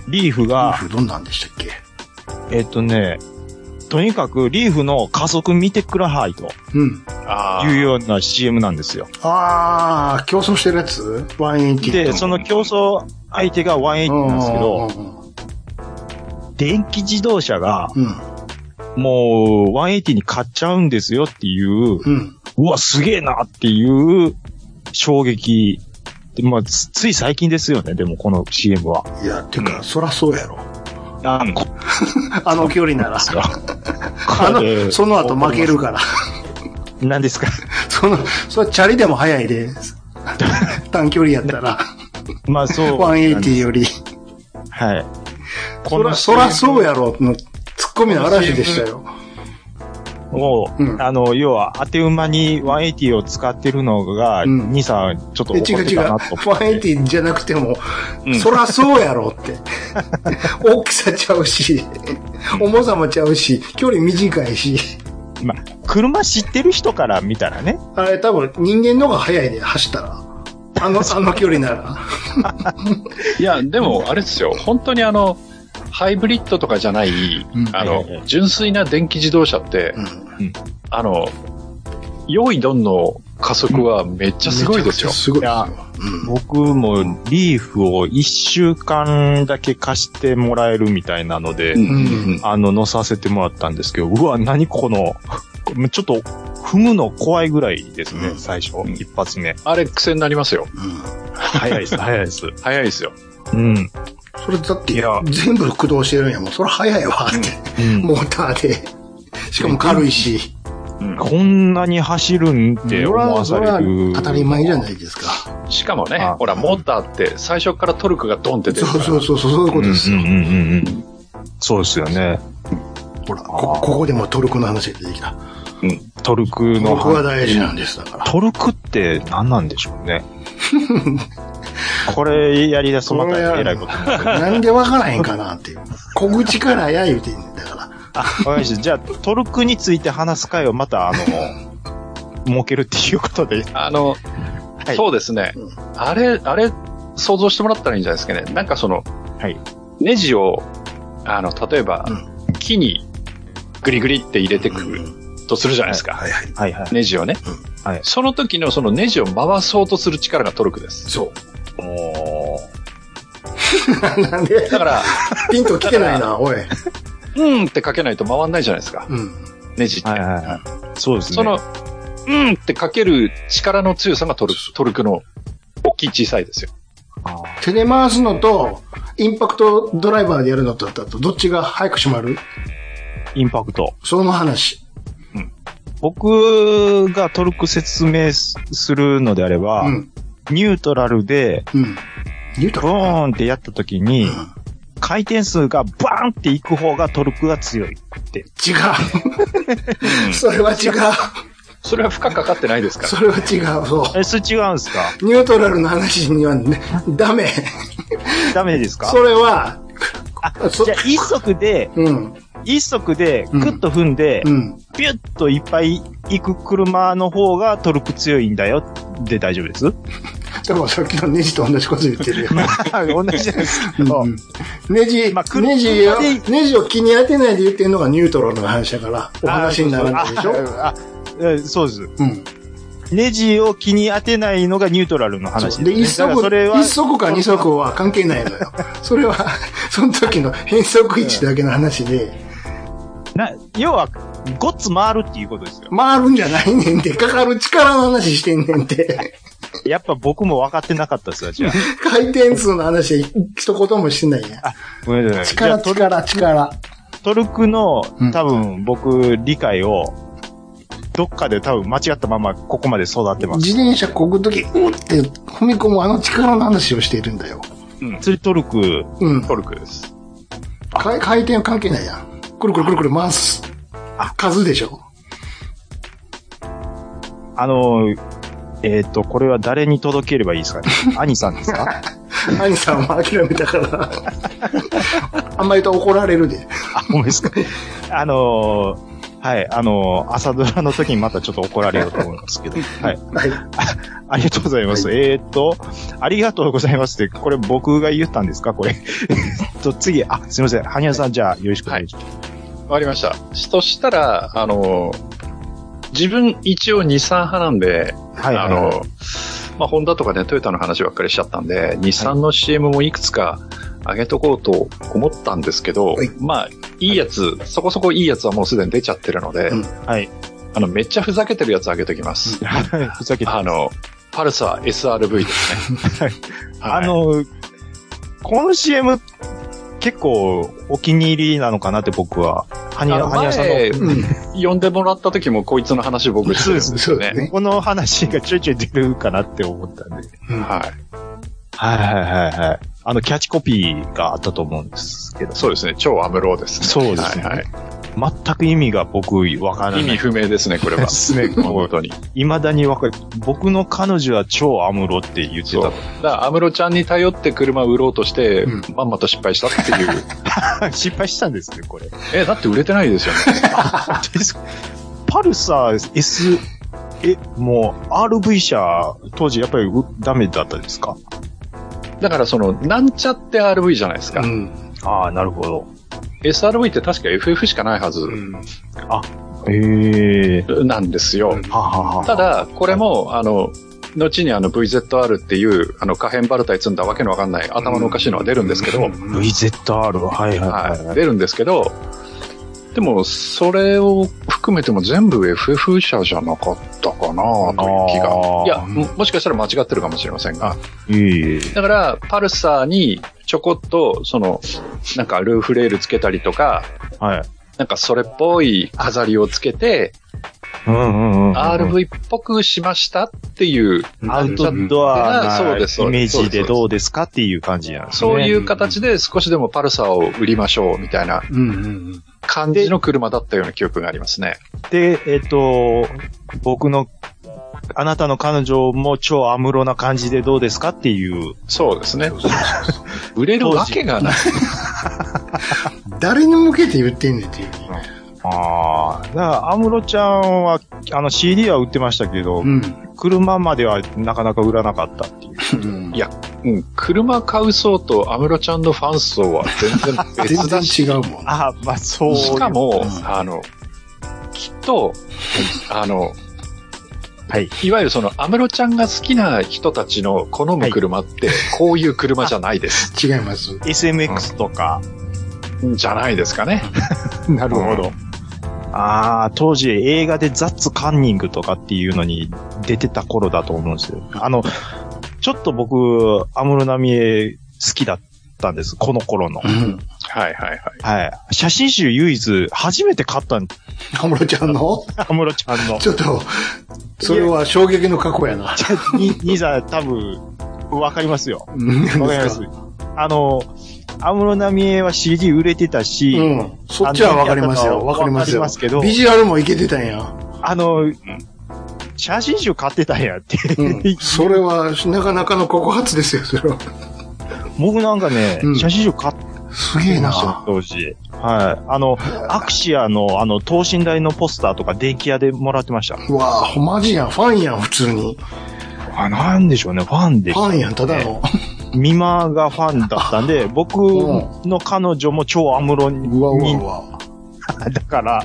リーフ
リー
が、
フどんなんでしたっけ
えーっとね、とにかくリーフの加速見てくらはいと
うん。
あ
いうような CM なんですよ。
あー、競争してるやつ ?180。
で、その競争相手が
う
180
ん、
なんですけど、
うん
電気自動車が、
うん。
もう、180に買っちゃうんですよっていう、
うん。うん。
うわ、すげえなっていう衝撃。でまあ、つつい最近ですよね、でもこの CM は。
いや、てか、そらそうやろ。
あこ
あの距離なら。 あ
これ
の、その後負けるから。
何ですか
その、それチャリでも速いで。短距離やったら、
まあそう。
180より。
はい。
そら、そらそうやろ、の、ツッコミの嵐でしたよ。
もう、
うん
あの、要は、あて馬に180を使ってるのが、
うん
兄さん、ちょっと
え、
怒っ
違う
て
違う。
たなと思って。
180じゃなくても、そらそうやろって。大きさちゃうし、重さもちゃうし、距離短いし。
まあ、 車知ってる人から見たらね、
あれ多分人間の方が速いで、走ったら。あの、あの距離なら。
いや、でも、あれですよ。本当にあの、ハイブリッドとかじゃない、あ
はいはいは
の、純粋な電気自動車って、
うん
あの、用意どんの加速はめっちゃすごいですよ
めちゃくちゃ。すごいですよ。
僕もリーフを一週間だけ貸してもらえるみたいなので、
うん
うん
あの、乗させてもらったんですけど、うわ、何この、ちょっと踏むの怖いぐらいですね、
うん
最初、一発目。
あれ癖になりますよ。
うん
早いです、 早いです。
早いですよ。
うん。
それだって
いや
全部駆動してるんやもん。それ早いわって。
うん
モーターで。しかも軽いし。
こんなに走るんって
そ
思
れは
わ
そ
さ
れは
れる。
当たり前じゃないですか。
しかもね
あ、
ほら、モーターって最初からトルクがドンって出る
そう
から。
そうそう、そういうことですよ。
うんうんうんうん。そうですよね。
ほらこ、ここでもトルクの話が出てきた。
うんトル
ト
クの
ルクは大事なんです、だから。
トルクって何なんでしょう ね。これやりだすとまた偉いことになる。
なんでわからへんかなっていう。小口からや言うてんねんだから。
わかりました。じゃあ、トルクについて話す会をま た、あの、設けるっていうことで。
あの、
い
そうですね。あれ、あれ、想像してもらったらいいんじゃないですかね。なんかその、
はい
ネジを、あの、例えば、
う
木にグリグリって入れてくるとするじゃないですか。
はいはい。
はいはい。
ネジをね、
うんはい
その時のそのネジを回そうとする力がトルクです。
そ
おー
う。 なんで、
だから、
ピンと来てないな、おい。
うんってかけないと回んないじゃないですか。
うん。
ネジって。
はいはいはい。そうですね。
その、うんってかける力の強さがトルク、トルクの大きい小さいですよ。
あ
手で回すのと、インパクトドライバーでやるのとだったと、どっちが早く閉まる
ーインパクト。
その話。
僕がトルク説明するのであれば、
うん。
ニュートラルで、
うん。ニュート
ブ
ラル
ーンってやった時に、回転数がバーンっていく方がトルクが強い。
違う。 それは違う。
それは負荷かかってないですから。
それは違う。そ
え、それ違うんですか
う。ニュートラルの話にはね、ダメ。
ダメですか
それは、そ
じゃあ、一足で、
うん。
一足で、
うん
クッと踏んで、
うん。
ピュッといっぱい行く車の方がトルク強いんだよ。で大丈夫です
でもさっきのネジと同じこと言ってるよ。
同じじゃないですけど。
うんネジ、
まあ車で
ネジを、ネジを気に当てないで言ってるのがニュートラルの話だから、お話にならないでしょ
あそうああそうです。
うん。
ネジを気に当てないのがニュートラルの話
そうで、
ね
一
だからそれ
足、
は
一足か二足は関係ないの よ。それは、その時の変速位置だけの話で、
な要は、ごっつ回るっていうことですよ。
回るんじゃないねんって、かかる力の話してんねんって。
やっぱ僕も分かってなかったですわ、じゃあ。
回転数の話一言もしてないやん。
ごめんなさい。じゃ
力、
あトル
力、力。
トルクの
うん
多分僕理解を、どっかで多分間違ったままここまで育ってます。
自転車こぐとき、うんって踏み込むあの力の話をしているんだよ。
釣りトルク、
うん。
トルクです。
回回転は関係ないやん。くるくるくるくる回す。
あ
数でしょ。
あの、えっ、と、これは誰に届ければいいです かね兄さんですか
兄さんは諦めたから。あんまり言うと怒られるで。
あ、ごめんな さい。あのはい、あの朝ドラの時にまたちょっと怒られようと思いますけ ど。はい。
はい。
ありがとうございます。えーっと、ありがとうございますって、これ僕が言ったんですかこれ。 えっと、次、あ、すいません。羽生さん、じゃあ、よろしくお願いします。
わかりました。そしたら、あの、自分一応日産派なんで、
はい。
あの、まあ、ホンダとかね、トヨタの話ばっかりしちゃったんで、日産の CM もいくつか上げとこうと思ったんですけど、
はい
まあ、いいやつ、そこそこいいやつはもうすでに出ちゃってるので、
うん
はい。
あの、めっちゃふざけてるやつ上げときます。
ふざけて。
あの、パルサー SRV ですね。はい
あ、の、この CM、結構お気に入りなのかなって僕は。はに
あの
はにやさん
前
の。
うん。
呼んでもらった時もこいつの話僕してるんです
そ
よ
うで
ね
す。ね。
この話がちょいちょい出るかなって思ったんで。
はい。
はいはいはいはい。あの、キャッチコピーがあったと思うんですけど、
そうですね。超アムローですね。
そうですね
はい
全く意味が僕わからな。
はいい。意味不明ですね、これは。
です ね
本当に。
未だにわかる。僕の彼女は超アムロって言って
そう。だ
た
から、アムロちゃんに頼って車売ろうとして、
うん
まんまと失敗したっていう。。
失敗したんですね、これ。
え、だって売れてないですよね。
です パルサー S、え、もう RV 車、当時やっぱりうダメだったですか
だから、その、なんちゃって RV じゃないですか。
うん。
ああ、なるほど。
SRV って確か FF しかないはず
うん。
ええ
なんですよ。
ははは
ただ、これも、あの、後にあの VZR っていう、あの、可変バルタイ積んだわけのわかんない頭のおかしいのは出るんですけど、
VZR、はいはいはい
は、
はいい。
出るんですけど、でも、それを含めても全部 FF 社じゃなかったかなという気
あ
が
ー。
いや、ももしかしたら間違ってるかもしれませんが。
ええ
だから、パルサーにちょこっと、その、なんかルーフレールつけたりとか、
はい。
なんかそれっぽい飾りをつけて、
うんうんうん。
RV っぽくしましたっていう、
アウトドアな
そうです
イメージでどう
で
ですかっていう感じなんですね。
そういう形で少しでもパルサーを売りましょうみたいな
うんうん
感じの車だったような記憶がありますね。
で、えっと、僕の、あなたの彼女も超アムロな感じでどうですかっていう。
そうですね。売れるわけがない。
うん。誰に向けて言ってんねんっていう。
ああ。だから、アムロちゃんは、あの CD は売ってましたけど、
うん。
車まではなかなか売らなかったっていう。
うん
いやうん、車買う層と安室ちゃんのファン層は全然
全
別だ
然
し、
違うもん。
ああ、まあそういう。
しかも
う、ん
あの、きっと、あの、
はい。
いわゆるその安室ちゃんが好きな人たちの好む車って、こういう車じゃな いです。
違います。
SMX とか。
じゃないですかね。
なるほど。ああ、当時映画でザッツカンニングとかっていうのに出てた頃だと思うんですよ。あの、ちょっと僕、アムロナミエ好きだったんです。この頃の。
うん。
はいはいはい。
はい。写真集唯一初めて買ったん、
安室ちゃんの
アムロちゃん の。
ちょっと、それは衝撃の過去やな。
に、にざ多分、わかりますよ。
うん
わかります。あの、アムロナミエは CD 売れてたし、
うん。そっちはわかります
あ
よ。
の
わかりますよ。
わかりますけど
ビジュアルもいけてたんや。
あの、写真集買ってたんやって。
うん。それは、なかなかの告発ですよ、それは。
僕なんかね、
うん
写真集買っ
すげえ
ましたよ
な。
当時。はい。あの、アクシアの、あの、等身大のポスターとか電気屋でもらってました。
うわあ、ほマジやん、ファンやん、普通に。
あ、なんでしょうね、ファンで
フ。ァンやん、ただの。
ミマがファンだったんで、僕
う
の彼女も超アムロに、
うわうわうわ。
だから、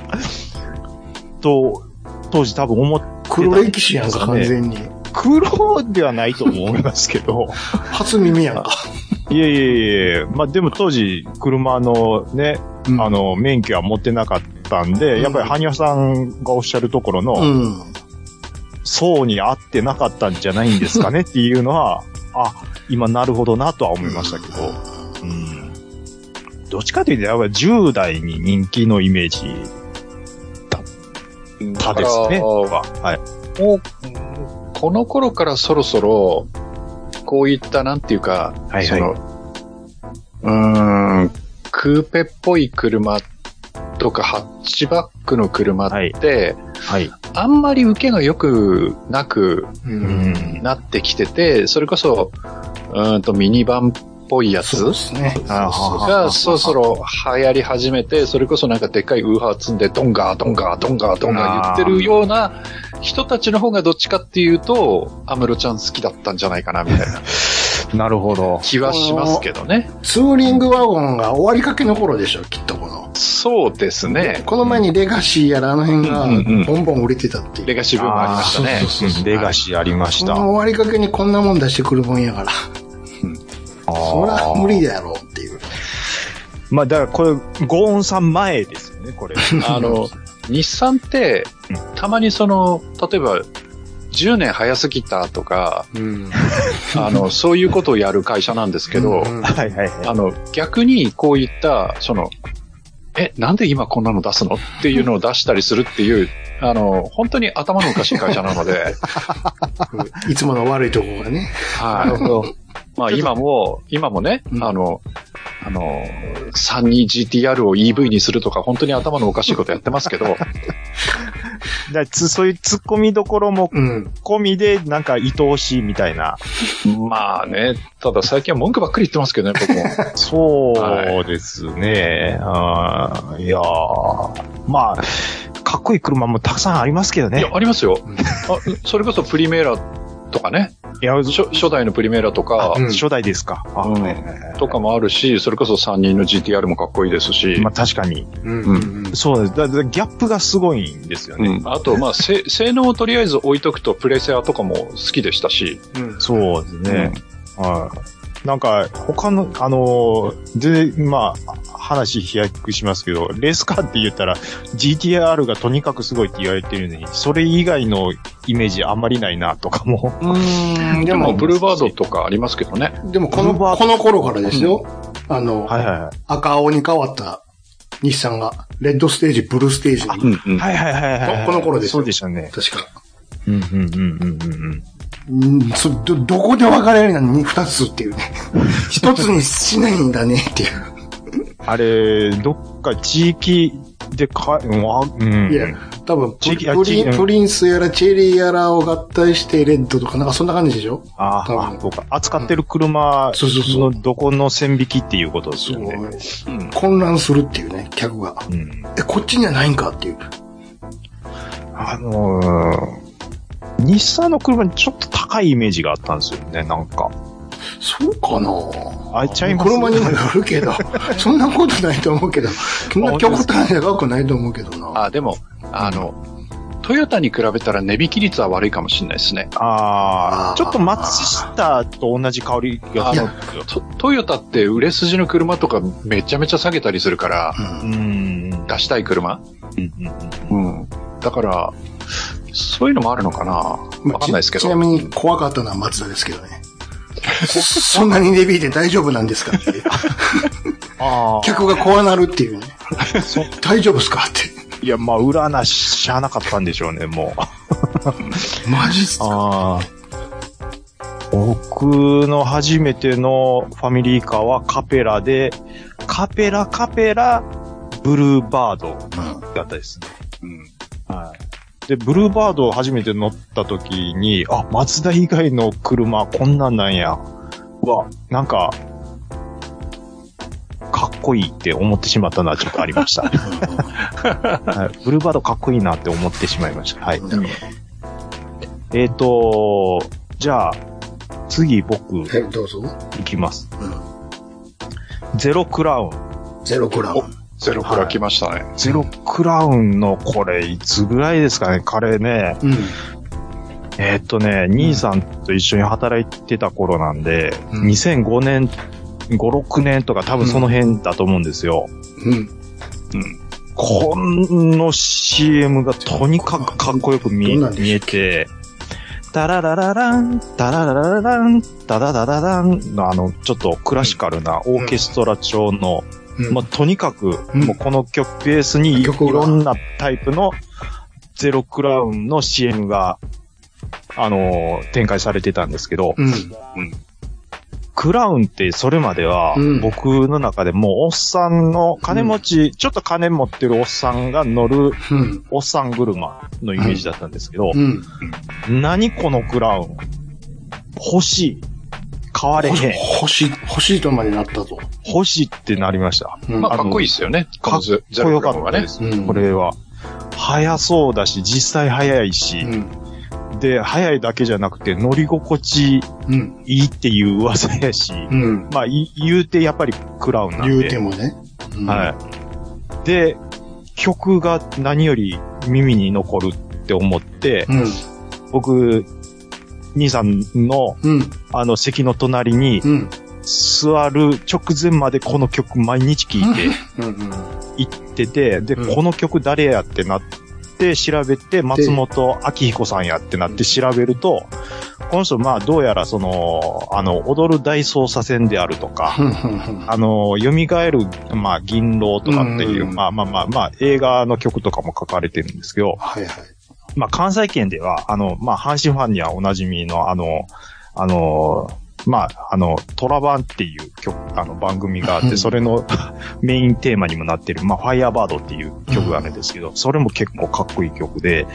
と、当時多分思っ、
黒歴史やんか、完全に。
黒ではないと思いますけど、
初耳やんか。
いやいやいやまあでも当時、車のね、
うん
あ、の、免許は持ってなかったんで、
うん
やっぱり羽生さんがおっしゃるところの、
うん。
層に合ってなかったんじゃないんですかねっていうの は、あ、今なるほどなとは思いましたけど、うん。どっちかというと、やっぱり10代に人気のイメージだですね。
だか
はい。
らもう、この頃からそろそろ、こういった、なんていうか、
はいはい
その、うーん、クーペっぽい車とか、ハッチバックの車って、
はい。
あんまり受けが良くなく
う。
うんん。
なってきてて、それこそ、うーんとミニバンっぽいや
そう
つ
ですね。
がそろそろ流行り始めて、それこそなんかでっかいウーハー積んで、ドンガー、ドンガー、ドンガー、ドンガー言ってるような人たちの方がどっちかっていうと、アムロちゃん好きだったんじゃないかな、みたい な
なるほど。
気はしますけどね。
ツーリングワゴンが終わりかけの頃でしょ、きっとこの。
そうですね。
この前にレガシーやらあの辺が
うんうんうん
ボンボン売れてたってい
レ
う。
ガシーブームありました
あー
ね。
そうそうそう
レガシーありまし
そ
た。
の終わりかけにこんなもん出してくるもんやから、
あー
そら無理だろうっていう。
まあ、だからこれ、ゴーンさん前ですよね、これ。
あの、日産って、たまにその、例えば、10年早すぎたとか、
うん。
あ の、そういうことをやる会社なんですけど、
はいはいはい。
あの、逆にこういった、その、え、なんで今こんなの出すのっていうのを出したりするっていう、 あの、本当に頭のおかしい会社な ので、
いつもの悪いところがね。
はい。まあ今も、今もね、
うん
あの、あの、32GTR を EV にするとか、本当に頭のおかしいことやってます けど、
だからつそういう突っ込みどころも
うん。
込みで、なんか愛おしいみたいな。
まあね、ただ最近は文句ばっかり言ってますけどね、僕も。
そうですね。あーいやーまあ、かっこいい車もたくさんありますけど
い
ね
や。、ありますよ
ん。
あそれこそプリメーラとかね、
いや、
初初代のプリメーラとか、
うん
初代ですか。あ
うん
はいはいはい
とかもあるし、それこそ3人の GTR もかっこいいですし、
まあ確かに。
うん
う
そうです。だだギャップがすごいんですよね。
うんあと、まあ、せ性能をとりあえず置いとくと、プレセアとかも好きでしたし、
うん
そうですね。はい。なんか、他の、あのー、で、まあ、話飛躍しますけど、レースカーって言ったら、GTR がとにかくすごいって言われてるのに、それ以外のイメージあんまりないな、とかも。
うん。で
で
も、
も、ブルーバードとかありますけどね。
でもこの、
ブルーバー
こ
ド
の頃からですよ。あの、
はいはいはい。
赤青に変わった日産が。レッドステージ、ブルーステージに。
うんうん
はいはいはいはいはい。
この頃です
そうでしたね。
確か。
うんうんうんうんうんうん。
うんそど、どこで分かれるのに二つっていうね。一つにしないんだねっていう。
あれ、どっか地域でか、うんわ、うん。
いや、多分プ
地域あ
プリ
地域う
ン、
ん
プリンスやらチェリーやらを合体してレッドとか、なんかそんな感じでしょ
あ
多
ー
分
あ、そうか。扱ってる車
そうそうそう
のどこの線引きっていうことですよね。
そう混乱するっていうね、客が。
うん。
え、こっちにはないんかっていう。
あのー、日産の車にちょっと高いイメージがあったんですよね、なんか。
そうかな
あちゃいます
車にもよるけど、そんなことないと思うけど、そんな極端に高くないと思うけどな。
あ、でも、あの、トヨタに比べたら値引き率は悪いかもしれないですね。
あ
あ
ー
あ、ちょっと松下と同じ香りが
あ
す
の
るんですよ。
トトヨタって売れ筋の車とかめちゃめちゃ下げたりするから、
うん
うん。うん
出したい車うん。だから、そういうのもあるのかな
まあ
わかんないですけ
ちちな
ど。
みに怖かったのは松田ですけどね。そそんなに値引いて大丈夫なんですかっていう。
ああ。
客が怖なるっていうね。大丈夫ですかって。
いや、まあ、裏なしゃあなかったんでしょうね、もう。
マジっすか
ああ。僕の初めてのファミリーカーはカペラで、カペラカペラ、ブルーバードだったですね。はい。で、ブルーバードを初めて乗った時に、あ、マツダ以外の車こんなんなんや。うわ、なんか、かっこいいって思ってしまったのはちょっとありま した。はい、ブルーバードかっこいいなって思ってしまいました。はい。
なるほ
えっ、ー、と、じゃあ、次僕、い
どはい、どうぞ。
きます。
う
ゼロクラウン。
ん。ゼロクラウン。
ゼロから来ましたね。
ゼロクラウンのこれ、いつぐらいですかね彼ね、
うん。
えーっとね、兄さんと一緒に働いてた頃なんで、
うん
2005年、5、6年とか多分その辺だと思うんですよ。
うん。
この CM がとにかくかっこよく見え
どんなんでしたっけ
見えて、タララララン、タララララン、タラララランのあの、ちょっとクラシカルなオーケストラ調の、
うん
まあ、とにかく、
うん
もうこの曲ベースにいい
曲が
ろんなタイプのゼロクラウンの CM が、あのー展開されてたんですけど、
うん。
クラウンってそれまでは
うん、
僕の中でもうおっさんの金持ち、ちょっと金持ってるおっさんが乗る
うん。
おっさん車のイメージだったんですけど、
うん。
何このクラウン欲しい。買われへん。
欲しい、欲しいとまでなったぞ。
欲しいってなりました。
うん
まあ、かっこいいですよね。
かっ
このゼゼ
こ
ロ
よ
クラ
か
ウン
っ
は
た
ね
で。す。
うん
これは。速そうだし、実際速いし、
うん。
で、速いだけじゃなくて乗り心地
うん。
いいっていう噂やし、
うん。
まあ、い言うてやっぱりクラウンなんで。
言うてもね。うん
はい。で、曲が何より耳に残るって思って、
うん。
僕、兄さんの、
うん。
あの、席の隣に
うん。
座る直前までこの曲毎日聴いて
うん。うん。
行ってて、で、
うん
この曲誰やってなって調べて、松本明彦さんやってなって調べると、この人、まあ、どうやらその、あの、踊る大捜査線であるとか、
うんうん
あの、蘇る、まあ、銀狼とかっていう、
うん
まあまあまあまあ、映画の曲とかも書かれてるんですけど、
はいはい。
まあ、関西圏では、あの、まあ、阪神ファンにはおなじみの、あの、あの、まあ、あの、トラバンっていう曲、あの、番組があっ
うん
て、それの メインテーマにもなってる、まあ、ファイアバードっていう曲があるんですけど、それも結構かっこいい曲で、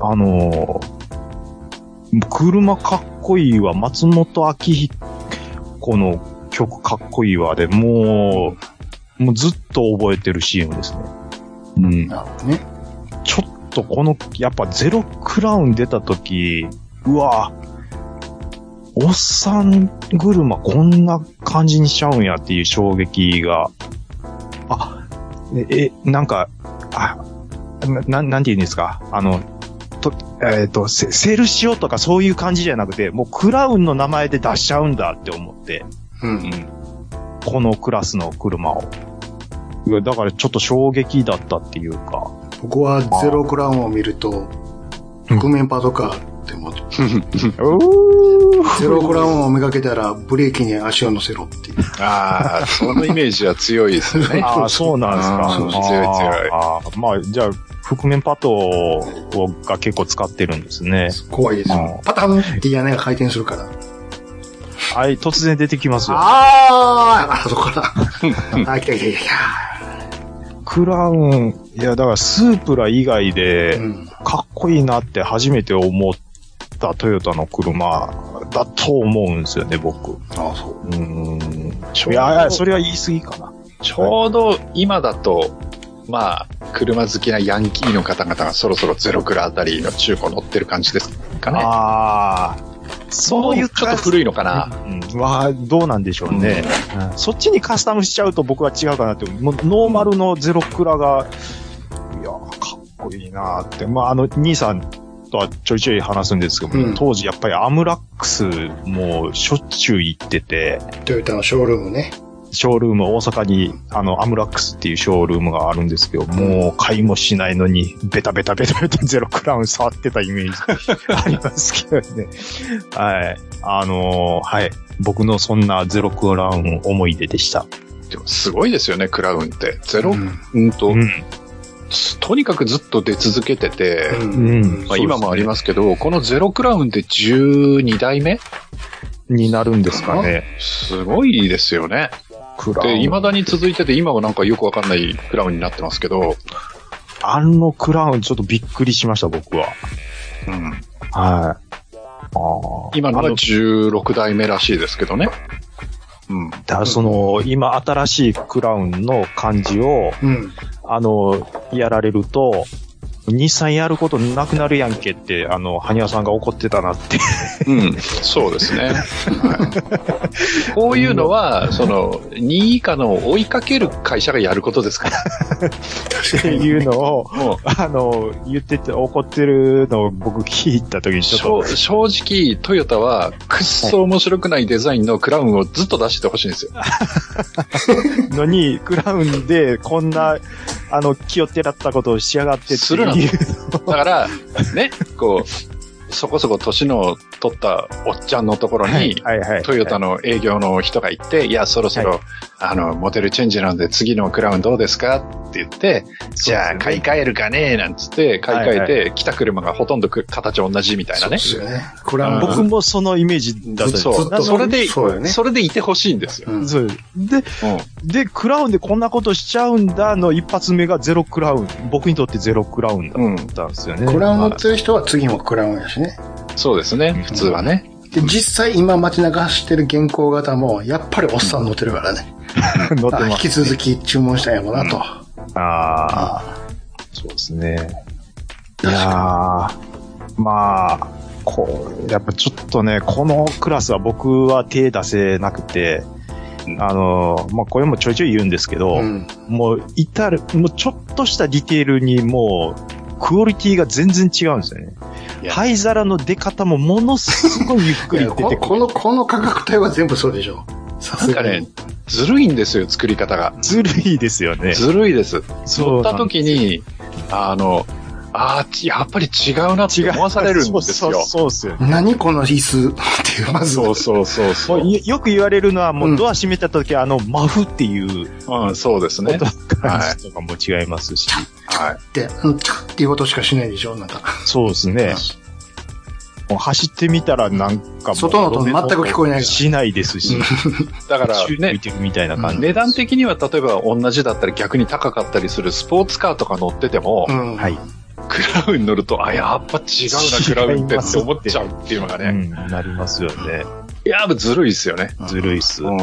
あの、車かっこいいわ、松本明彦の曲かっこいいわで、もう、もうずっと覚えてる CM ですね。うん。
なるほどね。
ちょっとこの、やっぱゼロクラウン出た時、うわおっさん車こんな感じにしちゃうんやっていう衝撃が、あ、え、えなんか、あ、な、なんなんて言うんですかあの、と、えっ、と、セセールしようとかそういう感じじゃなくて、もうクラウンの名前で出しちゃうんだって思って、
うん。
このクラスの車を。いやだからちょっと衝撃だったっていうか、
僕はゼロクラウンを見ると、
うん
覆面パトカーでも
おー
ゼログラムをめがけたらブレーキに足を乗せろっていう。
ああ、そのイメージは強いですよね。
ああ、そうなんですか。
うん強い強い
あーあーまあ、じゃあ、覆面パッドをが結構使ってるんですね。
怖いですよ
う。
パタンって屋根が回転するから。
あい、突然出てきますよ。
あーあ、そこから。あ、来た来た来た来
クラウン、いや、だからスープラ以外
た。
で
う、ん。
かっこいいなって初めて思ったトヨタの車だと思うんですよね、僕。う
ああ、そう。
ーん。いや、いやそれは言い過ぎかな。
ちょうど今だと、まあ、車好きなヤンキーの方々がそろそろゼロクラあたりの中古乗ってる感じですかね。
ああ。そういう
ちょっと古いのかな。
うん、わあ、どうなんでしょうね、うんそっちにカスタムしちゃうと僕は違うかなって、もうノーマルのゼロクラが、いやー、かっこいいなーって、まあ、あの、兄さんとはちょいちょい話すんですけども、
うん
当時やっぱりアムラックスもしょっちゅう行ってて、
トヨタのショールームね。
ショールーム、大阪に、あの、アムラックスっていうショールームがあるんですけど、もう買いもしないのに、ベタベタベタベタゼロクラウン触ってたイメージ ありますけどね。はい。あのーはい。僕のそんなゼロクラウン思い出でした。
でもすごいですよね、クラウンって。ゼロ、
うん
うんと、
うん。
とにかくずっと出続けてて、
うん
まあ、今もありますけど、このゼロクラウンって12代目
になるんですかね。
すごいですよね。
クラウ
で、
ン。
未だに続いてて、今はなんかよくわかんないクラウンになってますけど、
あのクラウンちょっとびっくりしました、僕は。
うん
はい。ああ。
今の
あ
は
の
16代目らしいですけどね。うん。
だからその、今新しいクラウンの感じを、
うん。
あの、やられると、日産やることなくなるやんけって、あの、羽生さんが怒ってたなって。
うん、そうです ね。はい、こういうのは、その、2位以下の追いかける会社がやることですから。
確
って
かに。
いうの を、
も
あの、言ってて、怒ってるのを僕聞いた時に
う、
ちょっ
正正直、トヨタは、くっそ面白くないデザインのクラウンをずっと出しててほしいんですよ。
と、のに、クラウンでこんな、あの、気をてらったことをしやがってって
するな
いう。
だから、ね、こう、そこそこ年の取ったおっちゃんのところに、
はいはい。
トヨタの営業の人が行って、いや、そろそろ、あの、モデルチェンジなんで次のクラウンどうですかって言って、じゃあ買い替えるかねなんつって、買い替え
は
て、来た車がほとんどく形同じみたいな
そうで
ね。
すよね。これは
うん
僕もそのイメージだったんです
そう
ずっと
それで
そうよね。
それでいてほしいんですよ。
うん
そうで、で、クラウンでこんなことしちゃうんだの一発目がゼロクラウン。僕にとってゼロクラウンだ
うん。
ったんですよね。
クラウン乗
は
ってる人は次もクラウンやしね。
そうですね。普通はね。
で、実際今街中走ってる現行型も、やっぱりおっさん乗ってるからね。
い乗って
あ
ま
引
す。
き続き注文したんやろうなと。
ああ。
あ
そうですね。い
確かに
やーまあ、こう、やっぱちょっとね、このクラスは僕は手出せなくて、あの、まあこれもちょいちょい言うんですけど、
あ。うん。
もう至る、もうちょっとしたディテールにもう、クオリティが全然違うんですよね
い。や
灰皿の出方もものすごいゆっくり出て
こ
くる。
この、この価格帯は全部そうでしょう。さ
な
す
ん
が
かね
に。、
ずるいんですよ、作り方が。
ずるいですよね。
ずるいです。
そ
乗
う
った
なんです
時に、あの、ああ、やっぱり違うなって思わされるんです
そう
よ。
そうそうっすよね
何この椅子っていう、まず。
そうそうそうそ
も
う。
うよく言われるのは、もううんドア閉めた時、あの、マフっていう
うん、そうですね
音。の感じとかも違いますし。
は
っ
い。
て、うん、チャッっていうことしかしないでしょなんか。
そうですね。もう走ってみたらなんかもう
外の音全く聞こえないから
しないですし、
だか
宙に浮
ら
い
ね、
てるみたいな感じ。
値段的には例えば同じだったり逆に高かったりするスポーツカーとか乗ってても、
うん。
はい。
クラウン乗ると、あ、やっぱ違うな、クラウンってって思っちゃうっていうのが
う
ね、
ん、なりますよね。
いや、もうずるいですよね。
ずるいっす。
うん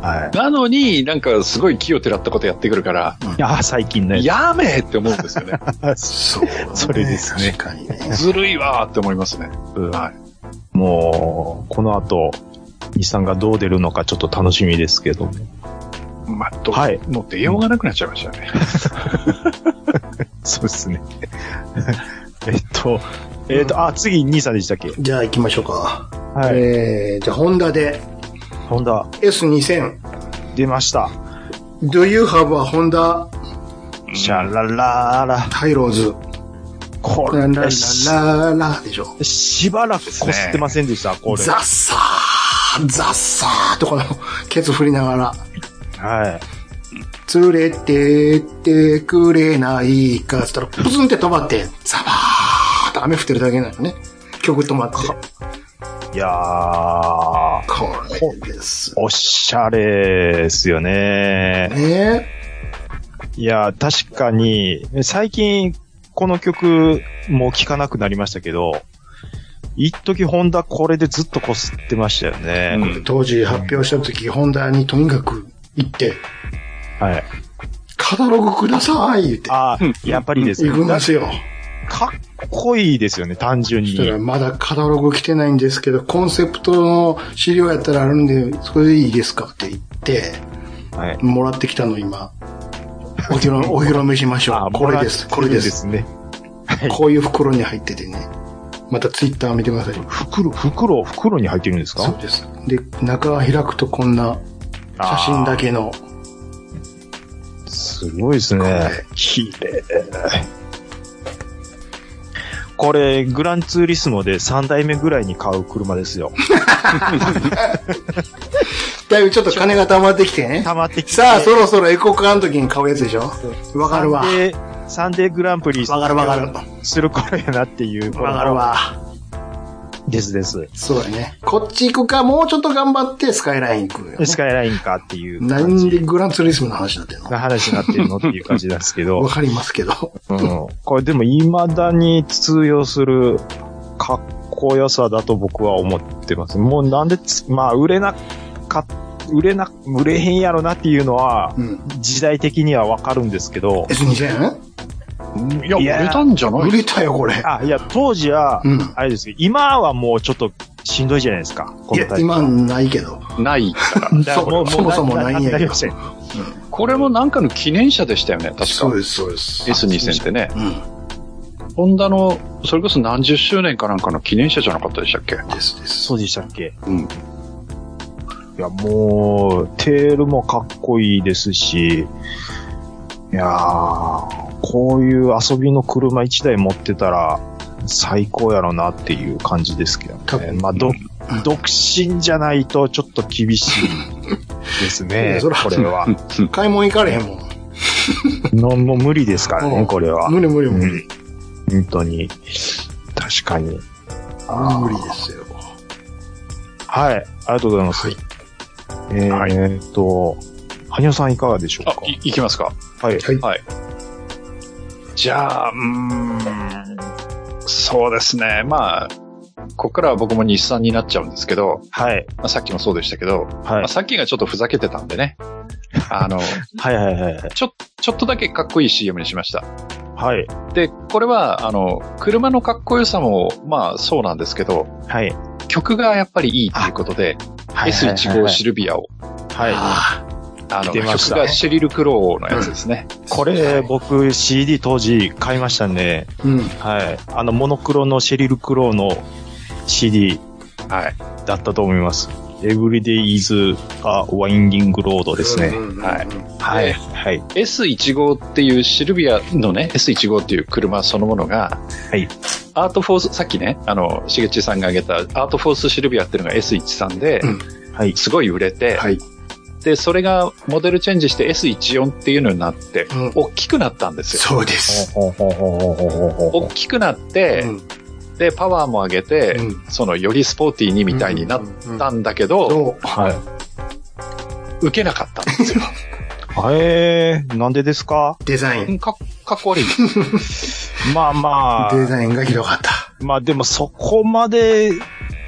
は
なのに、なんかすごい気をてらったことやってくるから、
い。いやー、最近ね。
やめえって思うんですよね。
そう、
それですね
確かにね。
ずるいわーって思いますね。
うん
は
もう、この後、日産がどう出るのかちょっと楽しみですけども。
い。まあ、ど
はい
もう出ようがなくなっちゃいましたね。
そうですね。 えっと、えっと、あ、次、兄さんでしたっけ
じゃあ行きましょうか。
はい。
えー、じゃあホンダで
ホンダ、
S2000。
出ました。
Do you have a Honda
シャラララ。
Tyros?
こ
ラ
れ、
ララララでしょ。
しばらくこすってませんでした、これ。
ザッサーザッサーとかの、ケツ振りながら、
はい。
連れてってくれないか、つったら、プツンって止まって、ザバーって雨降ってるだけなのね。曲止まって。
いやー、
これです。
おしゃれですよね。
ね
いや、確かに、最近、この曲、もう聴かなくなりましたけど、一時ホンダこれでずっとこすってましたよね。
うん
当時発表した時、ホンダにとにかく行って、
はい。
カタログください言って、
あーやっぱりです
行くんですよ。
かっこいいですよね、単純
そしたら、
に。
まだカタログ来てないんですけど、コンセプトの資料やったらあるんで、それでいいですかって言って、
はい。
もらってきたの今、お披露 お披露目しましょう。これです、これで。
ですすね。
こういう袋に入っててね。またツイッター見てください。
袋、袋、袋に入ってるんです
そ
か
うです。で、中開くとこんな写真だ。けの、
あーすごいですね。綺麗。これ、グランツーリスモで3代目ぐらいに買う車で すよ。
だいぶちょっと金が溜まってきてね。
溜まってきて。
さあ、そろそろエコカーの時に買うやつでしょわかるわ
サン。デー、サンデーグランプリ
わかるわかる。
する頃やなっていう。
わかる。わ。
ですです。
そうだね。こっち行くか、もうちょっと頑張ってスカイライン行くよ、ね。
スカイラインかっていう
な
感
ん
じ
でグランツーリスムの話になってんの
な話になってるのっていう感じなんですけど
わ。かりますけど。
うん。これでも未だに通用するかっこよさだと僕は思ってます。もうなんでつ、まあ売れなか売れな、売れへんやろなっていうのは、
うん。
時代的にはわかるんですけど、
S2000?
いや、売
いや
れたんじゃな
売
い
れたよ、これ。
あ、いや、当時は
う、ん。
あれですけど、今はもうちょっとしんどいじゃないですか、こ
い
の
や、
タイプ。
今ないけど。
ないから。
だからもう
そもそもないんやけど
なりません
これもなんかの記念車でしたよね、確か。
そうです、そうです。
S2000 ってね。
うん。
ホンダの、それこそ何十周年かなんかの記念車じゃなかったでしたっけ
です、です。
そうでしたっけ
うん
いや、もう、テールもかっこいいですし、いやー、こういう遊びの車1台持ってたら、最高やろなっていう感じですけど
多
ね。
分
まあ、ど、独身じゃないとちょっと厳しいです
い
ね。
やそら
これは。
買い物行かれへんもん。
のもう無理ですから
う
ね、
ん
これは。
無理無理無理。
うん本当に。確かに。
あ無理ですよ。
はい。ありがとうございます。
はい
えーっと、はにおさんいかがでしょう
あ
か、
いいきますか。
はい。
はい。
じゃあ、うーん、そうですね。まあ、ここからは僕も日産になっちゃうんですけど、
はい。
まあ、さっきもそうでしたけど、
は
ま
い
あ、。さっきがちょっとふざけてたん でね。あの、
はいはいはいはい。
ちょ、ちょっとだけかっこいい CM にしました。
はい。
で、これは、あの、車のかっこよさも、まあそうなんですけど、
はい。
曲がやっぱりいいっていうことで、S15 シルビアを、
はい。
あ
あの、
出
曲
ました
がシェリル・クローのやつですね。
これ、僕、CD 当時買いましたね。
あうん。
はい。あの、モノクロのシェリル・クローの CD
はい。
だったと思います。Everyday is a Winding Road ですね。
はい
はい。
で
はい。
S15 っていうシルビアのね、S15 っていう車そのものが、
はい
アートフォース、さっきね、あの、しげちさんが挙げたアートフォースシルビアっていうのが S13 で、
うん
はい。
すごい売れて、
はい。
で、それがモデルチェンジして S14 っていうのになって、
うん
大きくなったんですよ。
そうです。
ほうほうほうほうほうほうほうほ
大きくなって、
うん
で、パワーも上げて、
うん
その、よりスポーティーにみたいになったんだけど、
どう
う。はい。
受けなかったんですよ。
えー、なんでですか
デザイン。
かかっこ悪い。
まあまあ。
デザインがひどかった。
まあでもそこまで、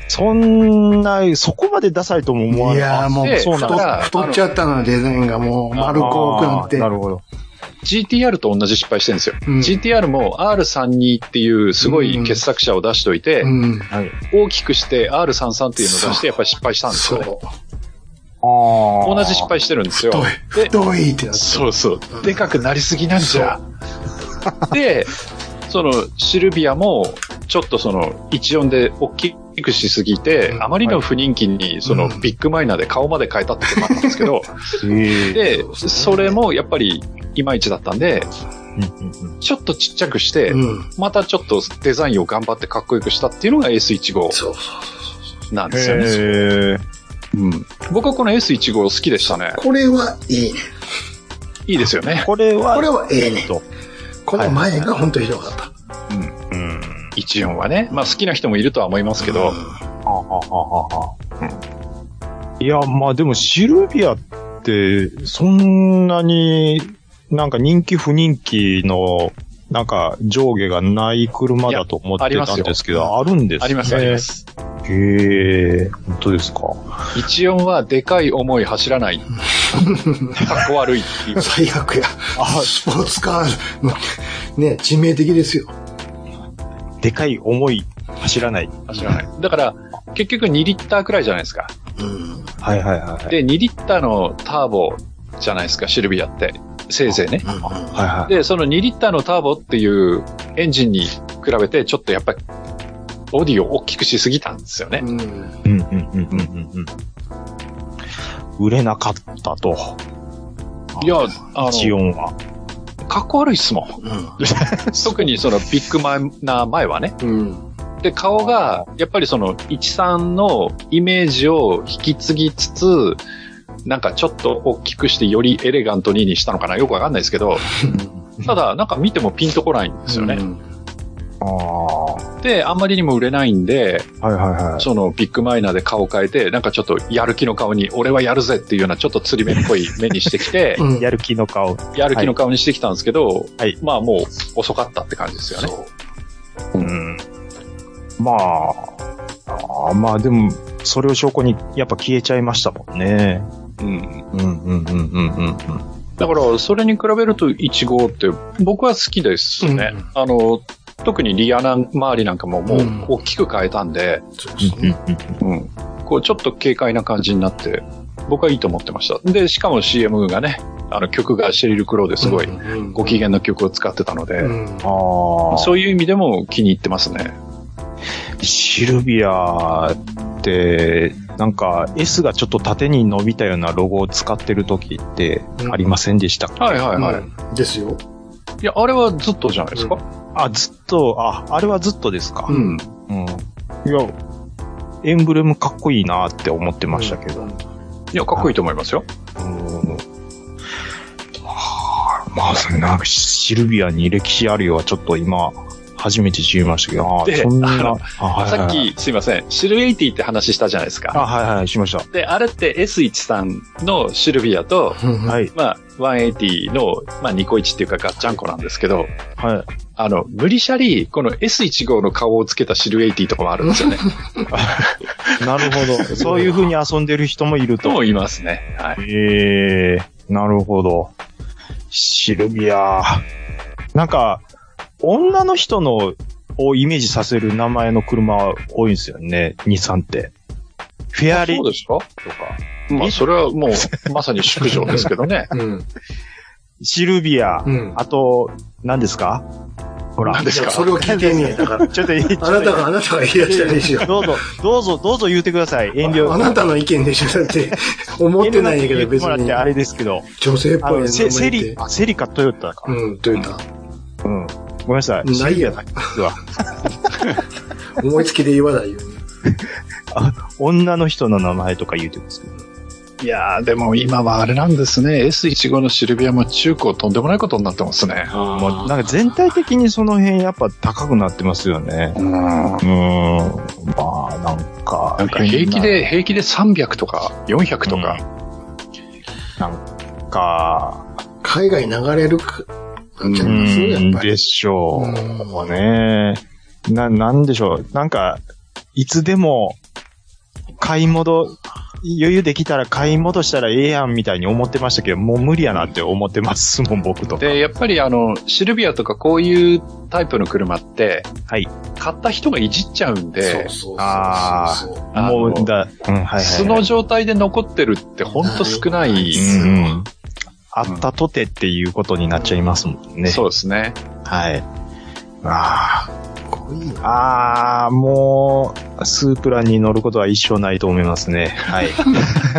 そんな、そこまでダサいとも思わない。
いやーもう
で
そう
だ
なん
か
だ。
ら
太っちゃったのよデザインがもう丸こくなって。
あーなるほど。
GTR と同じ失敗してるんですよ。
うん
GTR も R32 っていうすごい傑作車を出しといて、
うん。
はい。
大きくして R33 っていうのを出してやっぱり失敗したんです
そ
よ
う
ね。。
ああ。
同じ失敗してるんですよ
太い。。
で
太いってなって。
そうそう。でかくなりすぎなんじゃ。 で、その、シルビアも、ちょっとその、14で大きくしすぎて、
うん
あまりの不人気に、その、
うん
ビッグマイナーで顔まで変えたって こともあったんですけど、
えー
で、それもやっぱり、いまいちだったんで、ちょっとちっちゃくして、
うん。
またちょっとデザインを頑張ってかっこよくしたっていうのが S15
そうそう。
なんですよね。
へー
うん、僕はこの S15 好きでしたね。
これはいいね。
いいですよね。
これは、
これはええね
と。
この前が本当にひどかった。
うん。
14はね。まあ好きな人もいるとは思いますけど。
はあはあはあはあいや、まあでもシルビアって、そんなになんか人気不人気の、なんか上下がない車だと思ってたんですけ
いや
ど、あるんですね。
ありますあります。
へえ、本当ですか。
14はでかい思い走 らない。かっこ悪いっていう
うん。最悪や。スポーツカーの、ね、致命的ですよ。
でかい重い、走らない。
走らない。だから、結局2リッターくらいじゃないですか。
うん。
はいはいはい。
で、2リッターのターボじゃないですか、シルビアって。せいぜいね。
はいはい。
で、その2リッターのターボっていうエンジンに比べて、ちょっとやっぱり、ボディを大きくしすぎたんですよね。
うん。
うんうんうんうんうんうん。売れなかったと、
いや、あ
ジオ
の、
ンは。
かっこ悪いっすもん。
うん。
特にそのビッグマンな前はね。
うん。
で、顔が、やっぱりその、13のイメージを引き継ぎつつ、なんかちょっと大きくしてよりエレガントににしたのかなよくわかんないですけど、ただなんか見てもピンとこないんですよね。
ああ。は
で、あんまりにも売れないんで、
いはいはい。
そのビッグマイナーで顔変えて、なんかちょっとやる気の顔に、俺はやるぜっていうようなちょっと釣り目っぽい目にしてきて、
うん。うん。
やる気の顔。
やる気の顔にしてきたんですけど、
はい
まあもう遅かったって感じですよね。
うん。まあ、あーまあでも、それを証拠にやっぱ消えちゃいましたもんね。
うん、
うんうんうんうんうんうん。
だから、それに比べると1号って僕は好きですね。
うん
あの、特にリアな周りなんかももう
うん
大きく変えたんで、
そうですね。
うんこうちょっと軽快な感じになって、僕はいいと思ってました。で、しかも CM がね、あの曲がシェリル・クローですごい
うん
ご機嫌な曲を使ってたので、
うん。
ああ。
そういう意味でも気に入ってますね。
シルビアって、なんか S がちょっと縦に伸びたようなロゴを使ってる時ってありませんでした、
はいはいはい。
うんですよ。
いや、あれはずっとじゃないですか。。
あ、ずっと、あ、あれはずっとですか。
うん
うん。いや、エンブレムかっこいいなって思ってましたけど。
いや、かっこいいと思いますよ。
うんまあ、それなんかシルビアに歴史あるよはちょっと今、初めて知りましたけど、あー
で
そん
あ
な
の、
あ
さっ、
はいはいはい
き、すいません、シルエイティって話したじゃないですか。
あ、はいはい、しました。
で、あれって S13 のシルビアと、
うん
はい
まあ、180の、まあ、ニコイチっていうかガッチャンコなんですけど、
はい。
あの、無理シャリ、この S15 の顔をつけたシルエイティとかもあるんです よね。
なるほど。そういう風に遊んでる人もいる
と
と。
も言いますね。はい。
ええなるほど。シルビア。なんか、女の人の、をイメージさせる名前の車は多いんですよね、23って。フェアリー
そうですか
とか。
まあ、それはもう、まさに宿女です けどね。
うん。
シルビア。
うん。
あと、何ですかほら
何。です
いや
か
それを聞いてんねえだから。
ちょっといい、ちょっと
あなたが、あなたが言い出したらいいしよ。
どうぞ、どうぞ、どうぞ言うてください。遠慮。
あなたの意見でしょだって、思ってないんだけど、
遠慮く言って
別
もらっ
に
て。あれですけど。
女性っ
あ
ぽい
の、
ね
セセ
名前
リ、
って
あセリかトヨタか。
うん、というか、
うん。ごめんなさい。
ないや
ない。実は
思いつきで言わないよ。
女の人の名前とか言うてますけど。
いやー、でも今はあれなんですね。S15 のシルビアも中古とんでもないことになってますね。
まあ、なんか全体的にその辺やっぱ高くなってますよね。
うん。な
うーん。まあ、なんか。
んか平気。で、平気で300とか400とか。
なんか、
海外流れるか、なんちゃい
う
ますやっ
ん
ぱり。
でしょう。
うん
ねえ。な、なんでしょう。なんか、いつでも、買い戻、余裕できたら買い戻したらええやんみたいに思ってましたけど、もう無理やなって思ってますもん、僕とか。
で、やっぱりあの、シルビアとかこういうタイプの車って、
はい。
買った人がいじっちゃうん
そう
で、
そうそう
あ
そうそう。
あの
もう、だ、うん、はい、はい。
素の状態で残ってるってほんと少ない。
うん、うん。あったとてっていうことになっちゃいますもんね。
そうですね。
はい。あ
こういうの
あ、ああ、もう、スープラに乗ることは一生ないと思いますね。はい。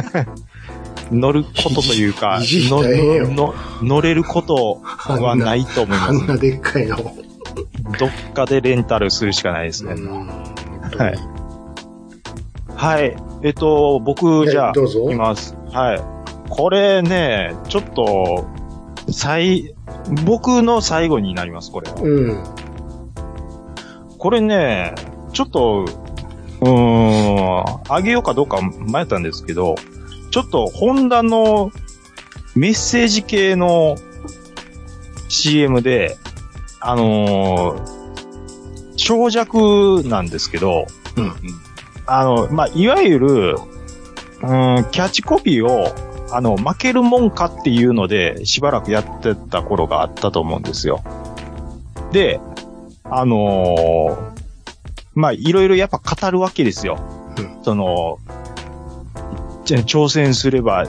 乗ることとい うか、
いじった
の
らええよ
の乗れることはないと思い
あ
ま
んな
す。
でっかいの。
どっかでレンタルするしかないですね。はい。はい。えっと、僕、
はい
じゃあ、
どうぞ
います。はい。これね、ちょっと、最、僕の最後になります、これは。
うん。
これね、ちょっと、うーん、あげようかどうか迷ったんですけど、ちょっと、ホンダのメッセージ系の CM で、あのー、長尺なんですけど、
うんうん
あの、まあ、いわゆる、うーん、キャッチコピーを、あの、負けるもんかっていうので、しばらくやってた頃があったと思うんですよ。で、あのーまあ、いろいろやっぱ語るわけですよ。
う
その、じゃ挑戦すれば、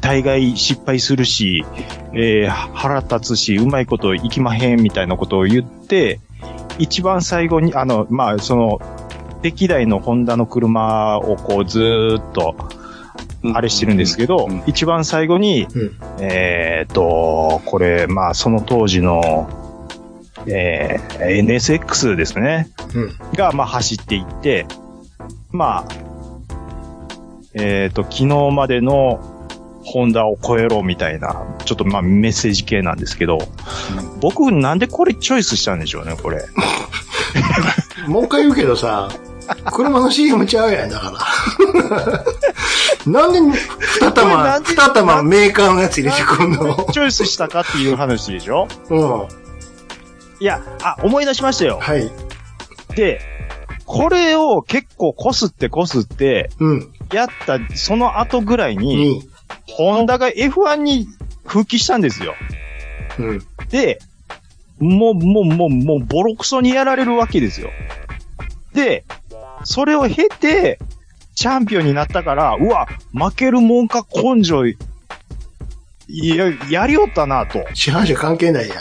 大概失敗するし、えー腹立つし、うまいこといきまへんみたいなことを言って、一番最後に、あの、まあ、その、歴代のホンダの車をこうずーっと、あれしてるんですけど、
うんうん
一番最後に、
うん
えーっと、これ、まあ、その当時の、えー NSX ですね。
うん
が、まあ、走っていって、まあ、えーっと、昨日までのホンダを超えろみたいな、ちょっとまあ、メッセージ系なんですけど、僕、なんでこれチョイスしたんでしょう ね、これ。
もう一回言うけどさ、車の CM ちゃうやん、だから。なんで、二
これな
玉、
んで
二玉メーカーのやつ入れてくんの
チョイスしたかっていう話でしょ
うん。
いや、あ、思い出しましたよ。
はい。
で、これを結構こすってこすって、
うん。
やったその後ぐらいに、
に。
ホンダが F1 に復帰したんですよ。
うん。
で、もう、もう、もう、もう、ボロクソにやられるわけですよ。で、それを経て、チャンピオンになったから、うわ、負けるもんか根性、いや、やりよったなと。
市販車関係ないや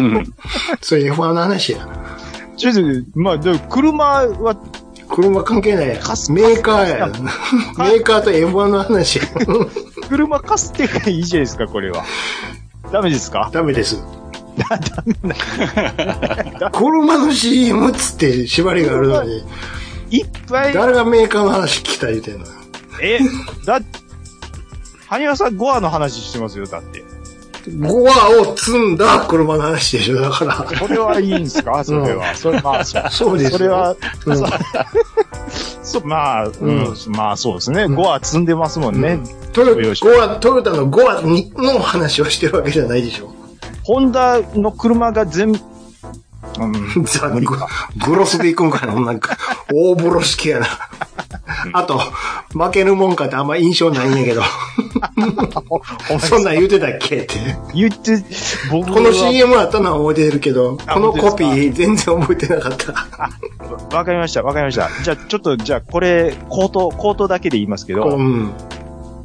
ん。
うん。
それ F1 の話やん。
ちょっと、まあ、で車は
車関係ないやん。メ
カス
ーカーや ん。メーカーと F1 の話や ん。
車貸すってがいいじゃないですか、これは。ダメですか
ダメ です。車の CM っつって縛りがあるのに、
いっぱい、
誰がメーカーの話聞きたい言うてんの
え、だ、はにわさんゴアの話してますよ、だって。
ゴアを積んだ車の話でしょ、だ から。
それはいいんですかそれは。それ、まあ、そ
そうですよ
それは、
うん
そそまあ、うん、まあそうですね。
ん
ゴア積んでますもんね。
トヨ
よし
ゴアトヨタのゴアにの話をしてるわけじゃないでしょ。
ホンダの車が全、うん、
ザ
無理
グ
か。
グロスで行くんかな、もうなんか、 大風呂敷やな。あと、負けるもんかってあんま印象ないんやけど、
お前
そんなん言うてたっけって。
言って、僕は
この CM あったのは覚えてるけど、
あ
このコピー全然覚えてなかった。
わかりました、わかりました。じゃあ、ちょっと、じゃあ、これ、口頭、口頭だけで言いますけど、
うん。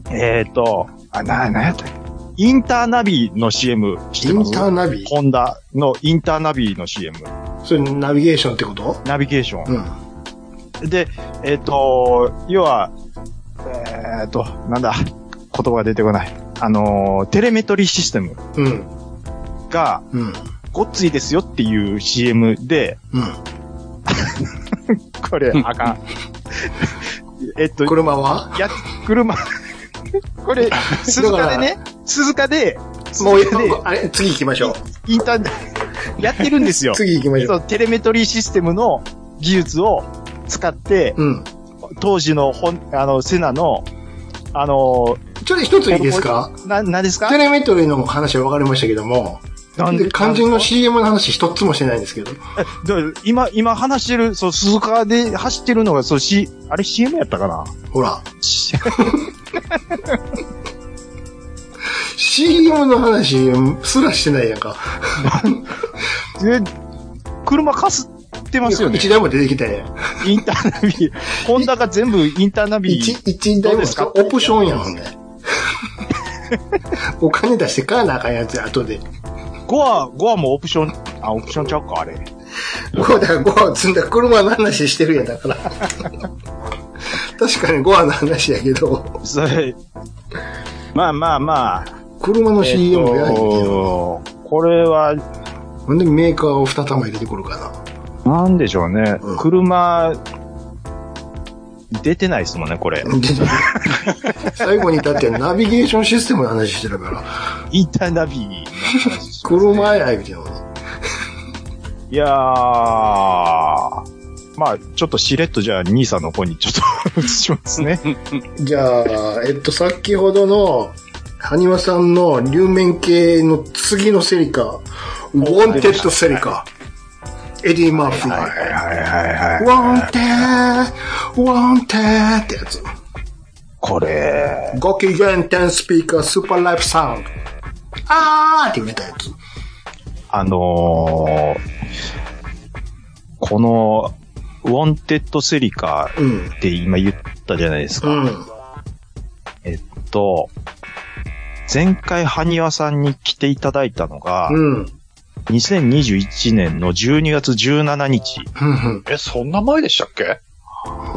えっ、ー、と、あ、な、なんやったっけインターナビの CM 知
イ
ってま
ン
す
ターナビ
ホンダのインターナビの CM。
それナビゲーションってこと
ナビゲーショ
う
ン。
ん。
で、えっ、と、要は、えっ、と、なんだ、言葉が出てこない。あのー、テレメトリーシステム
うん。
が
うん。
ごっついですよっていう CM で、
うん。
これ、あかん。 えっと、
車は
や、車、 これ、鈴鹿でね、鈴鹿で、
もう、
鈴鹿で
あれ、次行きましょ
インターネ やってるんですよ
う。。次行きましょ。
そうのテレメトリーシステムの技術を使って、
うん。
当時のほん、あの、セナの、あの
ちょっと一ついいですか
ー、な、なんですか
テレメトリーの話は分かりましたけども、
なんで
で肝心の CM の話一つもしてないんですけど。
だから今、今話してる、そう、鈴鹿で走ってるのが、そう、し、あれ CM やったか な
ほら、
し
CM の話すらしてないやんか。
え車かすってますよね。
一台も出てきたやん。
インターナビ。 ホンダが全部インターナビ。
一、一台
どう
も
ですか
オプションやん、ほんで。 お金出して買わなあかんやつや、後で。
ゴア、ゴアもオプション、あ、オプションちゃうか、あれ。
ゴアだからゴアを積んだ車の話して るやん、だから。確かにゴアの話やけど。
それ、まあまあまあ。
車の CM やいんですよ。
と、これは、
なんでメーカーを二玉入れてくるかな。
なんでしょうね。
うん
車、出てないですもんね、これ。
で最後に至ってはナビゲーションシステムの話してるから、
インターナビの 話しますね
車やいみたいな。
いやー、まあ、ちょっとしれっとじゃあ、兄さんの方にちょっと 移します ね。
じゃあ、えっと、先ほどの、ハニワさんの流面系の次のセリカ、ウォンテッドセリカ、エディ・マーフィー。
はいはい
ウォンテッド、ウォンテッドってやつ。
これ、
ご機嫌10スピーカースーパーライフサウンド。あーって言ったやつ。
あのー、この、ウォンテッドセリカ
うん。
って今言ったじゃないですか。
うん。
えっと、前回、ハニワさんに来ていただいたのが、
うん。
2021年の12月17日、
うん。
え、そんな前でしたっけ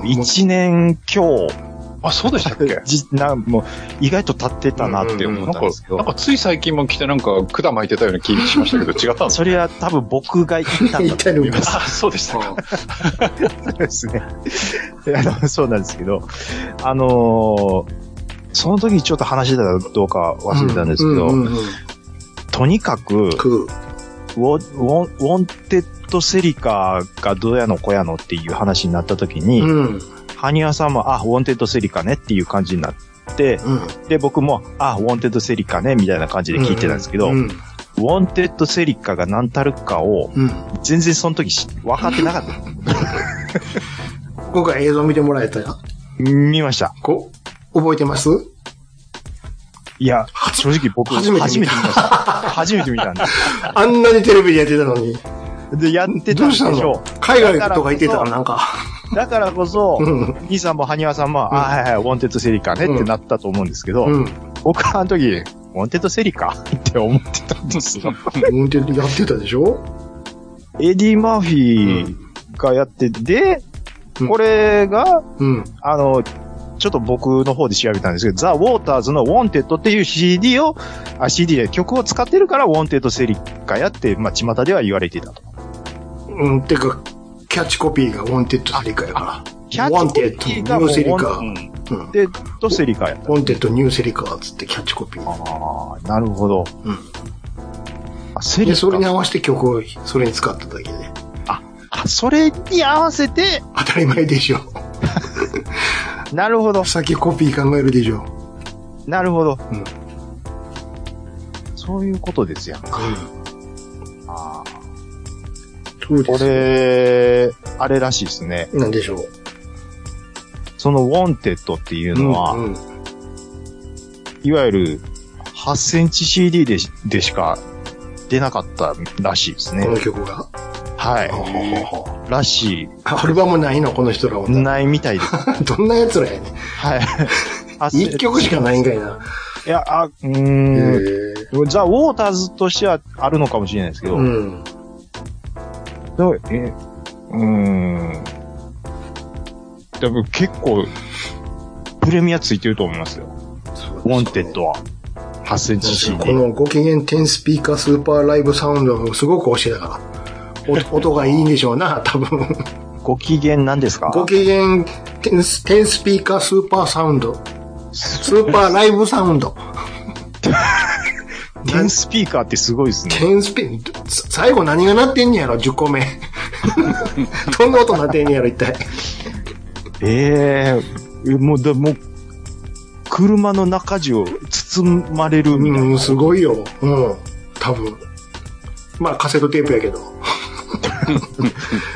1年強
あ、そうでしたっけ
じなもう意外と経ってたなって思
な
っ
ん
た
か
んですけ、ど、
なんかつい最近も来てなんか管巻いてたような気がしましたけど、違ったんです
それは多分僕が言ったん
言
だ
っ
と
た
思
の
い
に
ま。す
かあ、そうでしたか。
です ね。であのそうなんですけど、あのーその時にちょっと話してたかどうか忘れたんですけど、
うんうんうん
とにかく、ウ
く
ォウォンウォンテッドセリカがどうやのこやのっていう話になった時に、
うん。
ハニワさんも、あ、ウォンテッドセリカねっていう感じになって、
うん。
で、僕も、あ、ウォンテッドセリカね、みたいな感じで聞いてたんですけど、
うん。
ウォンテッドセリカが何たるかを、
うん。
全然その時し分かってなか った。
今回映像見てもらえたよ。
見ました。
こ覚えてます
いや、正直僕、
初めて見た
初めて見ました。初めて見たんで
あんなにテレビでやってたのに。
す。で、やってた
ど
ん
う
で
し
したょ
の海外とか行ってたらなんか。
う。だからこそ、
うん。
兄さんもハニワさんも、あはいはい、ウォンテッドセリカねってなったと思うんですけど、
うん。
僕はあの時、ウォンテッドセリカって思ってたんですよ。
運転やってたでしょ
エディ・マーフィーがやって、で、
うん
これが、
うん。
あの、ちょっと僕の方で調べたんですけど、ザ・ウォーターズの Wanted っていう CD を、あ、CD で曲を使ってるから、Wanted セリカやって、まあ、巷では言われていたと。
うん。てか、キャッチコピーがウォンテッドセリカやから。
キャ
ウォ
ッ
ン
チ
テッド、
コピ
ニ
ー
ュ
がもう
ーセリカ。
ウ
うん。
ォンテッドセリカやった。
ウォンテッド、ニューセリカつってキャッチコピー。
ああ、なるほど。
うん
あセリ
で、
カ。
それに合わせて曲を、それに使っただけで。
あそれに合わせて、
当たり前でしょ。
なるほど、
先コピー考えるでしょ。
なるほど。
うん
そういうことですやんか。あー
そうで
こ
す。
れ、あれらしいですね。
なんでしょう。
その Wanted っていうのは、
うん
いわゆる8センチ CD でしでしか出なかったらしいです
こ
ね
の。曲が。
はい。らし
アルバムないのこの人ら
い。
は。
ないみた いです。
どんな奴らやねん。
はい。
一曲しかないんかいな。
いや、あ、うー
へ
ん。
え
ザ・ウォーターズとしてはあるのかもしれないですけど、
うん。
でもえ、うーん。でも結構、プレミアついてると思いますよ。ウォンテッドは。8センチ
そうですね。
CD。
このご機嫌10スピーカースーパーライブサウンドもすごく推してたから。お 音がいいんでしょうな、多分。
ご機嫌なんですか
ご機嫌10ス10スピーカースーパーサウンド。スーパーライブサウンド。
10スピーカーってすごいですね。
10スピーカー、最後何が鳴ってんねやろ、10個目。どんな音鳴ってんねやろ、一体。
ええもう、だ、もう、車の中地を包まれるみたいな。
うん、すごいよ。うん。多分。まあ、カセットテープやけど。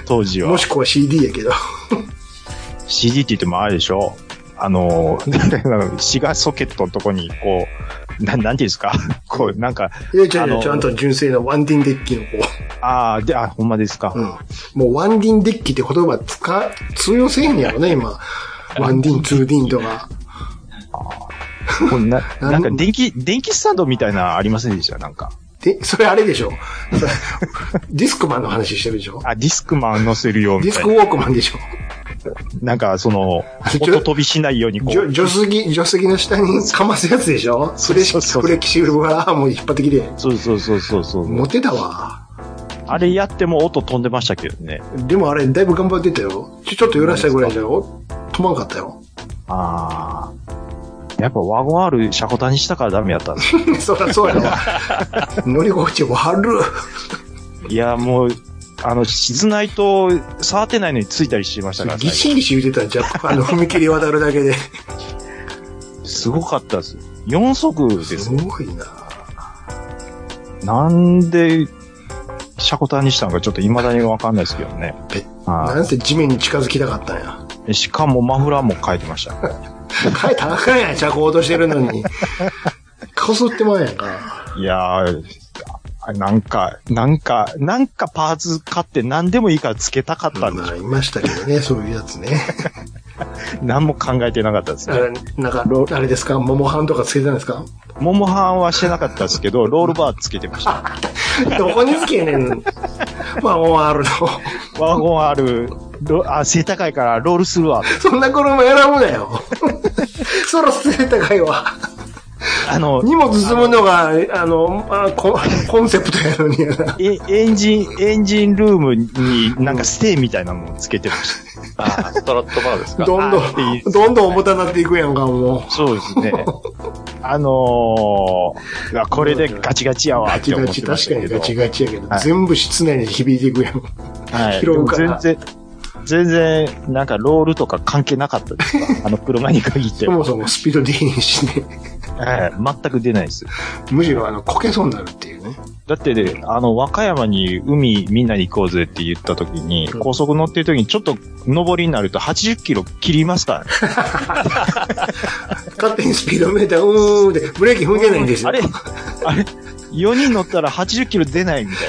当時は
も。しくは CD やけど。
CD って言ってもあれでしょあの、 なんだろうシガーソケットのとこに、こう、ななんていうんですか こう、なんか、
いや、ちゃ
あ
うちゃ
の
うちゃんと純正のワンディンデッキのこ
ああ、で、あ、ほんまですか。
う。うん。もうワンディンデッキって言葉使、通用せえへんやろね、今。ワンディン、ツーディンとか。
こうな
な
なんか、電気、電気スタンドみたいなのありませんでしたなんか。
で、それあれでしょ。 ディスクマンの話してるでしょ。
あ、ディスクマン乗せるよ、
デ
み
ィス
たい
ク
な。
ウォークマンでしょ。
なんか、その、
ちょ
音飛びしないようにこ
じょ
う。
助手席、助手席の下にかますやつでしょフレキ
そうそうそう
フレキシブルはもう引っ張ってきて。
そうそうそうそうそう。
モテたわ。
あれやっても音飛んでましたけどね。
でもあれ、だいぶ頑張ってたよ。ちょ、ちょっと揺らしたぐらいだよ。止まんかったよ。
ああ。やっぱワゴン R 車庫単にしたからダメやった んです
そ
よ
りゃそうやわ。 乗り心地悪っ。
いや、もう、あの、静ないと触ってないのについたりしてましたから、
ギシギシ言うてたんじゃん。あの、踏切渡るだけで。
すごかったです。4足ですす。
ごいな。
なんで、車庫単にしたのかちょっと未だにわかんないですけどね
え。
は
なんせ地面に近づきたかったんや。
いしかもマフラーも変えてました。
帰ったらあかんやん、着落としてるのに。こそってまうやんか。
いやー、あなんか、なんか、なんかパーツ買って何でもいいから付けたかったんで
ま
し
あ、いましたけどね、そういうやつね。
ょ。何も考えてなかったです
あ
ね。
れ、なんか、あれですか桃ハンとかつけてたんですか
モモハンはしてなかったですけど、ロールバーつけてました。
どこにつけね ん。まあ、もうあるの。
ワゴンある、ロあ、背高いからロールするわ。
そんな車選ぶな よ。そろそろ高いわ。
あの、
荷物積むのが、あの、あココンセプトやのにやな。
えエンジン、エンジンルームになんかステーみたいなのをつけてました。
ああ、ストラットバーですか。
どんど
あーいいで
ん、
す
どんどん重たなっていくやんか、も
そうですね。 あのー、うわこれでガチガチや
う。
わ
ガ
って
チ
思
ガ
っ
チ、
てま
確
し
か
た
に
けど。
ガチガチやけど
は、い
全部室内に響いていくやん。
はい。
拾うか
で
ら
も全然、全然、なんかロールとか関係なか ったですわあの車に限って
そ
は。
もそもスピード出へんしね。
はい。全く出ないです。
むしろ、あの、こけそうになるっていうね。
だってね、あの、和歌山に海みんなに行こうぜって言った時に、
うん
高速乗ってる時にちょっと上りになると80キロ切りますからね。
勝手にスピードメーター、うーんって、ブレーキ踏んでないんですよ。
あれあれ ?4 人乗ったら80キロ出ないみたい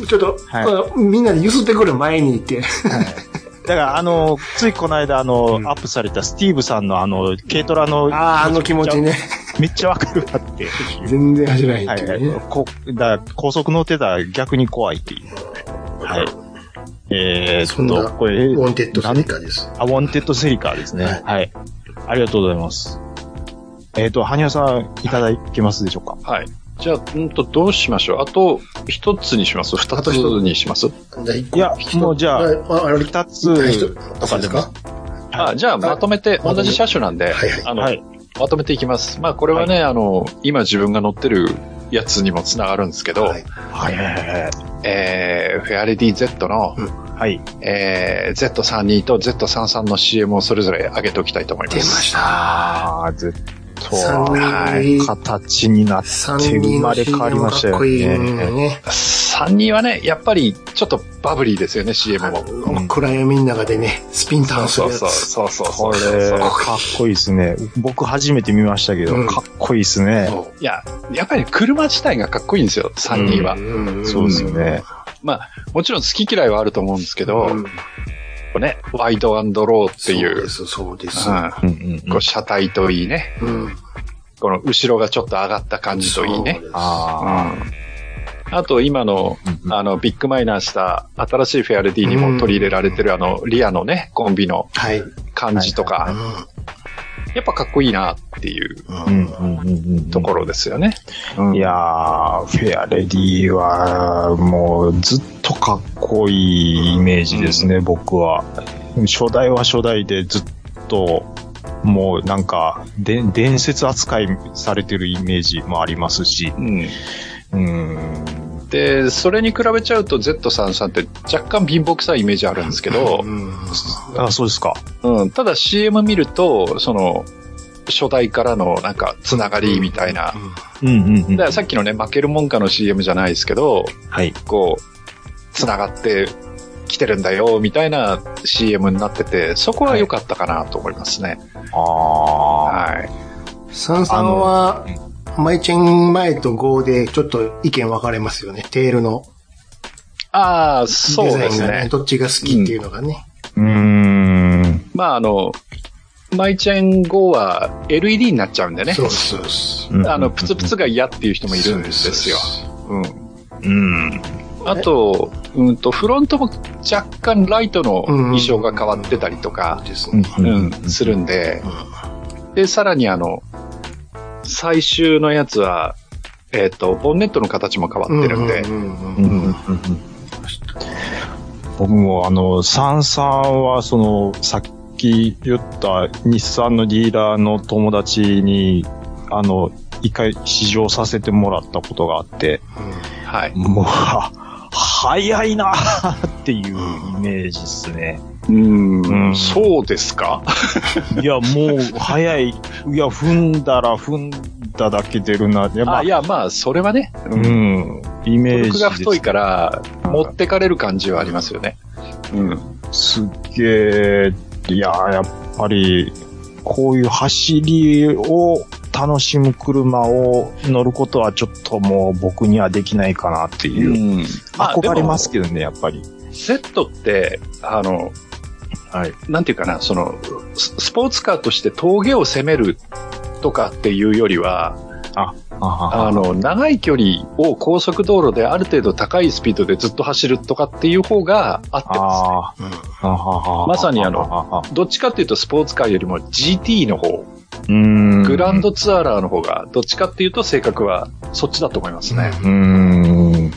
な。
ちょっと、
はい
あのみんなで揺すってくる前に行って。
だから、あの、ついこの間、あの、
うん
アップされたスティーブさんの、あの、軽トラの、
ああ、あの気持ちね。
めっちゃわかるわって。
全然走らへん
は
っていうね。
い。こだから高速乗ってたら逆に怖いっていう。はい。え
そ
ー、
ん
っ
な
と、これ、
ウォンテッド
な
サ
ん
ニカです。
あ、ウォンテッドセリカーですね。
は
はいい。ありがとうございます。えっ、と、羽生さん、いただけますでしょうか
はい。じゃあ、うんと、どうしましょう。あと、一つにします二つにします
じゃあ一個
いや
一つ
もうじゃあ
あ、あれ、
二
一
つ
つ、とかですか
あじゃあ、まとめて、
はい
同じ車種なん
は
で、
いはい
あの、
はい。
まとめていきます。まあ、これはね、あの、今自分が乗ってるやつにもつながるんですけど、
はい
はい。は
えー、フェアレディ Z の、
い。
えー、Z32 と Z33 の CM をそれぞれ上げておきたいと思いま。
出ますした。
あー、ずっと、
三人
はい。形になって
三
生
人
ま
の
れ変わりまし
か
た
っ
よ
こいい
ね。
ね。
32はね、やっぱりちょっとバブリーですよね、CM も。
うん
暗闇の中でね、スピンターンす
そ
る
う
やつ。
そうそうそうそ
こ
う
れ、かっこいいですね。僕初めて見ましたけど、
うん
かっこいいですね。
そう
いや、やっぱり車自体がかっこいいんですよ、32は。
うんんん
そうですよね。
もちろん好き嫌いはあると思うんですけど、
うん
こうね、ワイドローってい
そう
う
で、す、そうです。
う
うんうん
ん、
う
こ
ん
う。車体といいね、
うん。
この後ろがちょっと上がった感じといいね。うん、
あ
あと今の、
ー。
あの、ビッグマイナーした新しいフェアレディに
うん
も取り入れられてるあの、リアのね、コンビの
はい。う
感じとか、
ん
やっぱかっこいいなっていう
うんうんうんうん
ところですよね。うん
いやー、フェアレディは、もうずっとかっこいいイメージですね、僕は。初代は初代でずっと、もうなんか、で、伝説扱いされてるイメージもありますし、
うん
うーん。
で、それに比べちゃうと Z33 って若干貧乏くさいイメージあるんですけど
う、ん
あ、そうですか。
うん、ただ CM 見ると、その、初代からのなんかつながりみたいな。
うんうんうん。
だからさっきのね、負けるもんかの CM じゃないですけど、
はい。
こう、つながってきてるんだよ、みたいな CM になってて、そこは良かったかなと思いますね。
あ
はい。
サンさんは、マイチェン前と5でちょっと意見分かれますよね。テールの
ああ、そ
デ
う
ザ
で
イン
す
がね。
ね。
どっちが好きっていうのがね。
ー。うーん。
まあ、あの、マイチェン5は LED になっちゃうんでね
そ。うですそうです。
あの、プツプツが嫌っていう人もいるんですよ。うん。
うん。
あと、うんと、フロントも若干ライトの
うん
衣装が変わってたりとか、
です
う
ね
ん。
う
うん
ん、するんで、で、さらにあの、最終のやつは、えっ、と、ボンネットの形も変わってるんで、
うんうんうん
僕もあの、サンさんはその、さっき言った日産のディーラーの友達に、あの、一回試乗させてもらったことがあって、
はい。
もう、は早いなっていうイメージですね。
うん
うん
そうですか
いや、もう、早い。いや、踏んだら踏んだだけ出るな。いや、まあ
あ、いや、まあ、それはね、う。
うんん。イ
ト
メー
ルク
ジ
が太いから、
うん
持ってかれる感じはありますよね。うん。
すっげえ、いやー、やっぱり、こういう走りを楽しむ車を乗ることはちょっともう僕にはできないかなっていう。
ん。まあ
憧れます
で
けどね、やっぱり。
も Z って、あの、
はい。
なんていうかな、その、ススポーツカーとして峠を攻めるとかっていうよりは、
あ
あの、長い距離を高速道路である程度高いスピードでずっと走るとかっていう方が合って
あ
ます。
ああ、
まさにあの
の、
どっちかっていうとスポーツカーよりも GT の方、
うん。
グランドツアラーの方が、どっちかっていうと性格はそっちだと思いますね。
うん。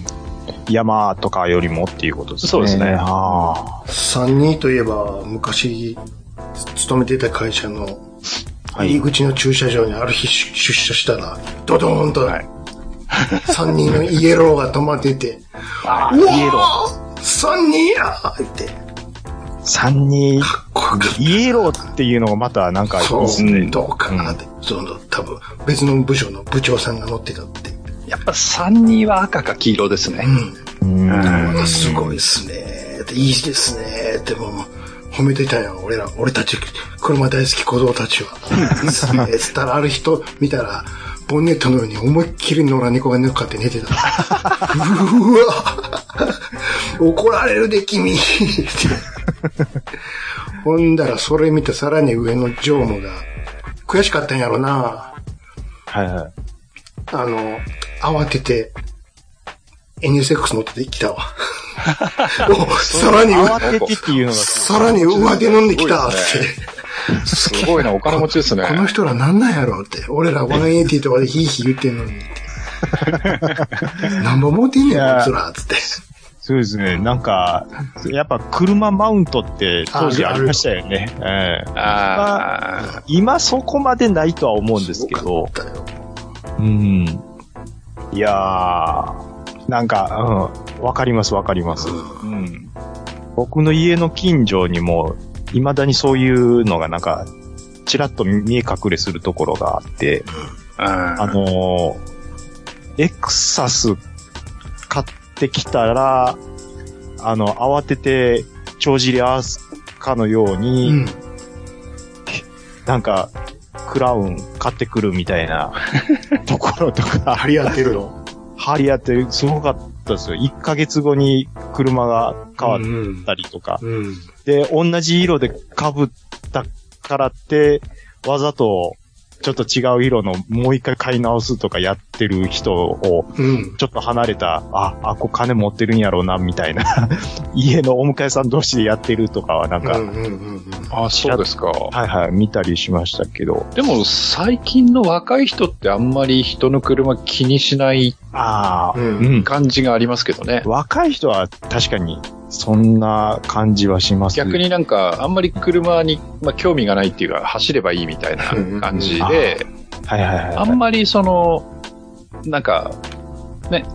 山とかよりもっていうことですね。
そうですね
あ
三人といえば、昔、勤めてた会社の、
はい
入り口の駐車場にある日出出社したら、ドドーンと
はい、
三人のイエローが止まってて、
あ
うわ
イエロー。
ー三人やーって、
あ。三人、
これ
イエローっていうのがまたなんかいい
そう
ですね。
どうかなって、その多分別の部署の部長さんが乗ってたって。
やっぱ3、2は赤か黄色ですね。
うん
うん、すごいっすねっていいですねってもう褒めてたんや俺ら俺たち車大好き子供たちは。つったらある人見たらボンネットのように思いっきり野良猫が抜かって寝てた。うわ怒られるで君って ほんだらそれ見てさらに上の常務が悔しかったんやろな
はいはい。
あの、慌てて、NSX 乗ってきたわ。おさらに、
慌ててっていうのが、
さらに上手飲んできたって。
すごいな、お金持ちですね。
この人らなんなんやろうって。俺ら180とかでヒーヒー言ってんのにって。なんぼ持ってんねん、こいつら、つって。
そうですね。なんか、やっぱ車マウントって当時ありましたよね。ええ
あ
今そこまでないとは思うんですけど。
だよ
うん。いやー、なんか、うん。わかります、わかります。うん。僕の家の近所にも、未だにそういうのがなんか、ちらっと見え隠れするところがあって、
あ
あのーエクサス買ってきたら、あの、慌てて、帳尻合わすかのように、
うん。
なんか、クラウン買ってくるみたいな ところとか、
張り合ってるの。
張り合って、すごかったですよ。1ヶ月後に車が変わっ
うん
たりとか。
うん。
で、同じ色で被ったからって、わざと、ちょっと違う色のもう一回買い直すとかやってる人を
うん。
ちょっと離れた、あ、あ、こう金持ってるんやろうな、みたいな、 家のお迎えさん同士でやってるとかは、なん
うんう
か、
んうん
あ、そうですか。
はいはい、見たりしましたけど、
でも最近の若い人ってあんまり人の車気にしない
ああ、
うん
うん。
感じがありますけどね。
若い人は確かに、そんな感じはします。
逆になんか、あんまり車に、まあ、興味がないっていうか、走ればいいみたいな感じ
うん
で、
はいはいはいはい。
あんまりその、なんか、ね、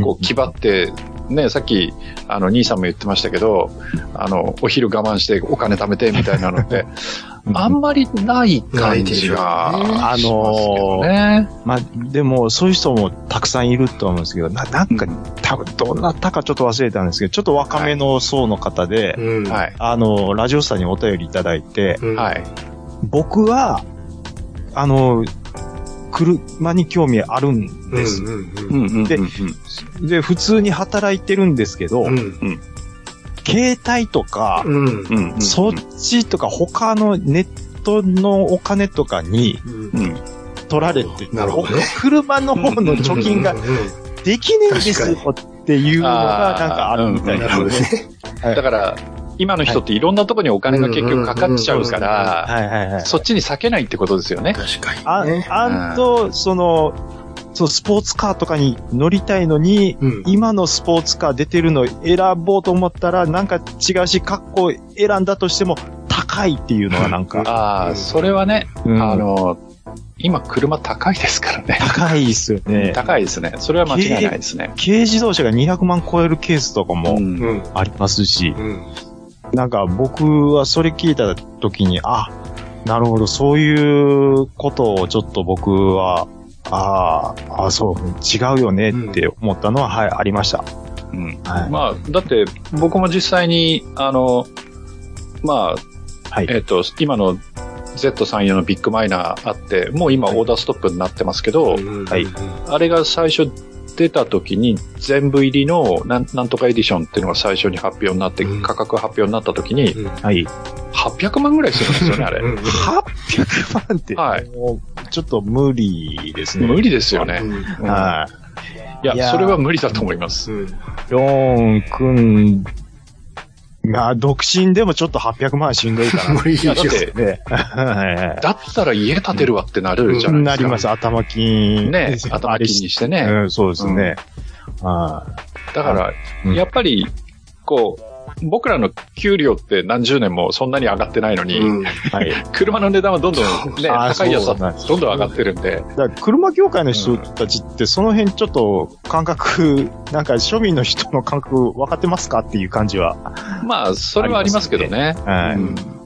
こう、気張って、ね、さっき、あの、兄さんも言ってましたけど、あの、お昼我慢してお金貯めてみたいなのって、
うん
あんまりない感じが、
ないですよね
ね。
まあ、でも、そういう人もたくさんいると思うんですけど、ななんか、多分どなたかちょっと忘れたんですけど、ちょっと若めの層の方で、
うん。うん。
はい。
あの、ラジオスターにお便りいただいて、
うん。
はい。
僕は、あの、車に興味あるん
うん。
です。
うん。
でで、普通に働いてるんですけど、
うん。
携帯とか、
うん。
うん
そっちとか他のネットのお金とかに
うん
取られて、
なるほどね
車の方の貯金が
うんうんうん
できねえんですよっっていうのが、なんかあるみたい
な
で
るほど
すね。
ね。
はい
だから、今の人っていろんなとこにお金が結局かかっちゃうか
は
ら、
はいはいはい。
そっちに避けないってことですよね。
確か
あ、
にね。
あんと、その、そのスポーツカーとかに乗りたいのに、
うん。
今のスポーツカー出てるの選ぼうと思ったら、なんか違うし、格好選んだとしても、高いっていうのがなんか、
あ
う
あ、
ん
それはね、
うん
あの、今車高いですからね。
高いですよね。
高いですね。それは間違いないですね。
軽自動車が200万超えるケースとか
う
も
ん
うん。
ありますし、
うん。
なんか僕はそれ聞いた時に、あ、なるほど、そういうことをちょっと僕は、あーあー、そう、違うよねって思ったのは、はい、ありました。
うん
はい
まあ、だって、僕も実際に、あの、まあ、
はい
えっ、と、今の Z34 のビッグマイナーあって、もう今オーダーストップになってますけど、
はい
あれが最初出た時に全部入りのなんなんとかエディションっていうのが最初に発表になって、
うん
価格発表になった時に、
うん。
はい。
800万ぐらいするんですよね、あれ。
うん
800万って、
はい
もうちょっと無理ですね。
無理ですよね。
うん
うん
はいいや
や、
ー
それは無理だと思います。
うん
い。ローン君が独身でもちょっと800万しんどいかな。
無理で
い
しょ
や、だって、
ね。はい はい
だったら家建てるわってなるじゃないで
な
すか。
ります。頭金。
ね、頭金にしてね。
うん、そうですね。は
だから、
うん
やっぱり、こう、僕らの給料って何十年もそんなに上がってないのに、
うん
い。はい。
車の値段はどんどんね、
あー
高いやつ
そうなんで
は
す
どんどん上がってるんで、
だから車業界の人たちって、その辺ちょっと感覚、なんか庶民の人の感覚分かってますかっていう感じは。
まあ、それはありますけどね。
は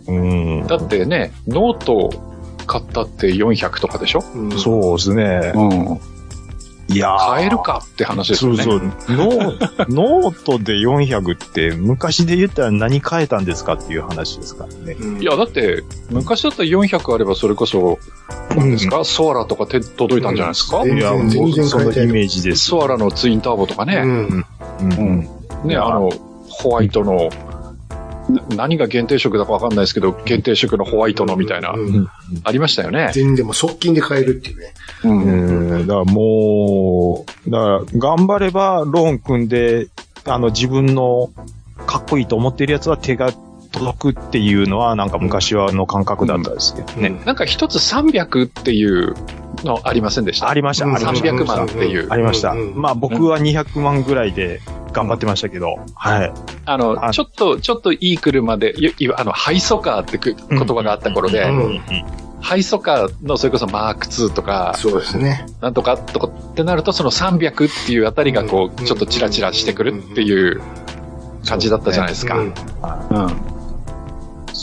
う
い。
ん
うん。
だってね、ノート買ったって400とかでしょ
うん
そうですね。
ん。
いやー
買えるかって話です
そ
よ
う
ね。
そう。ノー ノートで400って、昔で言ったら何変えたんですかっていう話ですからね。
うん
いや、だって、昔だったら400あればそれこそ、何ですか、ソアラとか手届いたんじゃないですか、
うん全然
いや、も
全
う
然
そ
変え
の
てる
イメージです。
ソアラのツインターボとか
う
ね、
ん
うん
うんね、あの、ホワイトの、な何が限定色だかわかんないですけど、限定色のホワイトのみたいな
う、
うんん
ありましたよね。
全然でも側近で買えるっていうね。
うん、だからもう、だから頑張ればローン組んで、あの自分のかっこいいと思ってるやつは手が届くっていうのはなんか昔はの感覚だったですけどね。
なんか一つ300っていうのありませんでした
ありました、
うん
ありました。
300万っていう
あ。りました。
うん
まあ僕は200万ぐらいで頑張ってましたけど、はい。
あ
あ
の、ちょっと、ちょっといい車で、いいわあの、ハイソカーってく言葉があった頃で、
うん
ハイソカーのそれこそマーク2とか、
そうですね。
なんとかとかってなると、その300っていうあたりがこ
う
う、
ん
ちょっとチラチラしてくるっていう感じだったじゃないですか。
うん
うん